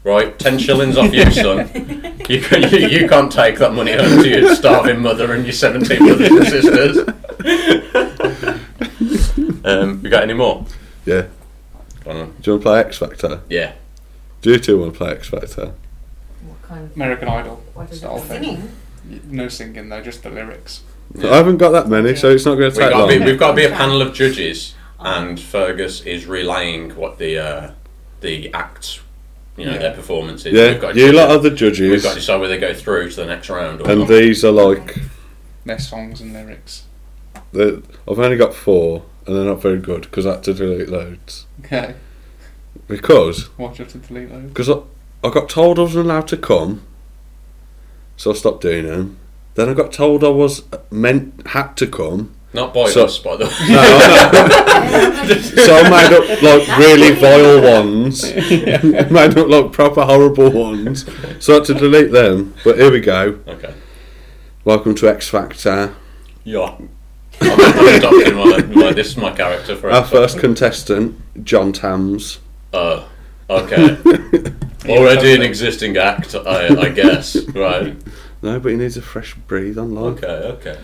Speaker 4: Right, ten shillings off you, son. You, can, you, you can't take that money home to your starving mother and your seventeen brothers
Speaker 3: [LAUGHS]
Speaker 4: and sisters. um, you got any more?
Speaker 3: Yeah.
Speaker 4: Go on.
Speaker 3: Do you want to play X Factor?
Speaker 4: Uh, Yeah.
Speaker 3: Do you two want to play X Factor?
Speaker 5: What kind of
Speaker 1: American Idol.
Speaker 5: what is
Speaker 1: Style
Speaker 5: it?
Speaker 1: thing. No singing though, just the lyrics.
Speaker 3: I haven't got that many, so it's not going to
Speaker 4: We
Speaker 3: take
Speaker 4: got
Speaker 3: long.
Speaker 4: be, we've got to be a panel of judges, and Fergus is relaying what the uh, the acts, you know, their performances. We've
Speaker 3: yeah,
Speaker 4: got to
Speaker 3: you
Speaker 4: judge
Speaker 3: lot
Speaker 4: it.
Speaker 3: are the
Speaker 4: We've
Speaker 3: judges,
Speaker 4: got to decide whether they go through to the next round or
Speaker 3: and
Speaker 4: not.
Speaker 3: these are like
Speaker 1: Their songs and lyrics.
Speaker 3: the, I've only got four, and they're not very good because I had to delete loads
Speaker 1: Okay.
Speaker 3: because
Speaker 1: Watch out to delete those.
Speaker 3: because I, I got told I wasn't allowed to come, so I stopped doing them. Then I got told I was meant had to come,
Speaker 4: Not by
Speaker 3: So-
Speaker 4: us, by the way.
Speaker 3: No, so I made up like really vile ones, made up like proper horrible ones. So I had to delete them. But here we go.
Speaker 4: [LAUGHS] Okay.
Speaker 3: Welcome to X Factor.
Speaker 4: Yeah. I'm adopting my, my, this is my character for
Speaker 3: Our first contestant, John Tams. [LAUGHS]
Speaker 4: Oh, okay. Already an existing act, I, I
Speaker 3: [LAUGHS]
Speaker 4: guess. Right.
Speaker 3: No, but he needs a fresh breathe on life.
Speaker 4: Okay, okay.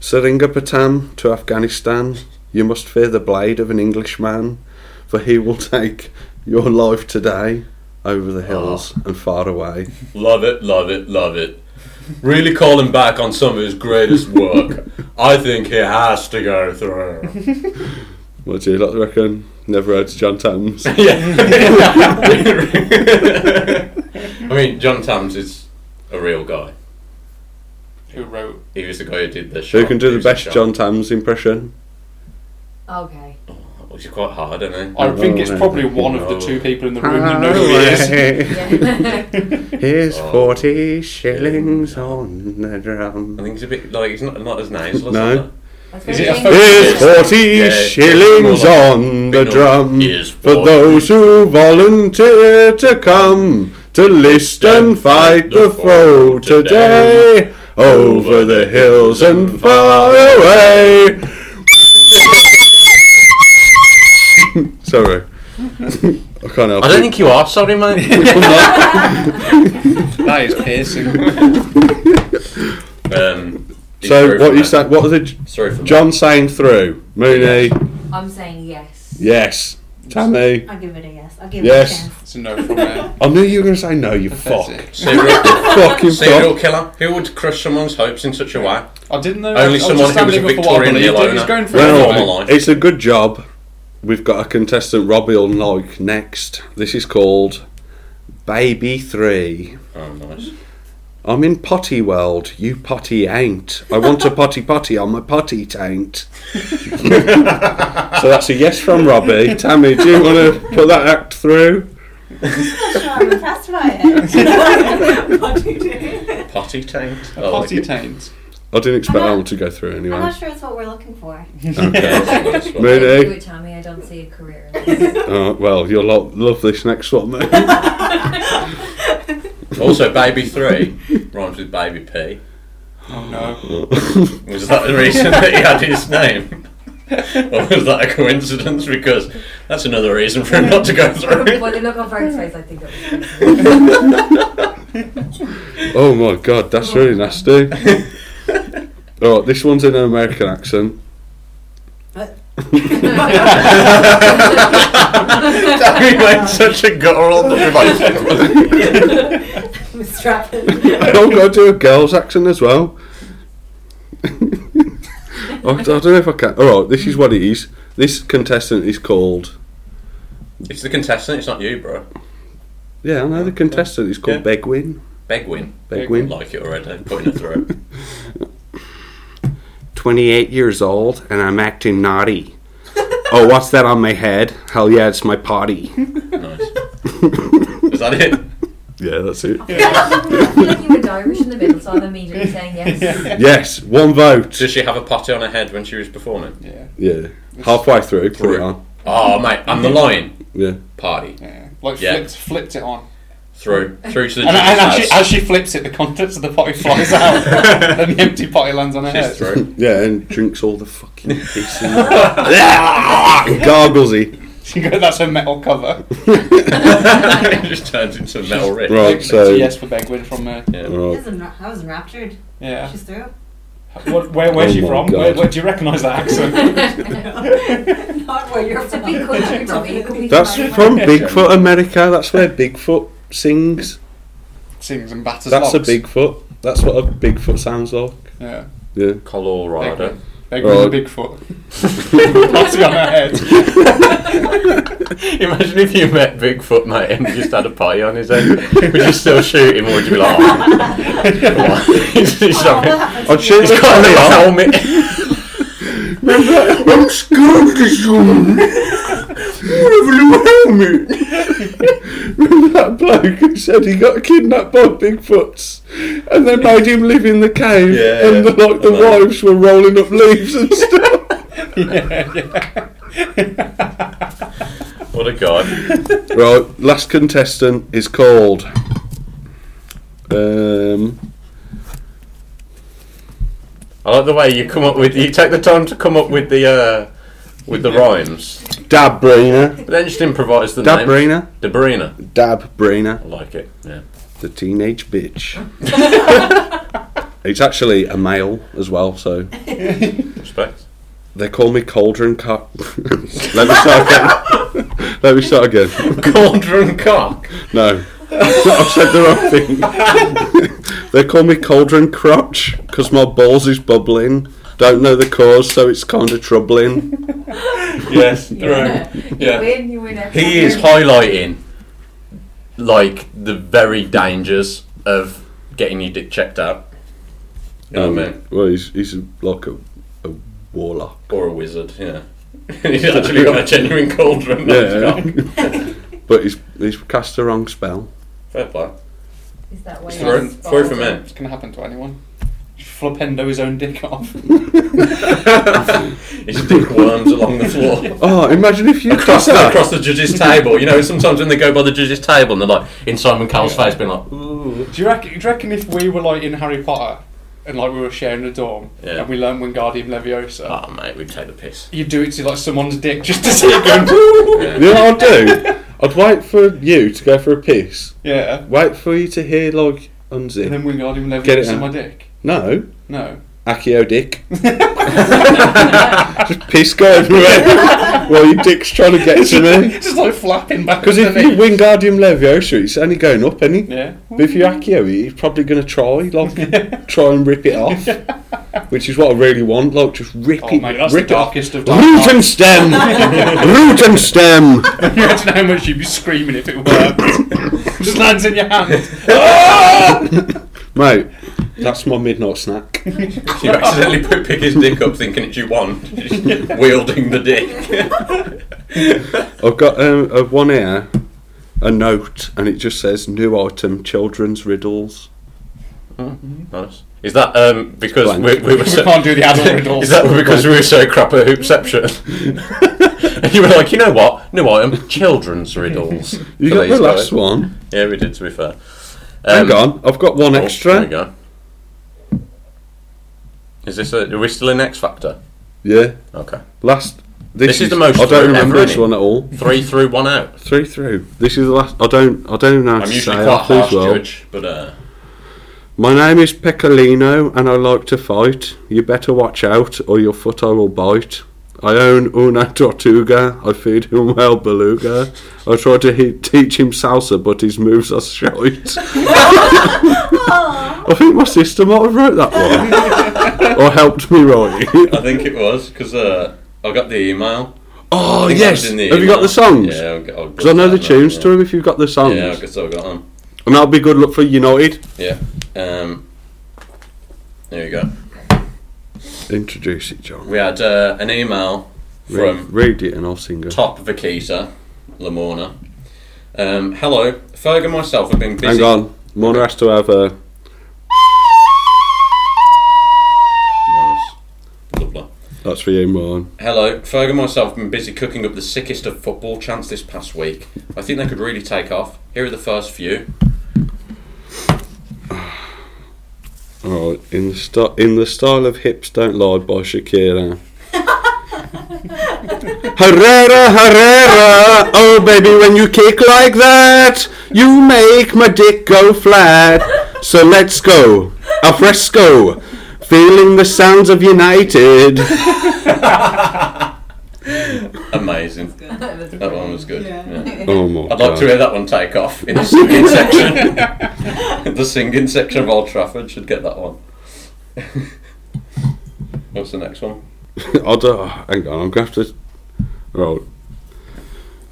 Speaker 3: Seringapatam to Afghanistan, you must fear the blade of an Englishman, for he will take your life today over the hills
Speaker 4: Oh.
Speaker 3: and far away.
Speaker 4: Love it, love it, love it. Really calling back on some of his
Speaker 3: [LAUGHS]
Speaker 4: greatest work. I think he has to go through.
Speaker 3: What do you lot reckon? Never heard of John
Speaker 4: [LAUGHS]
Speaker 3: Tams.
Speaker 4: I mean, John Tams is a real guy.
Speaker 1: Who wrote?
Speaker 4: He was the guy who did the show.
Speaker 3: Who can do the best John Tams impression?
Speaker 5: Okay.
Speaker 4: Which is quite hard, isn't it?
Speaker 1: I think it's probably one of the two people in
Speaker 3: Oh,
Speaker 1: the room who know who he is.
Speaker 3: [LAUGHS]
Speaker 4: [LAUGHS]
Speaker 5: Yeah.
Speaker 3: Here's
Speaker 4: Oh.
Speaker 3: 40 shillings on the
Speaker 4: I
Speaker 3: drum.
Speaker 4: think it's a bit like it's not not as nasal.
Speaker 3: No.
Speaker 4: Is it?
Speaker 5: That's
Speaker 1: Is
Speaker 5: very
Speaker 1: it a
Speaker 5: dangerous.
Speaker 3: Here's
Speaker 4: It's Yeah.
Speaker 3: 40
Speaker 4: it's
Speaker 3: shillings
Speaker 4: more like
Speaker 3: on the
Speaker 4: big
Speaker 3: drum
Speaker 4: is
Speaker 3: for
Speaker 4: 40.
Speaker 3: those who volunteer to come to list and fight the foe today over the hills and far [LAUGHS] away. Sorry. [LAUGHS] I can't help
Speaker 4: I
Speaker 3: it.
Speaker 4: don't think you are. Sorry, mate.
Speaker 1: That is piercing.
Speaker 4: um, he's
Speaker 3: [LAUGHS] so
Speaker 4: through
Speaker 3: what
Speaker 4: for
Speaker 3: you
Speaker 4: that.
Speaker 3: say? What are the
Speaker 4: Sorry for
Speaker 3: John saying through? Mooney,
Speaker 5: I'm saying yes.
Speaker 3: yes. Tammy,
Speaker 8: I'll give it a yes. I'll give
Speaker 3: Yes.
Speaker 8: it a chance.
Speaker 1: It's a no from me.
Speaker 3: I knew you were going to say no. You fuck.
Speaker 1: That's it.
Speaker 3: [LAUGHS]
Speaker 4: serial,
Speaker 3: Fucking
Speaker 4: serial
Speaker 3: fuck.
Speaker 4: killer. Who would crush someone's hopes in such a way?
Speaker 1: I didn't know.
Speaker 4: Only
Speaker 1: I was
Speaker 4: someone
Speaker 1: just
Speaker 4: who was
Speaker 1: standing
Speaker 4: a
Speaker 1: up for what I believed
Speaker 4: Victorian mill
Speaker 1: in. He's
Speaker 4: owner.
Speaker 1: going for
Speaker 4: Well-
Speaker 1: it.
Speaker 4: Normal
Speaker 3: Well,
Speaker 4: life.
Speaker 3: it's a good job. We've got a contestant, Robbie or Like, next. This is called Baby Three.
Speaker 4: Oh, nice.
Speaker 3: I'm in potty world. You potty ain't. I want a potty potty on my potty taint. so that's a yes from Robbie. Tammy, do you want to put that act through?
Speaker 8: Sure, I'm impressed by it. what do you do?
Speaker 4: Potty taint. Oh, [LAUGHS]
Speaker 1: Potty taint.
Speaker 3: I didn't expect
Speaker 8: I'm not-
Speaker 3: that one to go through
Speaker 8: I'm
Speaker 3: anyway.
Speaker 8: not sure it's what we're looking for.
Speaker 3: [LAUGHS] Okay.
Speaker 5: If you do
Speaker 3: Mayday.
Speaker 5: it, Tommy, I don't see a career.
Speaker 7: [LAUGHS]
Speaker 3: Oh, well, you'll lo- love this next one then.
Speaker 4: Also, baby three rhymes with baby P.
Speaker 1: Oh no.
Speaker 4: Was that the reason that he had his name? Or was that a coincidence? Because that's another reason for him not to go
Speaker 5: when
Speaker 4: through.
Speaker 5: you look on Frank's face, I think it was.
Speaker 3: [LAUGHS] oh my god, that's really nasty. Oh, this one's in an American accent.
Speaker 4: That we made such a guttural
Speaker 8: Miss Strappin.
Speaker 3: Oh, gotta do a girl's accent as well. I, I don't know if I can. All right, this is what it is. This contestant is called.
Speaker 4: It's the contestant, it's not you, bro.
Speaker 3: Yeah, I know the contestant is called
Speaker 4: Yeah.
Speaker 3: Begwin.
Speaker 4: Begwin.
Speaker 3: Begwin.
Speaker 4: Like it already, putting it through.
Speaker 3: 28 years old and I'm acting naughty. oh, what's that on my head? Hell yeah, it's my potty.
Speaker 4: Nice. Is that it?
Speaker 3: [LAUGHS] Yeah, that's it.
Speaker 5: I feel like you were Irish in the middle, so I'm immediately saying yes.
Speaker 3: Yes, one vote.
Speaker 4: Does she have a potty on her head when she was performing?
Speaker 1: Yeah.
Speaker 3: Yeah, halfway through, put it on.
Speaker 4: Oh, mate, I'm the lion.
Speaker 3: Yeah.
Speaker 4: Party.
Speaker 1: Yeah. Like
Speaker 4: Yeah.
Speaker 1: flipped, flipped it on.
Speaker 4: Through. Through to the
Speaker 1: And, and as,
Speaker 4: judge's
Speaker 1: she, as she flips it, the contents of the potty flies
Speaker 4: [LAUGHS]
Speaker 1: out, and the empty potty lands on her
Speaker 4: house. She's
Speaker 1: head.
Speaker 4: through.
Speaker 3: [COUGHS] Yeah, and drinks all the fucking piss [LAUGHS] in it. Gargles [LAUGHS] he.
Speaker 1: She goes, that's her metal cover.
Speaker 3: [LAUGHS]
Speaker 4: [LAUGHS] it just turns into a metal ring.
Speaker 3: Right.
Speaker 1: It's
Speaker 3: so-
Speaker 1: a yes for Begwin from her.
Speaker 8: I
Speaker 3: Right.
Speaker 8: was enra- I was enraptured.
Speaker 1: Yeah.
Speaker 8: She's through.
Speaker 1: What, where, where's
Speaker 3: Oh
Speaker 1: she
Speaker 3: my
Speaker 1: from?
Speaker 3: God.
Speaker 1: Where, where, do you recognise that accent?
Speaker 8: Not where you're
Speaker 5: It's a big country, Tommy. It could be
Speaker 3: That's
Speaker 5: Ireland.
Speaker 3: from Bigfoot America. That's where Bigfoot sings.
Speaker 1: Sings and batters
Speaker 3: That's a
Speaker 1: locks.
Speaker 3: Bigfoot. That's what a Bigfoot sounds like.
Speaker 1: Yeah.
Speaker 3: [LAUGHS] Yeah.
Speaker 1: [LAUGHS]
Speaker 4: Colorado.
Speaker 1: Begwin's a
Speaker 3: Right.
Speaker 1: Bigfoot. Potty on her head.
Speaker 4: [LAUGHS]
Speaker 3: [LAUGHS]
Speaker 4: Imagine if you met Bigfoot, mate, and he just had a potty on his head. Would you still shoot him, or would you be like,
Speaker 1: [LAUGHS]
Speaker 4: [LAUGHS] oh, he's, he's
Speaker 8: Oh,
Speaker 4: having-
Speaker 8: what happened to
Speaker 3: I'd
Speaker 8: you?
Speaker 3: shoot the
Speaker 4: he's got a little
Speaker 3: potty out. [LAUGHS]
Speaker 4: helmet.
Speaker 3: I'm scared of this one. I have no helmet. [LAUGHS] Remember that bloke who said he got kidnapped by Bigfoots and they made him live in the cave
Speaker 4: Yeah,
Speaker 3: and
Speaker 4: yeah.
Speaker 3: the, like the
Speaker 4: I know.
Speaker 3: wives were rolling up leaves and stuff.
Speaker 4: [LAUGHS] [LAUGHS] What a god.
Speaker 3: right, last contestant is called. Um,
Speaker 4: I like the way you come up with, you take the time to come up with the, uh, with the rhymes.
Speaker 3: Dabrina.
Speaker 4: But then just improvise the name.
Speaker 3: Dabrina.
Speaker 4: Dabrina.
Speaker 3: Dabrina.
Speaker 4: I like it, yeah.
Speaker 3: The teenage [LAUGHS] bitch. it's actually a male as well, so.
Speaker 4: Respect.
Speaker 3: They call me Cauldron Cock. [LAUGHS] Let me start again. [LAUGHS] Let me start again.
Speaker 4: Cauldron cock.
Speaker 3: No. I've said the wrong [LAUGHS] thing. they call me Cauldron Crotch because my balls is bubbling. Don't know the cause, so it's kind of troubling. [LAUGHS]
Speaker 4: Yes,
Speaker 5: [LAUGHS] Yeah. You win, you win.
Speaker 4: He is highlighting like the very dangers of getting your dick checked out. You know what I mean?
Speaker 3: Um, well, he's, he's like a, a warlock.
Speaker 4: Or a wizard, yeah. [LAUGHS] He's actually got a genuine cauldron. on his [LAUGHS]
Speaker 3: Yeah.
Speaker 4: cock.
Speaker 3: [LAUGHS] but he's, he's cast the wrong spell.
Speaker 4: Fair
Speaker 5: Oh,
Speaker 4: play.
Speaker 5: Is that why
Speaker 4: Throw,
Speaker 5: he's
Speaker 4: throw for
Speaker 5: bald? [LAUGHS]
Speaker 4: me.
Speaker 1: It's going to happen to anyone. Flipendo his own dick [LAUGHS] off.
Speaker 4: His dick worms along the floor.
Speaker 3: [LAUGHS] Oh, imagine if you
Speaker 4: Across
Speaker 3: cast
Speaker 4: the,
Speaker 3: that.
Speaker 4: across the judge's table. You know, sometimes when they go by the judge's table and they're like, in Simon Cowell's face, being like, ooh.
Speaker 1: Do you, reckon, do you reckon if we were like in Harry Potter and like we were sharing a dorm
Speaker 4: Yeah.
Speaker 1: and we learned Wingardium Leviosa,
Speaker 4: Oh, mate, we'd take the piss.
Speaker 1: you'd do it to like someone's dick just to [LAUGHS] see it go.
Speaker 3: [LAUGHS] You know what I'd do? I'd wait for you to go for a piss.
Speaker 1: yeah.
Speaker 3: Wait for you to hear, like, unzip.
Speaker 1: And then Wingardium
Speaker 3: Get it
Speaker 1: Leviosa
Speaker 3: out.
Speaker 1: my dick.
Speaker 3: No.
Speaker 1: No. [LAUGHS]
Speaker 3: Akio dick. [LAUGHS] Just piss go everywhere
Speaker 1: [LAUGHS]
Speaker 3: while your dick's trying to get to me.
Speaker 1: It's
Speaker 3: [LAUGHS]
Speaker 1: just like flapping back.
Speaker 3: Because if you
Speaker 1: underneath.
Speaker 3: Wingardium Leviosa, oh, it's only going up, any.
Speaker 1: Yeah.
Speaker 3: But if you Accio it, he's probably going to try, like,
Speaker 1: [LAUGHS]
Speaker 3: try and rip it off. Which is what I really want, like, just rip
Speaker 1: Oh
Speaker 3: it,
Speaker 1: mate, that's the
Speaker 3: rip it off.
Speaker 1: darkest of dark
Speaker 3: Root and
Speaker 1: nights.
Speaker 3: stem! Root and stem!
Speaker 1: Can you imagine how much you'd be screaming if it worked? just lands in your
Speaker 3: [LAUGHS]
Speaker 1: hand.
Speaker 3: Mate, that's my midnight snack.
Speaker 4: [LAUGHS] You accidentally put, pick his dick up thinking it's you want, [LAUGHS] wielding the dick.
Speaker 3: I've got um, a one here, a note, and it just says new item children's riddles.
Speaker 4: Nice. Is that um, because
Speaker 3: blank.
Speaker 4: we, we were
Speaker 1: We
Speaker 4: so,
Speaker 1: can't do the
Speaker 4: [LAUGHS]
Speaker 1: adult riddles.
Speaker 4: Is that because we were so crap at hoopception? [LAUGHS] and you were like, you know what? No, I am children's riddles.
Speaker 3: [LAUGHS] You
Speaker 4: So
Speaker 3: got
Speaker 4: there
Speaker 3: the
Speaker 4: go.
Speaker 3: last one.
Speaker 4: Yeah, we did. To be fair.
Speaker 3: Hang on, I've got one
Speaker 4: oh, There
Speaker 3: extra.
Speaker 4: we go. Is this a? Are we still in X Factor?
Speaker 3: yeah,
Speaker 4: Okay.
Speaker 3: last. This,
Speaker 4: This is the most
Speaker 3: I don't
Speaker 4: through
Speaker 3: remember
Speaker 4: ever,
Speaker 3: this
Speaker 4: innit?
Speaker 3: one at all.
Speaker 4: Three through, one out.
Speaker 3: Three through. This is the last. I don't. I don't even know how
Speaker 4: I'm
Speaker 3: to
Speaker 4: usually
Speaker 3: say
Speaker 4: quite
Speaker 3: half these
Speaker 4: harsh
Speaker 3: well.
Speaker 4: judge, but uh,
Speaker 3: My name is Piccolino, and I like to fight. You better watch out, or your foot I will bite. I own una tortuga. I feed him well beluga. I try to he- teach him salsa, but his moves are shite. I think my sister might have wrote that one, or helped me write
Speaker 4: I
Speaker 3: it.
Speaker 4: think it was because uh, I got the email. I
Speaker 3: Oh
Speaker 4: think that
Speaker 3: yes,
Speaker 4: was in
Speaker 3: have
Speaker 4: the
Speaker 3: you got
Speaker 4: email.
Speaker 3: the songs?
Speaker 4: Yeah, I've got- I've
Speaker 3: Because I
Speaker 4: got
Speaker 3: know the
Speaker 4: that,
Speaker 3: tunes
Speaker 4: yeah.
Speaker 3: to him if you've got the songs.
Speaker 4: Yeah, I guess I've got them.
Speaker 3: And that'll be good luck for United.
Speaker 4: Yeah. Um, there you go.
Speaker 3: Introduce it, John.
Speaker 4: We had uh, an email
Speaker 3: Read,
Speaker 4: from
Speaker 3: read it and I'll sing it.
Speaker 4: Top Vaquita, Lamorna. Um, hello, Ferg and myself have been busy.
Speaker 3: Hang on. Mona has to have a.
Speaker 4: Nice. Lovely.
Speaker 3: That's for you, Mona.
Speaker 4: Hello, Ferg and myself have been busy cooking up the sickest of football chants this past week. I think they could really take off. Here are the first few.
Speaker 3: Alright. In, the st- in the style of Hips Don't Lie by Shakira. Herrera, Herrera! Oh, baby, when you kick like that, you make my dick go flat. So let's go. Alfresco. Feeling the sounds of United.
Speaker 4: Amazing. [LAUGHS] That one was good. yeah.
Speaker 3: Oh, my
Speaker 4: I'd like to hear that one take off in the singing [LAUGHS] section. [LAUGHS] the singing section of Old Trafford should get that one. [LAUGHS] What's the next one?
Speaker 3: I'll do, hang on, I'm going to have to. Right.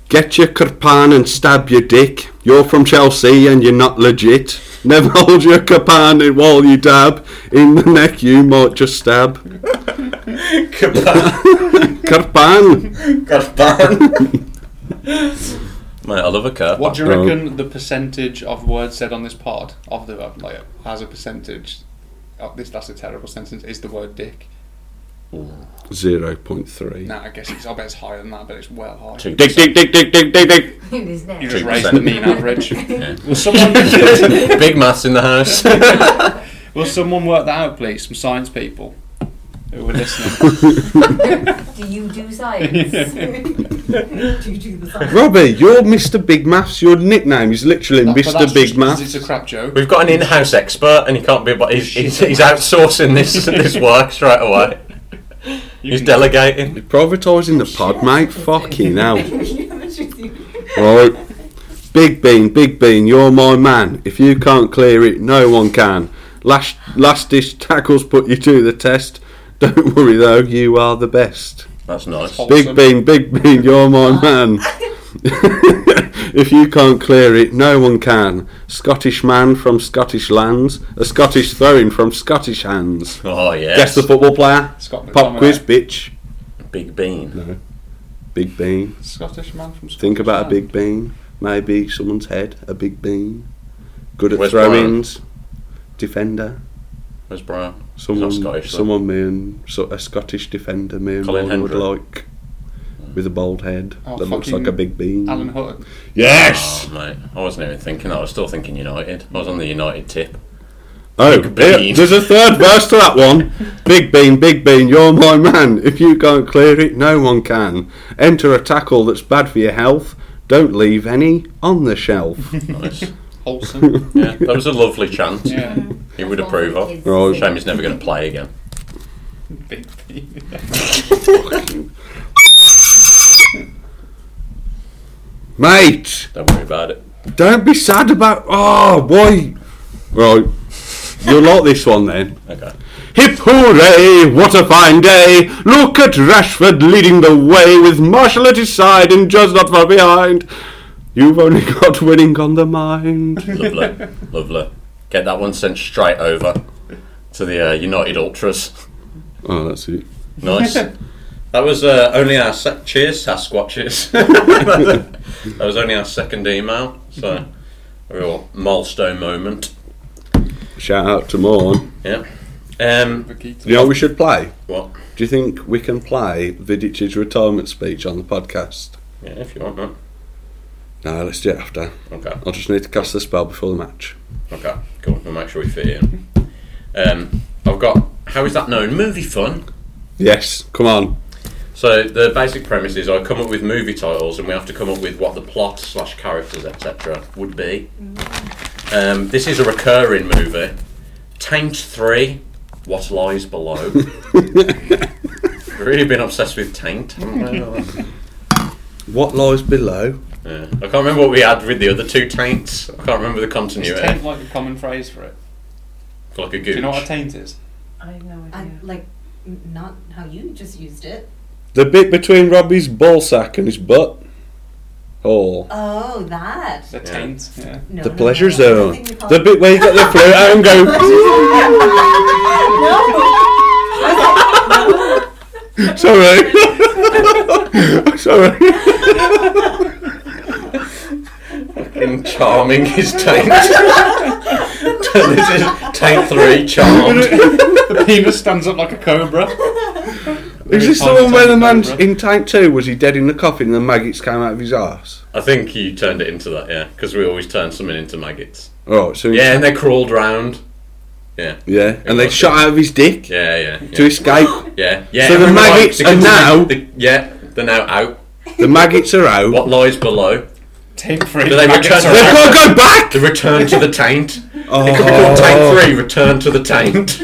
Speaker 3: Get your Kirpan and stab your dick. You're from Chelsea and you're not legit. Never [LAUGHS] hold your Kirpan while you dab. In the neck, you might just stab.
Speaker 4: [LAUGHS] Kabam.
Speaker 3: Kirpan! [LAUGHS]
Speaker 4: Kabam. Mate, I love a curve.
Speaker 1: What do you
Speaker 3: Oh.
Speaker 1: reckon the percentage of words said on this pod of the uh, like as a percentage? Oh, this that's a terrible sentence. Is the word dick?
Speaker 3: 0.3.
Speaker 1: Nah, I guess it's. I bet it's higher than that, but it's well higher.
Speaker 4: Two
Speaker 3: Dick, dick, dick, dick, dick, dick, dick.
Speaker 5: It is now.
Speaker 1: You just
Speaker 4: Two
Speaker 1: raised
Speaker 4: percent.
Speaker 1: the mean
Speaker 3: [LAUGHS]
Speaker 5: [LAUGHS]
Speaker 1: average.
Speaker 4: Yeah.
Speaker 1: Will someone
Speaker 4: [LAUGHS] Big mass in the [LAUGHS] house.
Speaker 1: will someone work that out, please? Some science people who were
Speaker 3: [LAUGHS]
Speaker 1: listening.
Speaker 5: Do you
Speaker 4: [LAUGHS]
Speaker 5: do science?
Speaker 8: Do you do the song?
Speaker 3: Robbie, you're Mr. Big Maths. Your nickname is literally
Speaker 1: But that's
Speaker 3: Mr. Big
Speaker 1: just 'cause It's
Speaker 3: Maths.
Speaker 1: a crap joke.
Speaker 4: We've got an in-house expert, and he can't be. But he's, he's, he's outsourcing this [LAUGHS] this work straight away. He's delegating.
Speaker 3: Privatising the pod, mate. Fucking hell.
Speaker 8: You haven't seen it.
Speaker 3: Right. Big Bean, Big Bean, you're my man. If you can't clear it, no one can. Last, last dish tackles put you to the test. Don't worry though, you are the best.
Speaker 4: That's nice.
Speaker 1: Awesome.
Speaker 3: Big Bean, Big Bean, you're my man. [LAUGHS] if you can't clear it, no one can. Scottish man from Scottish lands, a Scottish throwing from Scottish hands.
Speaker 4: Oh yes.
Speaker 3: Guess the football player.
Speaker 1: Scott
Speaker 3: Pop
Speaker 1: McTominay.
Speaker 3: quiz, bitch.
Speaker 4: Big bean.
Speaker 3: Big Bean.
Speaker 1: Scottish man from. Scotland.
Speaker 3: Think about a big bean. Maybe someone's head, a big bean. Good at
Speaker 4: Where's
Speaker 3: throw ins. Defender.
Speaker 4: Where's Brown?
Speaker 3: Someone,
Speaker 4: He's not Scottish, though.
Speaker 3: someone me and so a Scottish defender me and
Speaker 4: Colin
Speaker 3: Ryan would
Speaker 4: Hendry.
Speaker 3: like, with a bald head
Speaker 1: Oh,
Speaker 3: that looks
Speaker 1: fucking
Speaker 3: like a big bean.
Speaker 1: Alan Hutton.
Speaker 3: [LAUGHS] Yes.
Speaker 4: Oh, mate, I wasn't even thinking. that. I was still thinking United. I was on the United tip.
Speaker 3: Oh,
Speaker 4: Big bean.
Speaker 3: yeah, there's a third verse to that one. Big bean, big bean, you're my man. If you can't clear it, no one can. Enter a tackle that's bad for your health. Don't leave any on the
Speaker 4: [LAUGHS]
Speaker 3: shelf.
Speaker 4: Nice.
Speaker 1: Wholesome.
Speaker 4: yeah, that was a lovely chant.
Speaker 1: Yeah.
Speaker 4: He would approve of.
Speaker 3: Right.
Speaker 4: Shame he's never going to play again.
Speaker 1: Big bean.
Speaker 3: Mate!
Speaker 4: Don't worry about it.
Speaker 3: Don't be sad about. Oh, why? Right. You'll like this one then.
Speaker 4: Okay.
Speaker 3: Hip hooray, what a fine day! Look at Rashford leading the way with Marshall at his side and Joe's not far behind. You've only got winning on the mind.
Speaker 4: Lovely, lovely. Get that one sent straight over to the uh, United Ultras.
Speaker 3: Oh, that's it.
Speaker 4: Nice. That was uh, only our sec- cheers, Sasquatches. [LAUGHS] that was only our second email, so a real milestone moment.
Speaker 3: Shout out to Morn.
Speaker 4: Yeah. Um,
Speaker 3: You know what we should play?
Speaker 4: what?
Speaker 3: Do you think we can play Vidic's retirement speech on the podcast?
Speaker 4: Yeah, if you want, man.
Speaker 3: No, let's do it after.
Speaker 4: Okay.
Speaker 3: I'll just need to cast the spell before the match.
Speaker 4: Okay, cool. We'll make sure we fit it in. Um, I've got how is that known? Movie fun.
Speaker 3: Yes, come on. [LAUGHS]
Speaker 4: So the basic premise is I come up with movie titles, and we have to come up with what the plot slash characters etc. would be. Um, this is a recurring movie. Taint Three: What
Speaker 1: [LAUGHS]
Speaker 4: Lies Below. really been obsessed with Taint. haven't we?
Speaker 3: What lies below?
Speaker 4: yeah. I can't remember what we had with the other two Taints. I can't remember the
Speaker 1: Is
Speaker 4: continuity.
Speaker 1: taint like a common phrase for it?
Speaker 4: Like a gooch.
Speaker 1: Do you know what a taint is?
Speaker 8: I have no idea. like, n- not how you just used it.
Speaker 3: The bit between Robbie's ballsack and his butt. Oh.
Speaker 8: Oh, that.
Speaker 1: The taint. Yeah.
Speaker 8: No,
Speaker 3: The
Speaker 8: no,
Speaker 3: pleasure
Speaker 8: no, no. I
Speaker 3: zone.
Speaker 8: think we call
Speaker 3: The
Speaker 8: it-
Speaker 3: bit where you get the flute out and go. Sorry. [LAUGHS] Sorry.
Speaker 4: Fucking [LAUGHS] charming is
Speaker 1: [LAUGHS]
Speaker 4: Taint. this is Taint 3
Speaker 1: [LAUGHS]
Speaker 4: charmed.
Speaker 1: the penis stands up like a cobra.
Speaker 3: Is this the
Speaker 1: Very
Speaker 3: one where the
Speaker 1: fine
Speaker 3: man's
Speaker 1: taint,
Speaker 3: in tank two? Was he dead in the coffin and the maggots came out of his arse?
Speaker 4: I think you turned it into that, yeah, because we always turn something into maggots.
Speaker 3: Oh, so
Speaker 4: Yeah, and they crawled round.
Speaker 3: yeah, and they
Speaker 4: Yeah.
Speaker 3: shot out of his dick
Speaker 4: Yeah, yeah. Yeah,
Speaker 3: to escape.
Speaker 4: yeah. yeah
Speaker 3: So the
Speaker 4: everyone-
Speaker 3: maggots
Speaker 4: the-
Speaker 3: are
Speaker 4: the-
Speaker 3: now-
Speaker 4: the- yeah, they're now out.
Speaker 3: the maggots are out.
Speaker 4: What lies below?
Speaker 1: Taint free.
Speaker 4: Do they
Speaker 1: [LAUGHS]
Speaker 4: return
Speaker 3: They've
Speaker 4: to
Speaker 3: got to go back.
Speaker 4: the return to the
Speaker 3: [LAUGHS]
Speaker 4: taint? It could be called Taint
Speaker 3: Oh,
Speaker 4: 3, Return to
Speaker 3: [LAUGHS]
Speaker 4: the Taint.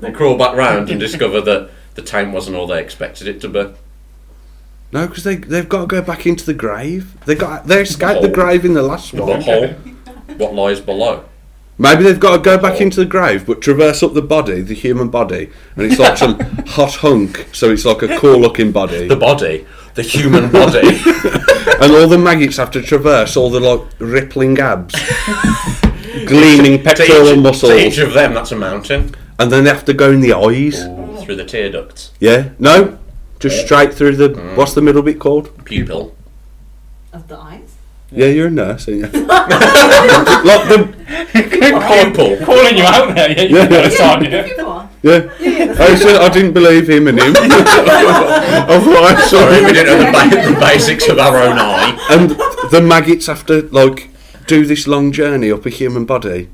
Speaker 4: they crawl back round and discover that the taint wasn't all they expected it to be.
Speaker 3: no, because they they've got to go back into the grave. They got they escaped the
Speaker 4: Oh.
Speaker 3: grave in the last
Speaker 4: The
Speaker 3: one.
Speaker 4: hole. What lies below?
Speaker 3: Maybe they've got to go back into the grave, but traverse up the body, the human body, and it's like [LAUGHS] some hot hunk. So it's like a cool looking body,
Speaker 4: The body. The human
Speaker 3: [LAUGHS]
Speaker 4: body.
Speaker 3: and all the maggots have to traverse all the like rippling abs, [LAUGHS] gleaming pectoral
Speaker 4: each, To each
Speaker 3: muscles,
Speaker 4: of them, that's a mountain.
Speaker 3: and then they have to go in the eyes.
Speaker 4: Through the tear ducts.
Speaker 3: Yeah, no, just straight through the what's the middle bit called?
Speaker 4: Pupil.
Speaker 8: [LAUGHS] Of the eyes?
Speaker 3: Yeah, you're a nurse, aren't you? [LAUGHS] like the
Speaker 4: Pupil.
Speaker 1: calling you out there. Yeah, you
Speaker 3: Yeah.
Speaker 1: notice, aren't you?
Speaker 8: People.
Speaker 3: Yeah. I said I didn't believe him and him. I thought, I'm
Speaker 4: Sorry, [LAUGHS]
Speaker 3: sorry.
Speaker 4: we didn't know the, ba- the basics of our own eye.
Speaker 3: And the maggots have to, like, do this long journey up a human body.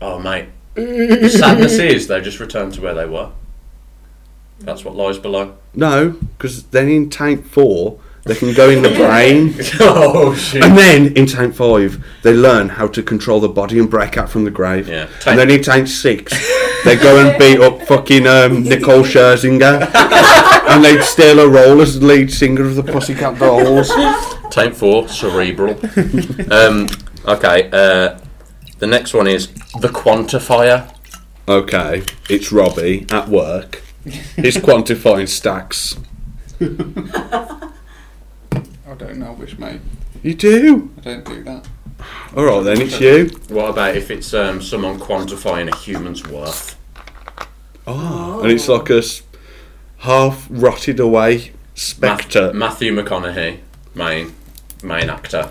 Speaker 4: Oh, mate. The sadness is they've just returned to where they were. That's what lies below.
Speaker 3: No, because then in tank four, they can go in the brain.
Speaker 4: [LAUGHS] oh, shit.
Speaker 3: And then in tank five, they learn how to control the body and break out from the grave.
Speaker 4: Yeah.
Speaker 3: And then in tank six, they go and beat up fucking um, Nicole Scherzinger. and they steal her role as the lead singer of the Pussycat Dolls.
Speaker 4: Time for cerebral. um, okay, uh, the next one is the quantifier.
Speaker 3: Okay, it's Robbie at work. [LAUGHS] He's quantifying stacks.
Speaker 1: I don't know which, mate.
Speaker 3: You do?
Speaker 1: I don't do that.
Speaker 3: All right then, it's you.
Speaker 4: What about if it's um, someone quantifying a human's worth?
Speaker 3: Oh, and it's like a s- half rotted away
Speaker 4: Math-
Speaker 3: spectre.
Speaker 4: Matthew McConaughey, main main actor,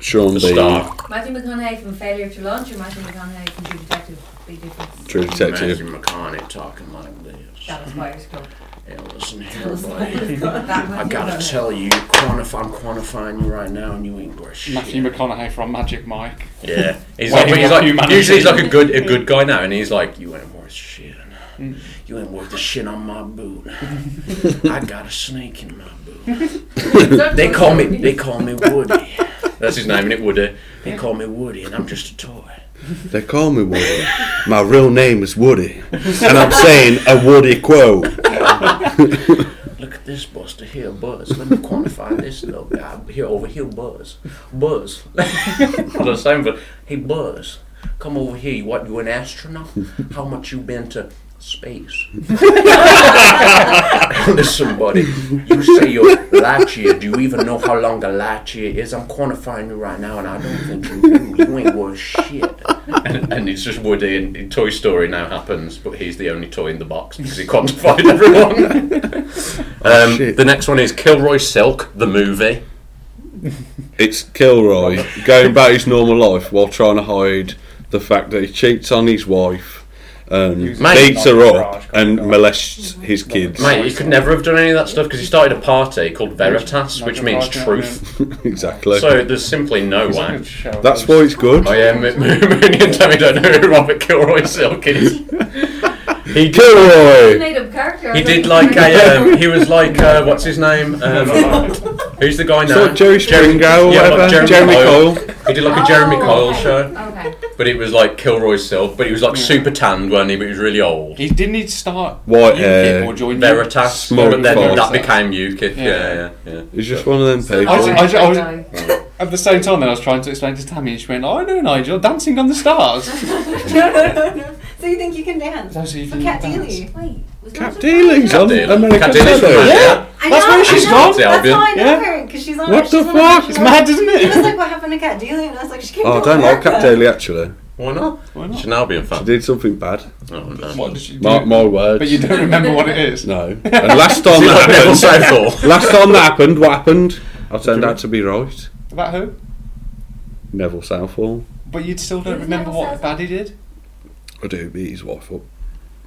Speaker 3: Sean
Speaker 4: the
Speaker 3: Bean,
Speaker 4: star.
Speaker 5: Matthew McConaughey from Failure to Launch or Matthew McConaughey from True Detective? Big difference.
Speaker 3: True Detective.
Speaker 4: Matthew McConaughey talking like this.
Speaker 5: That was Fires Club.
Speaker 4: Yeah, listen here, buddy.
Speaker 5: That
Speaker 4: I
Speaker 5: Matthew
Speaker 4: gotta
Speaker 5: McConaughey.
Speaker 4: tell you, quantify, I'm quantifying you right now, and you ain't worth shit.
Speaker 1: Matthew McConaughey from Magic Mike.
Speaker 4: Yeah, he's
Speaker 1: Why
Speaker 4: like,
Speaker 1: do you
Speaker 4: he's
Speaker 1: want
Speaker 4: like
Speaker 1: humanity?
Speaker 4: usually he's like a good a good guy now, and he's like, you ain't worth shit. You ain't worth the shit on my boot. I got a snake in my boot. they call me they call me
Speaker 5: [LAUGHS]
Speaker 4: Woody. That's his name, isn't it Woody? They call me Woody, and I'm just a toy.
Speaker 3: They call me Woody. My real name is Woody, and I'm saying a Woody quote.
Speaker 4: Look at this, Buster. Here, Buzz. Let me quantify this little guy. Here, over here, Buzz. Buzz. Not the same, but hey, Buzz. Come over here. You what? You an astronaut? How much you been to space? [LAUGHS] Listen, somebody. You say you're light year. Do you even know how long a light year is? I'm quantifying you right now, and I don't think you do. You ain't worth shit. And, and it's just Woody, and, and Toy Story now happens, but he's the only toy in the box because he quantified [LAUGHS] everyone. Um,
Speaker 3: Shit.
Speaker 4: the next one is Kilroy Silk, the movie.
Speaker 3: It's Kilroy going about his normal life while trying to hide the fact that he cheats on his wife, um,
Speaker 1: Use
Speaker 4: Mate.
Speaker 3: beats her up,
Speaker 1: Garage,
Speaker 3: and
Speaker 1: garage.
Speaker 3: molests his kids.
Speaker 4: Mate, you could never have done any of that stuff because he started a party called Veritas,
Speaker 1: Like
Speaker 4: which
Speaker 1: a
Speaker 4: means
Speaker 1: party,
Speaker 3: [LAUGHS]
Speaker 4: truth.
Speaker 3: exactly.
Speaker 4: So there's simply no way.
Speaker 3: That's why it's good.
Speaker 4: Oh yeah, [LAUGHS] Mo- Mo- Mooney and Tommy don't know who Robert Kilroy Silk is. He did,
Speaker 3: Kilroy.
Speaker 5: made up character.
Speaker 4: he
Speaker 5: I
Speaker 4: did
Speaker 5: don't
Speaker 4: like
Speaker 5: know.
Speaker 4: a, um, he was like, uh, what's his name? Um, who's the guy
Speaker 3: It's
Speaker 4: now?
Speaker 3: like Jerry Springer or
Speaker 4: yeah, like
Speaker 3: whatever.
Speaker 4: Jeremy
Speaker 3: Jeremy
Speaker 4: Coyle.
Speaker 3: Coyle.
Speaker 4: He did like a Jeremy
Speaker 5: Oh,
Speaker 4: Kyle
Speaker 5: okay.
Speaker 4: show,
Speaker 5: Okay.
Speaker 4: but it was like Kilroy Silk, but he was like super tanned, weren't he? But he was really old.
Speaker 1: He didn't need to start
Speaker 3: White
Speaker 1: UKIP
Speaker 3: hair.
Speaker 1: or join
Speaker 4: Veritas,
Speaker 3: Smoke
Speaker 4: but then
Speaker 3: box.
Speaker 4: that became UKIP. Yeah,
Speaker 1: Yeah.
Speaker 4: yeah, yeah.
Speaker 3: He's just one of them
Speaker 1: I was-
Speaker 3: people.
Speaker 1: I was- I was-
Speaker 5: Guy.
Speaker 1: At the same time, then I was trying to explain to Tammy, and she went, "Oh no, Nigel, Dancing on the
Speaker 8: [LAUGHS]
Speaker 1: Stars."
Speaker 8: [LAUGHS] no, no, no, no. So you think you can dance?
Speaker 1: That's how you
Speaker 8: For
Speaker 1: can
Speaker 8: Cat
Speaker 1: dance.
Speaker 8: Dealey.
Speaker 5: Wait, was
Speaker 3: Cap
Speaker 5: that-
Speaker 3: Dealey's on
Speaker 4: Dealey.
Speaker 3: Um, American
Speaker 4: Cat Dealey's from
Speaker 3: Idol.
Speaker 4: America.
Speaker 3: Yeah,
Speaker 8: I
Speaker 1: That's
Speaker 8: know,
Speaker 1: where she's
Speaker 8: I know.
Speaker 1: gone.
Speaker 4: Yeah,
Speaker 8: That's how I know
Speaker 1: Yeah.
Speaker 8: her, 'cause she's on
Speaker 3: What
Speaker 8: it.
Speaker 3: the
Speaker 8: she's on it,
Speaker 3: fuck?
Speaker 8: she's
Speaker 1: It's
Speaker 8: on it.
Speaker 1: mad, isn't
Speaker 8: He was
Speaker 1: it?
Speaker 8: like, what happened to Cat Dealey? And I was like, she came
Speaker 3: Oh, I
Speaker 8: to
Speaker 3: don't like
Speaker 8: America.
Speaker 3: Cat Daly actually.
Speaker 4: Why not?
Speaker 1: Why
Speaker 4: She
Speaker 1: not?
Speaker 4: now being fat.
Speaker 3: She did something bad.
Speaker 4: Oh, no.
Speaker 1: What did she do?
Speaker 3: Mark my words.
Speaker 1: But you [LAUGHS] don't remember what it is.
Speaker 3: No. [LAUGHS] And last time
Speaker 4: See,
Speaker 3: that
Speaker 4: like Neville
Speaker 3: happened.
Speaker 4: Southall.
Speaker 3: Last time that happened, what happened? I turned out to be right.
Speaker 1: About who?
Speaker 3: Neville Southall.
Speaker 1: But you still
Speaker 5: It
Speaker 1: don't
Speaker 5: was
Speaker 1: remember
Speaker 5: Neville
Speaker 1: what
Speaker 5: Southall.
Speaker 1: Daddy did.
Speaker 3: I do beat his wife up.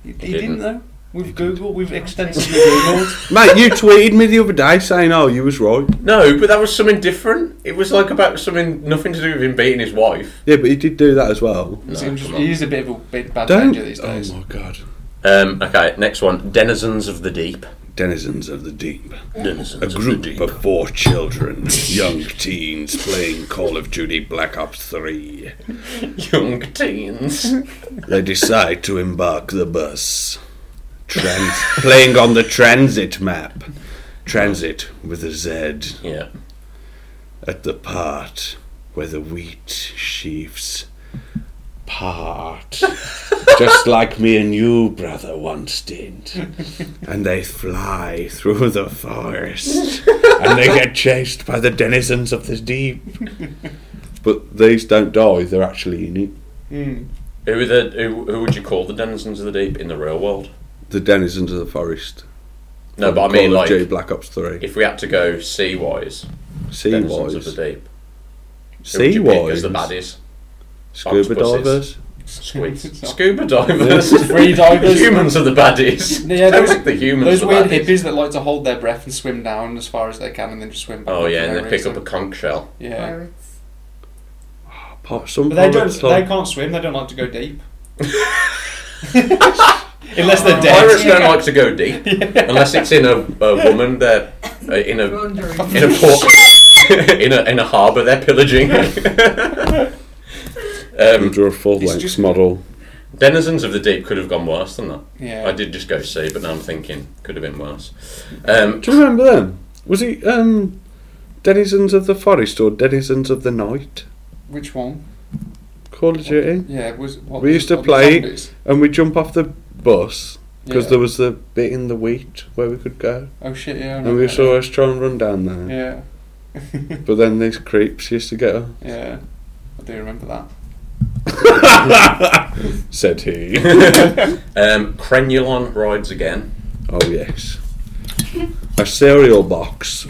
Speaker 1: He, he
Speaker 4: didn't.
Speaker 1: didn't though. We've googled. We've extensively googled.
Speaker 3: Mate, you tweeted me the other day saying, oh, you was right.
Speaker 4: No, but that was something different. It was like about something nothing to do with him beating his wife.
Speaker 3: Yeah, but he did do that as well.
Speaker 4: No,
Speaker 1: So
Speaker 4: come on.
Speaker 1: he is a bit of a bit bad
Speaker 3: Don't.
Speaker 1: danger these
Speaker 3: Oh
Speaker 1: days.
Speaker 3: my god.
Speaker 4: Um, okay, next one. Denizens of the deep.
Speaker 3: Denizens of the deep.
Speaker 4: Denizens
Speaker 3: A
Speaker 4: of
Speaker 3: group
Speaker 4: the deep.
Speaker 3: of four children, young teens playing Call of Duty Black Ops 3.
Speaker 4: [LAUGHS] young teens.
Speaker 3: They decide to embark the bus. Trans- playing on the transit map. Transit with a Z.
Speaker 4: [LAUGHS] yeah.
Speaker 3: At the part where the wheat sheaves [LAUGHS] part. Just like me and you, brother, once did. And they fly through the forest. and they get chased by the denizens of the deep. But these don't die, they're actually in it.
Speaker 1: Mm.
Speaker 4: Who are the who, who would you call the denizens of the deep in the real world?
Speaker 3: The denizens of the forest.
Speaker 4: No, but I
Speaker 3: Call
Speaker 4: mean
Speaker 3: of
Speaker 4: like
Speaker 3: Duty Black Ops 3.
Speaker 4: if we had to go sea wise,
Speaker 3: Sea
Speaker 4: denizens of
Speaker 3: wise.
Speaker 4: the deep. Who would
Speaker 3: Sea
Speaker 4: you pick as
Speaker 3: wise.
Speaker 4: the baddies?
Speaker 3: Scuba
Speaker 4: octopuses?
Speaker 3: divers.
Speaker 4: Squids. [LAUGHS] Scuba divers.
Speaker 1: Free divers.
Speaker 4: Humans are the baddies. [LAUGHS]
Speaker 1: Yeah,
Speaker 4: Don't
Speaker 1: those-
Speaker 4: pick the humans.
Speaker 1: Those
Speaker 4: for
Speaker 1: weird
Speaker 4: baddies.
Speaker 1: hippies that like to hold their breath and swim down as far as they can and then just swim back.
Speaker 4: Oh
Speaker 1: up
Speaker 4: yeah,
Speaker 1: for
Speaker 4: and
Speaker 1: no
Speaker 4: they pick up a
Speaker 1: reason.
Speaker 4: conch shell.
Speaker 1: Yeah.
Speaker 5: Pirates.
Speaker 3: Part, some
Speaker 1: But they don't.
Speaker 3: pirates Oh, like-
Speaker 1: They can't swim. They don't like to go deep. Unless they're
Speaker 4: Pirates
Speaker 1: dead.
Speaker 4: don't like to go deep [LAUGHS] unless it's in a, a woman. They're uh, in a
Speaker 5: Wandering.
Speaker 4: in a port [LAUGHS] in a in a harbour. They're pillaging.
Speaker 3: We
Speaker 4: um,
Speaker 3: drew a full
Speaker 1: It's
Speaker 3: length
Speaker 1: just-
Speaker 3: model.
Speaker 4: denizens of the deep could have gone worse than that.
Speaker 1: Yeah.
Speaker 4: I did just go sea, but now I'm thinking could have been worse. Um,
Speaker 3: Do you remember them? Was it um, Denizens of the Forest or Denizens of the Night?
Speaker 1: Which one?
Speaker 3: Call of Duty.
Speaker 1: Yeah, it was. What
Speaker 3: We
Speaker 1: was-
Speaker 3: used to
Speaker 1: what the
Speaker 3: play
Speaker 1: zombies?
Speaker 3: And we jump off the bus because
Speaker 1: Yeah.
Speaker 3: there was the bit in the wheat where we could go,
Speaker 1: Oh shit! Yeah. I
Speaker 3: and we
Speaker 1: remember
Speaker 3: used to always try and run down there.
Speaker 1: that. Yeah.
Speaker 3: But then these creeps used to get us.
Speaker 1: [LAUGHS] yeah. I do remember that. [LAUGHS]
Speaker 3: Said he.
Speaker 4: um, Crenulon rides again.
Speaker 3: oh yes, a cereal box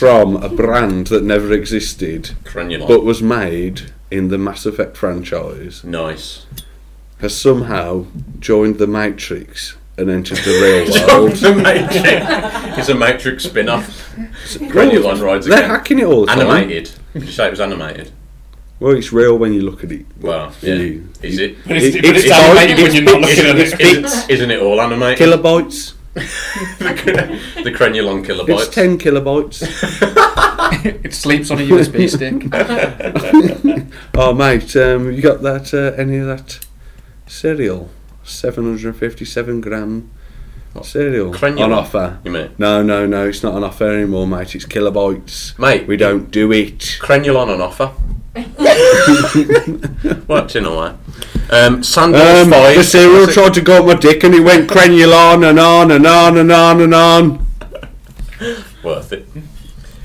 Speaker 3: from a brand that never existed
Speaker 4: Crenulon.
Speaker 3: but was made in the Mass Effect franchise.
Speaker 4: nice.
Speaker 3: has somehow joined the Matrix and entered the real
Speaker 4: [LAUGHS]
Speaker 3: world.
Speaker 4: The Matrix. it's a Matrix spin-off. Crenulon rides
Speaker 3: They're
Speaker 4: again.
Speaker 3: hacking it all the time.
Speaker 4: Animated. Did you say it was animated?
Speaker 3: Well, it's real when you look at it.
Speaker 4: Well, yeah.
Speaker 3: You-
Speaker 4: Is it?
Speaker 1: But it's,
Speaker 3: It-
Speaker 1: but
Speaker 3: it's
Speaker 1: it's,
Speaker 3: always-
Speaker 1: animated when
Speaker 3: it's
Speaker 1: you're not looking
Speaker 3: bits-
Speaker 1: at
Speaker 3: it's
Speaker 1: it.
Speaker 3: bits.
Speaker 4: Isn't it all animated?
Speaker 3: Kilobytes.
Speaker 4: the, cre- [LAUGHS] the crenulan kilobytes.
Speaker 3: It's
Speaker 4: [LAUGHS]
Speaker 3: ten kilobytes.
Speaker 1: It sleeps on a USB stick.
Speaker 3: oh, mate, um, you got that? Uh, any of that cereal? Seven hundred and fifty-seven gram cereal
Speaker 4: Crenula?
Speaker 3: on offer.
Speaker 4: Oh, You mean?
Speaker 3: No, no, no. It's not on offer anymore, mate. It's kilobytes.
Speaker 4: Mate.
Speaker 3: we don't do it.
Speaker 4: Crenulon on offer. Worked in a way. Um, Sandal
Speaker 3: Um,
Speaker 4: Five.
Speaker 3: the cereal
Speaker 4: classic-
Speaker 3: tried to go up my dick and it went crenulon and on and on and on and on.
Speaker 4: Worth it.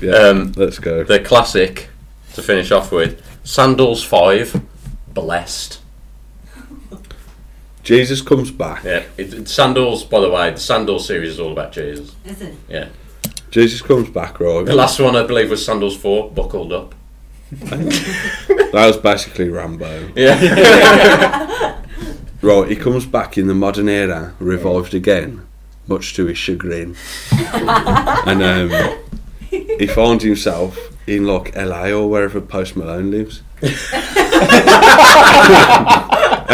Speaker 3: Yeah,
Speaker 4: Um,
Speaker 3: let's go.
Speaker 4: The classic to finish off with. Sandals Five. Blessed.
Speaker 3: Jesus comes back.
Speaker 4: Yeah. It, it- sandals, by the way, the Sandals series is all about Jesus.
Speaker 8: Is it?
Speaker 4: Yeah.
Speaker 3: Jesus comes back, right?
Speaker 4: The last one I believe was Sandals Four, buckled up.
Speaker 3: That was basically Rambo.
Speaker 4: Yeah.
Speaker 3: Right, he comes back in the modern era, revived again, much to his
Speaker 4: [LAUGHS]
Speaker 3: chagrin. and um, he finds himself in like LA or wherever Post Malone
Speaker 4: [LAUGHS]
Speaker 3: lives. [LAUGHS] and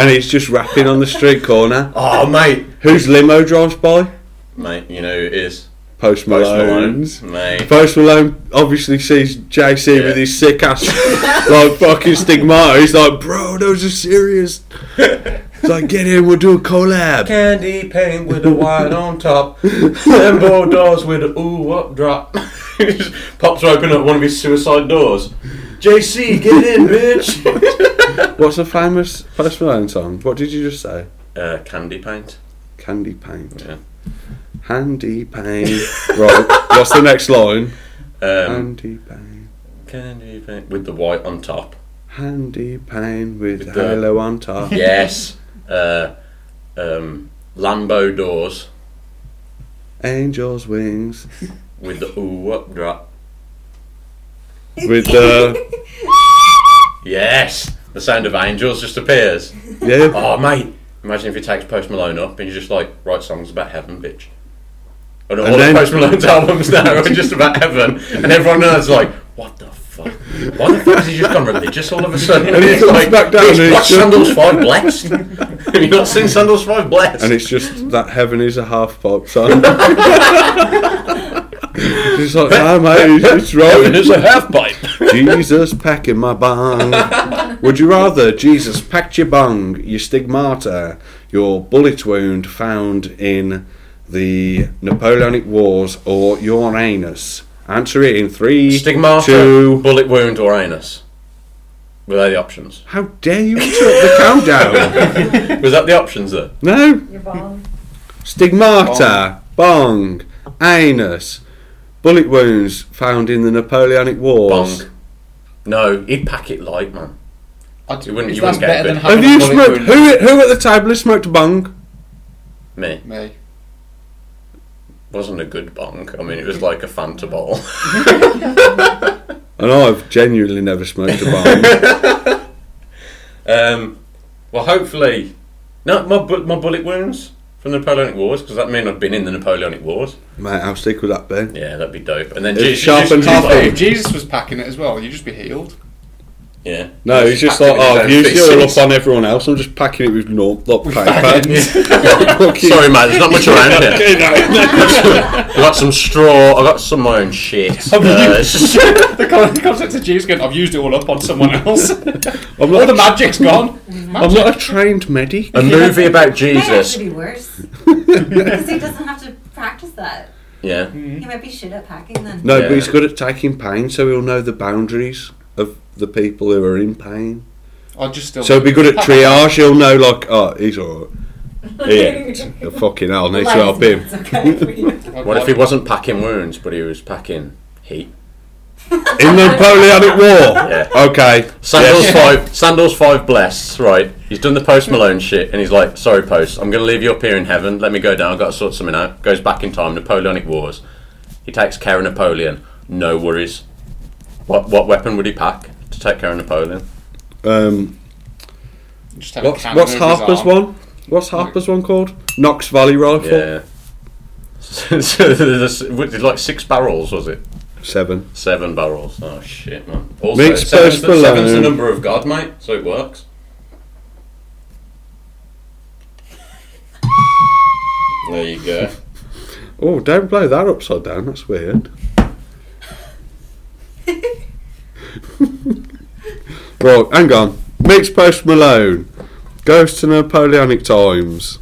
Speaker 3: he's just rapping on the street corner.
Speaker 4: [LAUGHS] oh mate,
Speaker 3: Whose limo drives by?
Speaker 4: mate, you know who it is.
Speaker 3: Post
Speaker 4: Post Malone,
Speaker 3: Malone's.
Speaker 4: mate.
Speaker 3: Post Malone obviously sees JC
Speaker 4: Yeah.
Speaker 3: with his sick
Speaker 4: [LAUGHS]
Speaker 3: ass, like fucking stigmata. He's like, bro, those are serious. He's like, get in, we'll do a collab.
Speaker 4: Candy paint with a white on top, Lambo doors with a ooh up drop. [LAUGHS] He just Pops her open up one of his suicide doors. JC, get in, bitch.
Speaker 3: What's a famous Post Malone song? What did you just say?
Speaker 4: [LAUGHS] uh, candy paint.
Speaker 3: Candy paint.
Speaker 4: Yeah.
Speaker 3: Handy
Speaker 4: [LAUGHS]
Speaker 3: paint. right, what's the next line?
Speaker 4: Um,
Speaker 3: Handy paint.
Speaker 4: candy paint with the white on top.
Speaker 3: Handy paint with,
Speaker 4: With the-
Speaker 3: halo on top.
Speaker 4: [LAUGHS] Yes. Uh, um, Lambo doors
Speaker 3: Angel's wings.
Speaker 4: with the ooh up drop.
Speaker 3: With the.
Speaker 4: [LAUGHS] Yes. The sound of angels just appears.
Speaker 3: yeah.
Speaker 4: Oh, mate. Imagine if he takes Post Malone up and you just like write songs about heaven, bitch. And, all
Speaker 3: then-
Speaker 4: of Post Malone's albums now are just about heaven, and everyone knows like, what the fuck? Why the fuck has he just gone religious all of a sudden?
Speaker 3: And he
Speaker 4: It's
Speaker 3: comes
Speaker 4: like,
Speaker 3: back down
Speaker 4: he's
Speaker 3: and
Speaker 4: watched
Speaker 3: he's just-
Speaker 4: Sandals Five Blessed. [LAUGHS] Have you not seen Sandals Five Blessed?
Speaker 3: And it's just that heaven is a half pipe
Speaker 4: [LAUGHS]
Speaker 3: song. It's like, ah, mate, it's
Speaker 4: heaven is a
Speaker 3: right.
Speaker 4: half pipe.
Speaker 3: Jesus packing my bong. Would you rather Jesus packed your bong, your stigmata, your bullet wound found in the Napoleonic Wars, or your anus? Answer it in three,
Speaker 4: Stigmata,
Speaker 3: two.
Speaker 4: bullet wound, or anus. Were they the options?
Speaker 3: How dare you interrupt the countdown?
Speaker 4: Was that the options though?
Speaker 3: No,
Speaker 5: Your ball.
Speaker 3: Stigmata, bong, anus, bullet wounds found in the Napoleonic Wars.
Speaker 4: Bong. No, he'd pack it light, man.
Speaker 1: I'd,
Speaker 4: You wouldn't- you
Speaker 1: that's
Speaker 4: wouldn't get
Speaker 1: better than
Speaker 4: bit.
Speaker 1: having
Speaker 3: Have
Speaker 1: a
Speaker 3: you
Speaker 1: bullet
Speaker 3: smoked?
Speaker 1: wound.
Speaker 3: Who, who at the table has smoked a bong?
Speaker 4: Me
Speaker 1: Me.
Speaker 4: wasn't a good bong. I mean, it was like a Fanta ball.
Speaker 3: And I've genuinely never smoked a bong.
Speaker 4: Um, well, hopefully, no, my bu- my bullet wounds from the Napoleonic Wars because that mean I've been in the Napoleonic Wars.
Speaker 3: Mate, how sick would that be?
Speaker 4: Yeah, that'd be dope. And then
Speaker 3: It's
Speaker 4: Jesus,
Speaker 3: sharp and
Speaker 4: Jesus,
Speaker 1: Half
Speaker 3: Like-
Speaker 1: if Jesus was packing it as well, you'd just be healed.
Speaker 4: yeah.
Speaker 3: No, he's just like,
Speaker 4: Packing it
Speaker 3: oh,
Speaker 4: with
Speaker 3: you
Speaker 4: their
Speaker 3: still
Speaker 4: feces.
Speaker 3: up on everyone else. I'm just packing it with normal like paper. [LAUGHS] Fucking-
Speaker 4: Sorry, mate. There's not much around
Speaker 3: [LAUGHS]
Speaker 4: here.
Speaker 3: Fucking hell.
Speaker 4: I got some straw. I got some of my
Speaker 3: [LAUGHS]
Speaker 4: own shit. Uh, it's just-
Speaker 1: [LAUGHS] the con- the concept of Jesus going, I've used it all up on someone else. all
Speaker 3: [LAUGHS] I'm not,
Speaker 1: the
Speaker 3: a,
Speaker 1: magic's gone.
Speaker 3: I'm not a trained medic.
Speaker 4: a movie about
Speaker 8: It might
Speaker 3: [LAUGHS]
Speaker 4: Jesus.
Speaker 8: actually be worse. Because he doesn't have to practice that.
Speaker 4: Yeah.
Speaker 8: He might be shit at packing then.
Speaker 3: No, but
Speaker 4: Yeah.
Speaker 3: he's good at taking pain, so he'll know the boundaries of the people who are in pain.
Speaker 1: I'd just still.
Speaker 3: So he'll be good at triage. He'll know, like, oh, he's alright. Yeah, fucking hell, need to help him.
Speaker 8: It's okay for you.
Speaker 1: I'd
Speaker 4: What if
Speaker 1: like-
Speaker 4: he wasn't packing wounds, but he was packing heat?
Speaker 3: In the Napoleonic War.
Speaker 4: Yeah.
Speaker 3: Okay.
Speaker 4: Sandals five, Sandals five blessed. Right, he's done the Post Malone shit, and he's like, "Sorry, Post, I'm gonna leave you up here in heaven. Let me go down. I've got to sort something out." Goes back in time. Napoleonic Wars. He takes care of Napoleon. No worries. What what weapon would he pack to take care of Napoleon?
Speaker 3: Um,
Speaker 1: Just have a
Speaker 3: what's
Speaker 1: cannon
Speaker 3: what's
Speaker 1: over his
Speaker 3: Harper's
Speaker 1: arm.
Speaker 3: one? What's Harper's one called? Knox Valley Rifle.
Speaker 4: Yeah. [LAUGHS] so there's, was it like six barrels, was it?
Speaker 3: Seven.
Speaker 4: Seven barrels. Oh shit, man. Also,
Speaker 3: Meets
Speaker 4: seven's,
Speaker 3: Post
Speaker 4: the, seven's
Speaker 3: Malone.
Speaker 4: the number of God, mate. So it works. There you go.
Speaker 3: Oh, don't blow that upside down. That's weird. right, hang on. Meets Post Malone. Goes to Napoleonic times.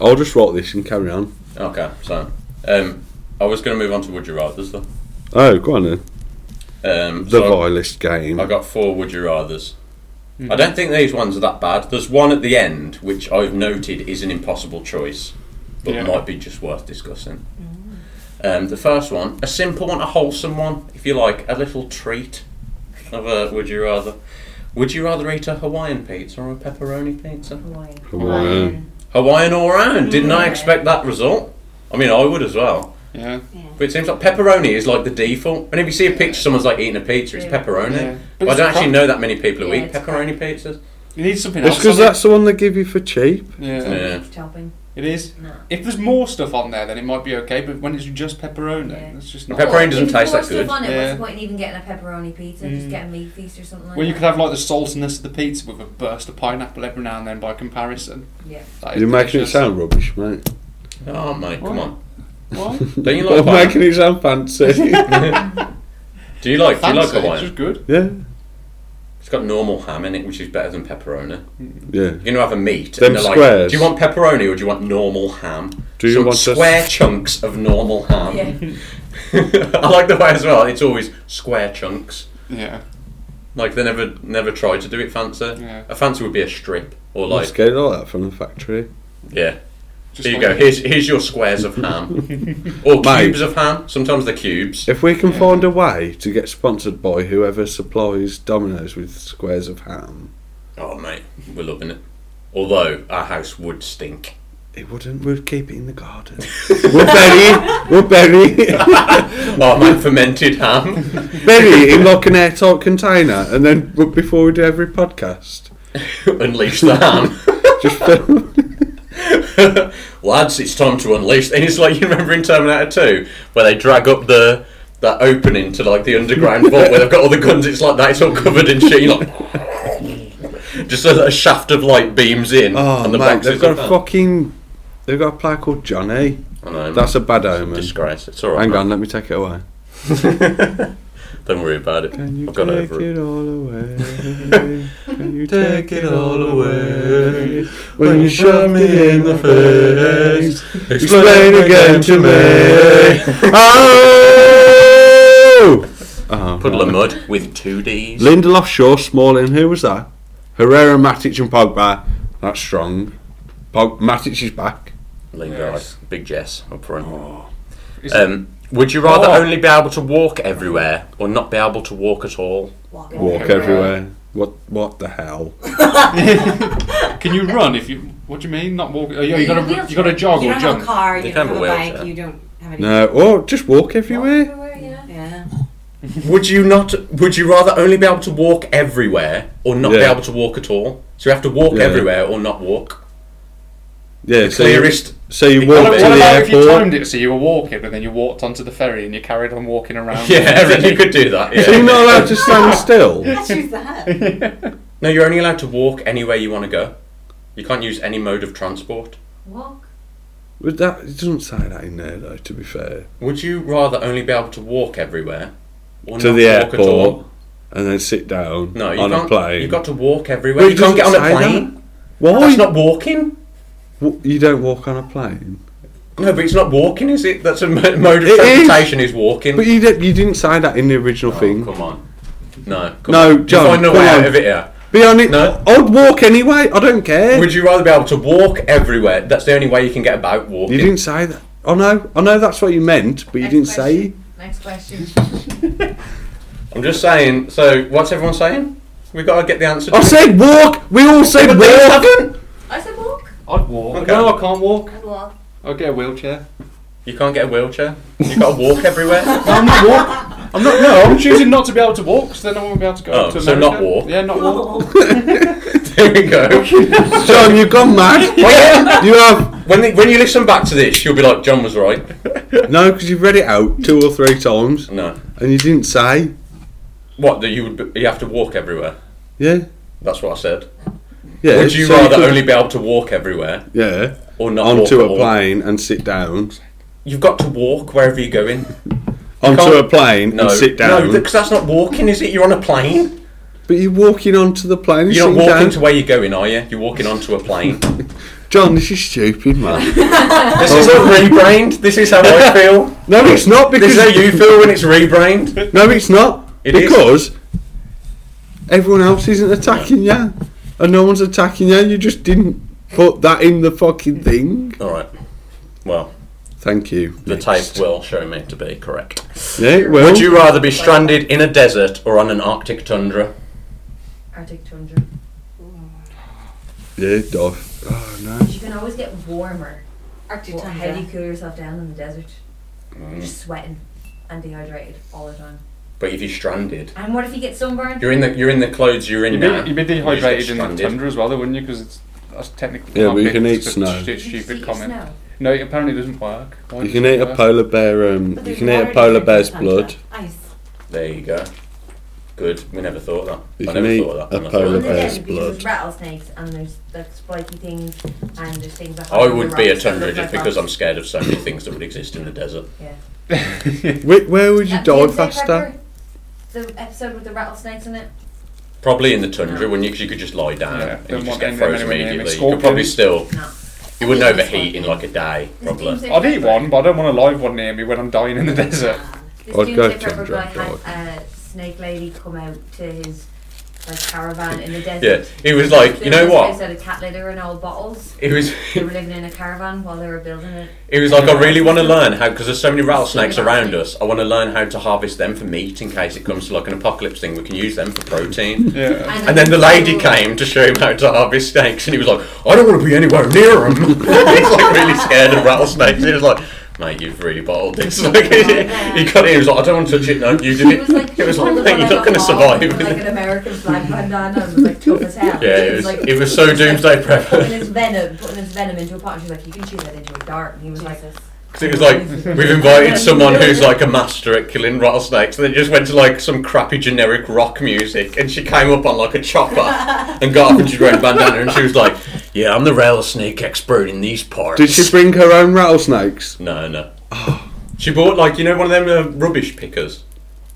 Speaker 3: I'll just write this and carry on.
Speaker 4: Okay, so um, I was going to move on to Would You Rather's though.
Speaker 3: Oh, go on then.
Speaker 4: Um,
Speaker 3: The
Speaker 4: so Oh,
Speaker 3: vilest game.
Speaker 4: I got four Would You Rather's. I don't think these ones are that bad. There's one at the end which I've noted is an impossible choice, but
Speaker 1: Yeah.
Speaker 4: might be just worth discussing. Um, the first one, a simple one, a wholesome one, if you like, a little treat of a Would You Rather. Would you rather eat a Hawaiian pizza or a pepperoni pizza?
Speaker 5: Hawaiian.
Speaker 3: Come on.
Speaker 4: Hawaiian all round. Didn't I expect that result? I mean, I would as well.
Speaker 1: Yeah.
Speaker 4: But it seems like pepperoni is like the default. Whenever you see a picture, someone's like eating a pizza, it's
Speaker 5: Yeah.
Speaker 4: pepperoni.
Speaker 1: Yeah.
Speaker 4: But
Speaker 1: But
Speaker 4: I
Speaker 1: it's
Speaker 4: don't actually
Speaker 1: crap.
Speaker 4: know that many people who
Speaker 5: Yeah,
Speaker 4: eat
Speaker 5: it's
Speaker 4: pepperoni pizzas.
Speaker 1: You need something
Speaker 3: It's
Speaker 1: else. on
Speaker 3: because
Speaker 1: it.
Speaker 3: that's the one they give you for cheap.
Speaker 1: yeah.
Speaker 4: Yeah.
Speaker 5: Beef topping.
Speaker 1: It is.
Speaker 5: No.
Speaker 1: If there's more stuff on there, then it might be okay. But when it's just pepperoni,
Speaker 5: Yeah.
Speaker 1: it's just
Speaker 4: The
Speaker 1: not.
Speaker 4: pepperoni doesn't
Speaker 5: If there's
Speaker 4: taste that
Speaker 5: more stuff
Speaker 4: good.
Speaker 5: On it,
Speaker 1: Yeah.
Speaker 5: What's the point in even getting a pepperoni pizza? Just
Speaker 1: Mm.
Speaker 5: get a meat feast or something like
Speaker 1: Well, you
Speaker 5: that.
Speaker 1: could have like the saltiness of the pizza with a burst of pineapple every now and then by comparison. [LAUGHS]
Speaker 5: Yeah.
Speaker 1: That is
Speaker 3: You're making it
Speaker 1: delicious.
Speaker 3: sound rubbish, mate.
Speaker 4: Oh, mate, come
Speaker 1: Why?
Speaker 4: on.
Speaker 3: [LAUGHS]
Speaker 1: Why?
Speaker 4: Don't you like
Speaker 3: You're
Speaker 4: pie?
Speaker 3: making it sound
Speaker 4: [LAUGHS]
Speaker 3: fancy.
Speaker 4: Do you like, do you like
Speaker 1: Fancy, It's
Speaker 4: Hawaiian?
Speaker 1: just good.
Speaker 3: yeah.
Speaker 4: It's got normal ham in it, which is better than pepperoni.
Speaker 3: Yeah.
Speaker 4: You're going to have a meat.
Speaker 3: Them
Speaker 4: and they're Like,
Speaker 3: squares.
Speaker 4: do you want pepperoni or do you want normal ham?
Speaker 3: Do you
Speaker 4: Some
Speaker 3: want a-
Speaker 4: square chunks of normal ham?
Speaker 5: Yeah.
Speaker 4: [LAUGHS] I like the way as well. It's always square chunks.
Speaker 1: Yeah.
Speaker 4: Like they never never tried to do it fancy.
Speaker 1: Yeah.
Speaker 4: A fancy would be a strip or
Speaker 3: Let's
Speaker 4: like
Speaker 3: get all that from the factory.
Speaker 4: yeah.
Speaker 1: Just
Speaker 4: Here you
Speaker 1: like-
Speaker 4: go. Here's here's your squares of ham or
Speaker 3: Mate.
Speaker 4: cubes of ham. Sometimes the cubes.
Speaker 3: If we can find a way to get sponsored by whoever supplies Domino's with squares of ham,
Speaker 4: Oh mate, we're loving it. Although our house would stink.
Speaker 3: it wouldn't. We'd keep it in the
Speaker 4: [LAUGHS]
Speaker 3: garden. we'll bury it. We'll bury [LAUGHS] it.
Speaker 4: Oh man, fermented ham. [LAUGHS]
Speaker 3: bury it in like an airtight container, and then but before we do every
Speaker 4: [LAUGHS]
Speaker 3: podcast,
Speaker 4: Unleash the ham. [LAUGHS]
Speaker 3: just film.
Speaker 4: lads, it's time to unleash. And it's like you remember in Terminator Two where they drag up the that opening to like the underground vault where they've got all the guns. It's like that. It's all covered in shit. You're like.
Speaker 3: [LAUGHS]
Speaker 4: [LAUGHS] Just so that a shaft of light beams in,
Speaker 3: Oh,
Speaker 4: and the
Speaker 3: mate,
Speaker 4: box
Speaker 3: they've
Speaker 4: is
Speaker 3: got a
Speaker 4: like that.
Speaker 3: fucking. They've got a player called Johnny.
Speaker 4: I know,
Speaker 3: That's a
Speaker 4: mate.
Speaker 3: bad
Speaker 4: It's
Speaker 3: omen.
Speaker 4: disgrace. It's all right.
Speaker 3: Hang
Speaker 4: man.
Speaker 3: on, let me take it away.
Speaker 4: [LAUGHS] Don't worry about it.
Speaker 3: Can you
Speaker 4: I've got
Speaker 3: take
Speaker 4: over it.
Speaker 3: it all [LAUGHS] away? Can you take it all away? When you shove me in the face, explain again to me. [LAUGHS] Oh! oh
Speaker 4: Puddle of mud with two D's.
Speaker 3: Lindelof, Shaw, Smalling. Who was that? Herrera, Matic, and Pogba. That's strong. Pog- Matic is back.
Speaker 4: Lingard, big Jess up front.
Speaker 1: Is it-
Speaker 4: Um, would you rather
Speaker 1: Oh.
Speaker 4: only be able to walk everywhere or not be able to walk at all?
Speaker 5: Walk
Speaker 3: Walk
Speaker 1: Okay.
Speaker 3: everywhere. What? What the hell?
Speaker 1: Can you run if you? What do you mean? Not walk? Oh, yeah, you
Speaker 5: You're in a
Speaker 1: gotta you
Speaker 5: wheelchair.
Speaker 1: gotta jog
Speaker 8: You
Speaker 1: or
Speaker 8: don't have
Speaker 1: jump.
Speaker 8: a car, you,
Speaker 4: You
Speaker 8: don't
Speaker 4: can
Speaker 8: have
Speaker 4: have
Speaker 8: a
Speaker 4: a
Speaker 8: bike,
Speaker 4: wheelchair.
Speaker 8: you don't have any.
Speaker 3: No. Or just walk everywhere.
Speaker 5: everywhere, yeah.
Speaker 8: Yeah.
Speaker 4: Would you not? Would you rather only be able to walk everywhere or not be
Speaker 3: Yeah.
Speaker 4: able to walk at all? So you have to walk
Speaker 3: Yeah.
Speaker 4: everywhere or not walk.
Speaker 3: Yeah.
Speaker 4: The
Speaker 3: so you-
Speaker 4: clearest.
Speaker 3: So you
Speaker 4: What
Speaker 3: walk
Speaker 1: What
Speaker 3: to
Speaker 1: about
Speaker 3: the
Speaker 1: if you timed
Speaker 3: airport.
Speaker 1: it so you were walking and then you walked onto the ferry and you carried on walking
Speaker 3: [LAUGHS]
Speaker 1: around?
Speaker 4: Yeah, you could do that.
Speaker 3: So you're
Speaker 4: Yeah.
Speaker 3: not allowed to stand still.
Speaker 8: I choose that.
Speaker 4: No, you're only allowed to walk anywhere you want to go. You can't use any mode of transport.
Speaker 5: Walk.
Speaker 3: But that it doesn't say that in there, though. To be fair,
Speaker 4: Would you rather only be able to walk everywhere or
Speaker 3: to
Speaker 4: not
Speaker 3: the
Speaker 4: walk at all?
Speaker 3: airport and then sit down
Speaker 4: No, you
Speaker 3: on
Speaker 4: can't.
Speaker 3: a plane.
Speaker 4: You've got to walk everywhere.
Speaker 3: Well,
Speaker 4: you
Speaker 3: it
Speaker 4: can't get on
Speaker 3: doesn't
Speaker 4: a
Speaker 3: say
Speaker 4: plane.
Speaker 3: Why?
Speaker 4: That's not walking.
Speaker 3: W- you don't walk on a plane.
Speaker 4: No, but it's not walking, is it? That's a mo- mode
Speaker 3: It
Speaker 4: of
Speaker 3: is.
Speaker 4: transportation. Is, walking. Oh,
Speaker 3: But you did, you didn't say that in the original thing.
Speaker 4: Come on. No. Come
Speaker 3: No,
Speaker 4: on.
Speaker 3: John,
Speaker 4: You find a
Speaker 3: come
Speaker 4: way
Speaker 3: on.
Speaker 4: out of it here.
Speaker 3: Be on it.
Speaker 4: No.
Speaker 3: I'd walk anyway. I don't care.
Speaker 4: Would you rather be able to walk everywhere? That's the only way you can get about
Speaker 3: you
Speaker 4: walking.
Speaker 3: didn't say that. I know. I know that's what you meant, but you
Speaker 5: Next
Speaker 3: didn't say.
Speaker 5: question. Next question.
Speaker 4: I'm just saying. So, what's everyone saying? We got to get the answer.
Speaker 3: I
Speaker 4: to it.
Speaker 3: said walk. We all said
Speaker 4: But they
Speaker 3: walk.
Speaker 4: haven't.
Speaker 5: I said walk.
Speaker 1: I'd walk.
Speaker 4: Okay.
Speaker 1: No, I can't walk.
Speaker 5: I'd walk.
Speaker 1: I'll get a wheelchair.
Speaker 4: You can't get a wheelchair. You got to
Speaker 3: [LAUGHS]
Speaker 4: walk everywhere.
Speaker 1: I'm not walk. I'm not. No, I'm choosing not to be able to walk, so then I won't be able to go.
Speaker 4: Oh,
Speaker 1: to
Speaker 4: so
Speaker 1: America.
Speaker 4: not walk.
Speaker 1: Yeah, not walk.
Speaker 4: [LAUGHS]
Speaker 5: [LAUGHS]
Speaker 4: There we go.
Speaker 3: John, you've gone mad. [LAUGHS] You have
Speaker 4: When the, when you listen back to this, you'll be like, John was right. [LAUGHS]
Speaker 3: no, because you've read it out two or three times,
Speaker 4: No.
Speaker 3: and you didn't say.
Speaker 4: What? That you would be, you have to walk everywhere.
Speaker 3: Yeah.
Speaker 4: That's what I said.
Speaker 3: Yeah.
Speaker 4: Would you
Speaker 3: so
Speaker 4: rather
Speaker 3: could-
Speaker 4: only be able to walk everywhere
Speaker 3: Yeah.
Speaker 4: or not
Speaker 3: Onto
Speaker 4: walk
Speaker 3: a
Speaker 4: at all?
Speaker 3: plane and sit down.
Speaker 4: You've got to walk wherever
Speaker 3: [LAUGHS]
Speaker 4: you're going.
Speaker 3: Onto
Speaker 4: can't-
Speaker 3: a plane
Speaker 4: No,
Speaker 3: and sit down.
Speaker 4: No, because that's not walking, is it? You're on a plane.
Speaker 3: but you're walking onto the plane. and
Speaker 4: You're not
Speaker 3: sitting
Speaker 4: walking
Speaker 3: down.
Speaker 4: to where you're going, are you? You're walking onto a
Speaker 3: [LAUGHS]
Speaker 4: plane.
Speaker 3: John, this is stupid, man.
Speaker 4: [LAUGHS] this is not rebrained. This is how I
Speaker 3: [LAUGHS]
Speaker 4: feel.
Speaker 3: no, it's not
Speaker 4: This
Speaker 3: because
Speaker 4: is how you feel when it's rebrained. [LAUGHS]
Speaker 3: No, it's not.
Speaker 4: It is.
Speaker 3: because everyone else isn't attacking you, and no one's attacking you. You just didn't put that in the fucking thing.
Speaker 4: All right. Well,
Speaker 3: Thank you.
Speaker 4: the
Speaker 3: Next.
Speaker 4: tape will show me to be correct.
Speaker 3: Yeah, well,
Speaker 4: Would you rather be stranded in a desert or on an Arctic tundra?
Speaker 5: Arctic tundra.
Speaker 3: Yeah, dive. Oh no.
Speaker 5: You can always get warmer.
Speaker 8: Arctic
Speaker 5: Well,
Speaker 8: tundra.
Speaker 5: how do you cool yourself down in the desert?
Speaker 1: Mm.
Speaker 5: You're just sweating and dehydrated all the time.
Speaker 4: But if you're stranded,
Speaker 5: And what if you get sunburned?
Speaker 4: you're in the you're in the clothes you're in
Speaker 1: You'd be,
Speaker 4: now.
Speaker 1: you'd be
Speaker 4: you just get
Speaker 1: dehydrated in the
Speaker 4: stranded.
Speaker 1: tundra as well, though, wouldn't you? Because it's that's technically
Speaker 3: Yeah, but you
Speaker 1: not
Speaker 3: can
Speaker 1: big,
Speaker 3: eat
Speaker 1: it's a
Speaker 3: snow.
Speaker 1: stu-
Speaker 5: You just
Speaker 1: stupid
Speaker 5: eat
Speaker 1: comment.
Speaker 5: snow.
Speaker 1: No, it apparently doesn't work. Why
Speaker 3: You
Speaker 1: does
Speaker 3: can
Speaker 1: it
Speaker 3: eat a
Speaker 1: work?
Speaker 3: polar bear. Um,
Speaker 8: But
Speaker 3: you
Speaker 8: there's
Speaker 3: can eat
Speaker 8: water
Speaker 3: a polar
Speaker 8: difference
Speaker 3: bear's
Speaker 8: in temperature.
Speaker 3: blood.
Speaker 8: Ice.
Speaker 4: There you go. Good. We never thought that.
Speaker 3: You
Speaker 4: I
Speaker 3: can
Speaker 4: never
Speaker 3: eat
Speaker 4: thought that.
Speaker 3: a
Speaker 4: I'm not
Speaker 3: polar
Speaker 5: On
Speaker 4: sure.
Speaker 5: the
Speaker 3: bear. there's
Speaker 5: desert because there's
Speaker 3: blood.
Speaker 5: rattlesnakes and there's like spiky things and there's things that
Speaker 4: I
Speaker 5: hide under
Speaker 4: would be a
Speaker 5: rocks that
Speaker 4: tundra
Speaker 5: look
Speaker 4: just
Speaker 5: like
Speaker 4: because I'm
Speaker 5: rocks.
Speaker 4: scared of so many things that would exist in the desert.
Speaker 5: Yeah.
Speaker 3: Where, where would you
Speaker 5: That
Speaker 3: die
Speaker 5: Doomsday
Speaker 3: faster?
Speaker 5: Prepper, The episode with the rattlesnakes in it.
Speaker 4: Probably in the tundra, when you, 'cause you could just lie down
Speaker 1: Yeah,
Speaker 4: and you
Speaker 1: don't
Speaker 4: just
Speaker 1: want
Speaker 4: get
Speaker 1: any-
Speaker 4: frozen
Speaker 1: anyone near me.
Speaker 4: immediately. You could probably
Speaker 1: Scorpions.
Speaker 4: still,
Speaker 5: No.
Speaker 4: you wouldn't
Speaker 5: I think it's
Speaker 4: overheat in
Speaker 5: fine.
Speaker 4: like a day,
Speaker 5: There's
Speaker 4: probably.
Speaker 5: Doomsday
Speaker 1: I'd eat
Speaker 5: Prepper.
Speaker 1: one, but I don't want a live one near me when I'm dying in the [LAUGHS] desert.
Speaker 5: This
Speaker 3: I'd go
Speaker 5: Doomsday Prepper
Speaker 3: tundra,
Speaker 5: guy
Speaker 3: dog.
Speaker 5: had a uh, snake lady come out to his like caravan in the
Speaker 4: Yeah,
Speaker 5: desert.
Speaker 4: it was like, you know
Speaker 5: They
Speaker 4: what?
Speaker 5: had a cat litter and old bottles.
Speaker 4: It was,
Speaker 5: They were living in a caravan while they were building it.
Speaker 4: it was like I really want to learn how, because there's so many rattlesnakes around us. I want to learn how to harvest them for meat in case it comes to like an apocalypse thing. We can use them for protein.
Speaker 1: Yeah.
Speaker 4: And then the lady came to show him how to harvest snakes, and he was like, "I don't want to be anywhere near [LAUGHS] him." He's like really scared of rattlesnakes. He was like, "Mate, you've really bottled this." [LAUGHS] Like, he got in. He was like, "I don't want to touch it. No, you did
Speaker 5: She
Speaker 4: it."
Speaker 5: was like,
Speaker 4: it was
Speaker 5: she pulled
Speaker 4: like, "Mate,
Speaker 5: a
Speaker 4: you're
Speaker 5: bullet
Speaker 4: not going to
Speaker 5: out of a
Speaker 4: survive." [LAUGHS]
Speaker 5: wall with, Like an American flag bandana and was like tough as hell.
Speaker 4: yeah, it was. it was so doomsday
Speaker 5: Putting
Speaker 4: prepper.
Speaker 5: his venom, putting his venom into a pot, and she was like, "You can shoot that into a dart." And he was like,
Speaker 4: Because it was like we've invited someone who's like a master at killing rattlesnakes, and they just went to like some crappy generic rock music, and she came up on like a chopper and got up and she wearing a bandana, and she was like, "Yeah, I'm the rattlesnake expert in these parts."
Speaker 3: Did she bring her own rattlesnakes?
Speaker 4: No, no. she bought like you know one of them uh, rubbish pickers.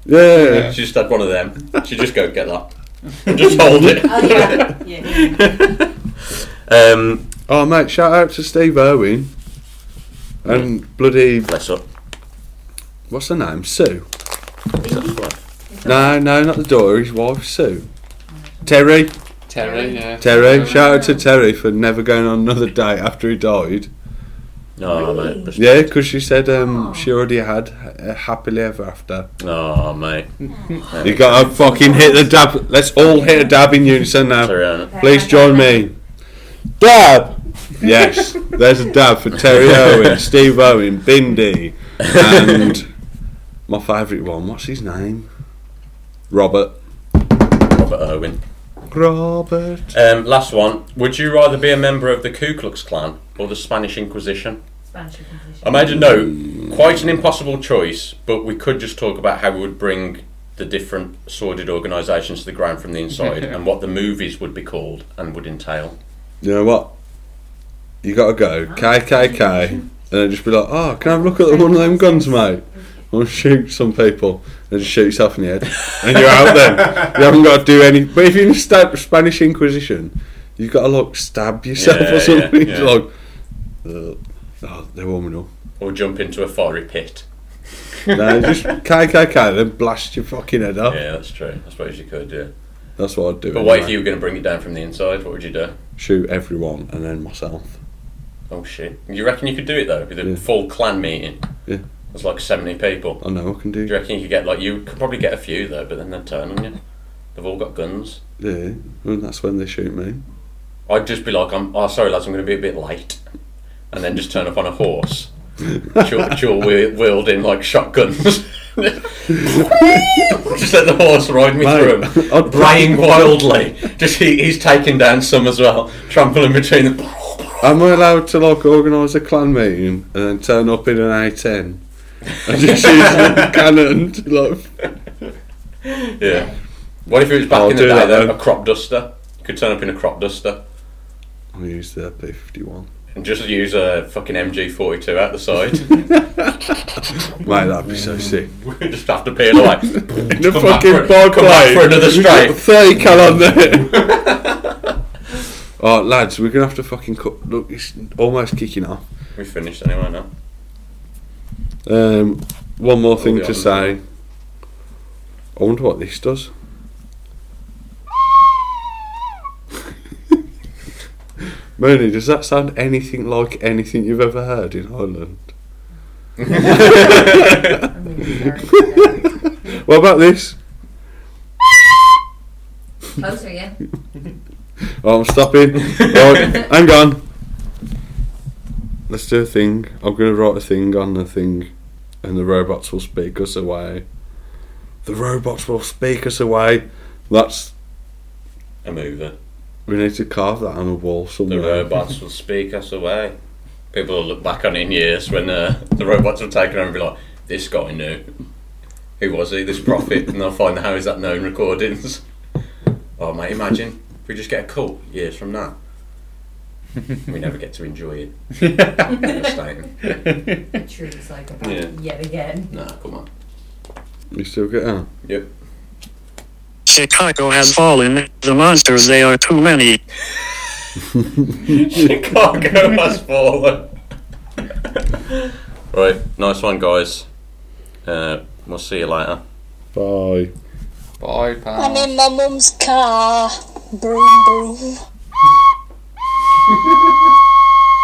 Speaker 3: Yeah.
Speaker 4: She just had one of them. She just go get that. [LAUGHS] just hold it.
Speaker 8: Oh yeah, yeah.
Speaker 4: [LAUGHS] Um,
Speaker 3: Oh mate, shout out to Steve Irwin and bloody
Speaker 4: bless up.
Speaker 3: what's her name? Sue.
Speaker 5: "Is he?"
Speaker 3: No, no, not the daughter. His wife, Sue. Terry.
Speaker 1: Terry, yeah.
Speaker 3: Terry. Shout out to Terry for never going on another date after he died.
Speaker 4: No,
Speaker 5: Really?
Speaker 4: Oh, mate.
Speaker 3: Yeah, because she said um,
Speaker 5: Oh.
Speaker 3: she already had a happily ever after.
Speaker 4: Oh, mate.
Speaker 3: You gotta fucking hit the dab. Let's all hit a dab in unison now.
Speaker 4: Sorry, uh, Anna.
Speaker 3: Please join me. Dab! Yes, there's a dab for Terry Owen, Steve Owen, Bindi, and my favourite one. What's his name? Robert.
Speaker 4: Robert Irwin.
Speaker 3: Robert.
Speaker 4: Um, last one. Would you rather be a member of the Ku Klux Klan or the Spanish Inquisition?
Speaker 5: Spanish
Speaker 4: I made a note. Quite an impossible choice, but we could just talk about how we would bring the different sordid organisations to the ground from the inside and what the movies would be called and would entail.
Speaker 3: You know what? You gotta go.
Speaker 4: Oh,
Speaker 3: KKK. And then just be like, oh, can I have a look at one of them guns, mate? I'll shoot some people. And just shoot yourself in the head. And you're out then. You haven't got to do any. But if you're in the sta- Spanish Inquisition, you've got to, like, stab yourself
Speaker 4: Yeah,
Speaker 3: or
Speaker 4: yeah,
Speaker 3: something.
Speaker 4: yeah.
Speaker 3: [LAUGHS] Like, uh, oh, they're warming up.
Speaker 4: Or jump into a fiery pit.
Speaker 3: No, just KKK, then blast your fucking head off.
Speaker 4: Yeah, that's true. I suppose you could, yeah.
Speaker 3: That's what I'd do.
Speaker 4: But what if
Speaker 3: anyway.
Speaker 4: you were going to bring it down from the inside? What would you do?
Speaker 3: Shoot everyone and then myself.
Speaker 4: Oh shit! You reckon you could do it though with a
Speaker 3: Yeah.
Speaker 4: full clan meeting?
Speaker 3: Yeah.
Speaker 4: It's like seventy people.
Speaker 3: I know I can
Speaker 4: Do you
Speaker 3: do.
Speaker 4: reckon you could get like you could probably get a few though, but then they'd turn on you. They've all got guns.
Speaker 3: Yeah, and that's when they shoot me.
Speaker 4: I'd just be like, "I'm oh sorry lads, I'm going to be a bit late," and then just turn up on a horse,
Speaker 3: [LAUGHS]
Speaker 4: dual, dual whe- wielding like shotguns. [LAUGHS] just let the horse ride me
Speaker 3: Mate,
Speaker 4: through 'em.
Speaker 3: [LAUGHS] I'd-
Speaker 4: braying wildly. Just he, he's taking down some as well, trampling between the.
Speaker 3: Am I allowed to like organise a clan meeting and then turn up in an A10 and just use a cannon to like?
Speaker 4: Yeah. What if it was back
Speaker 3: I'll
Speaker 4: in the
Speaker 3: do
Speaker 4: day
Speaker 3: that
Speaker 4: though?
Speaker 3: then.
Speaker 4: A crop duster. You could turn up in a crop duster
Speaker 3: I'll use the P51.
Speaker 4: and just use a fucking MG42 out
Speaker 3: [LAUGHS]
Speaker 4: the side.
Speaker 3: Mate, that'd be so sick.
Speaker 4: [LAUGHS] just have to peel away.
Speaker 3: In [LAUGHS] the
Speaker 4: Come back
Speaker 3: fucking
Speaker 4: for- come
Speaker 3: bog
Speaker 4: back for another strike.
Speaker 3: [LAUGHS] Thirty cal on there. [LAUGHS] oh, lads, we're gonna have to fucking cut. Look, it's almost kicking off.
Speaker 4: we finished anyway now.
Speaker 3: Um, one more thing
Speaker 4: be
Speaker 3: to
Speaker 4: on.
Speaker 3: say. I wonder what this does. Mooney, does that sound anything like anything you've ever heard in Ireland?
Speaker 5: [LAUGHS]
Speaker 3: [LAUGHS]
Speaker 5: I'm really sorry.
Speaker 3: What about this?
Speaker 5: Closer, yeah.
Speaker 3: Oh, I'm stopping. Oh, right, hang on. Let's do a thing. I'm going to write a thing on the thing. and the robots will speak us away. The robots will speak us away. That's
Speaker 4: A mover.
Speaker 3: we need to carve that on a wall
Speaker 4: The
Speaker 3: somewhere.
Speaker 4: robots will speak us away. People will look back on it in years when uh, the robots have taken over and be like, this guy knew. Who was he? This prophet. and they'll find how is that known recordings. [LAUGHS] oh, mate, imagine if we just get a cult years
Speaker 3: [LAUGHS]
Speaker 4: from that. We never get to enjoy
Speaker 3: [LAUGHS]
Speaker 4: it. Devastating.
Speaker 5: A true psychopath
Speaker 4: Yeah.
Speaker 5: yet again.
Speaker 4: Nah, come on.
Speaker 3: You still get that?
Speaker 4: Yep.
Speaker 2: Chicago has fallen. The monsters, they are too many.
Speaker 4: [LAUGHS] Chicago has fallen. right, nice one, guys. Uh, we'll see you later.
Speaker 3: Bye.
Speaker 1: Bye,
Speaker 6: I'm
Speaker 1: pal.
Speaker 6: in my mum's car. Broom, broom.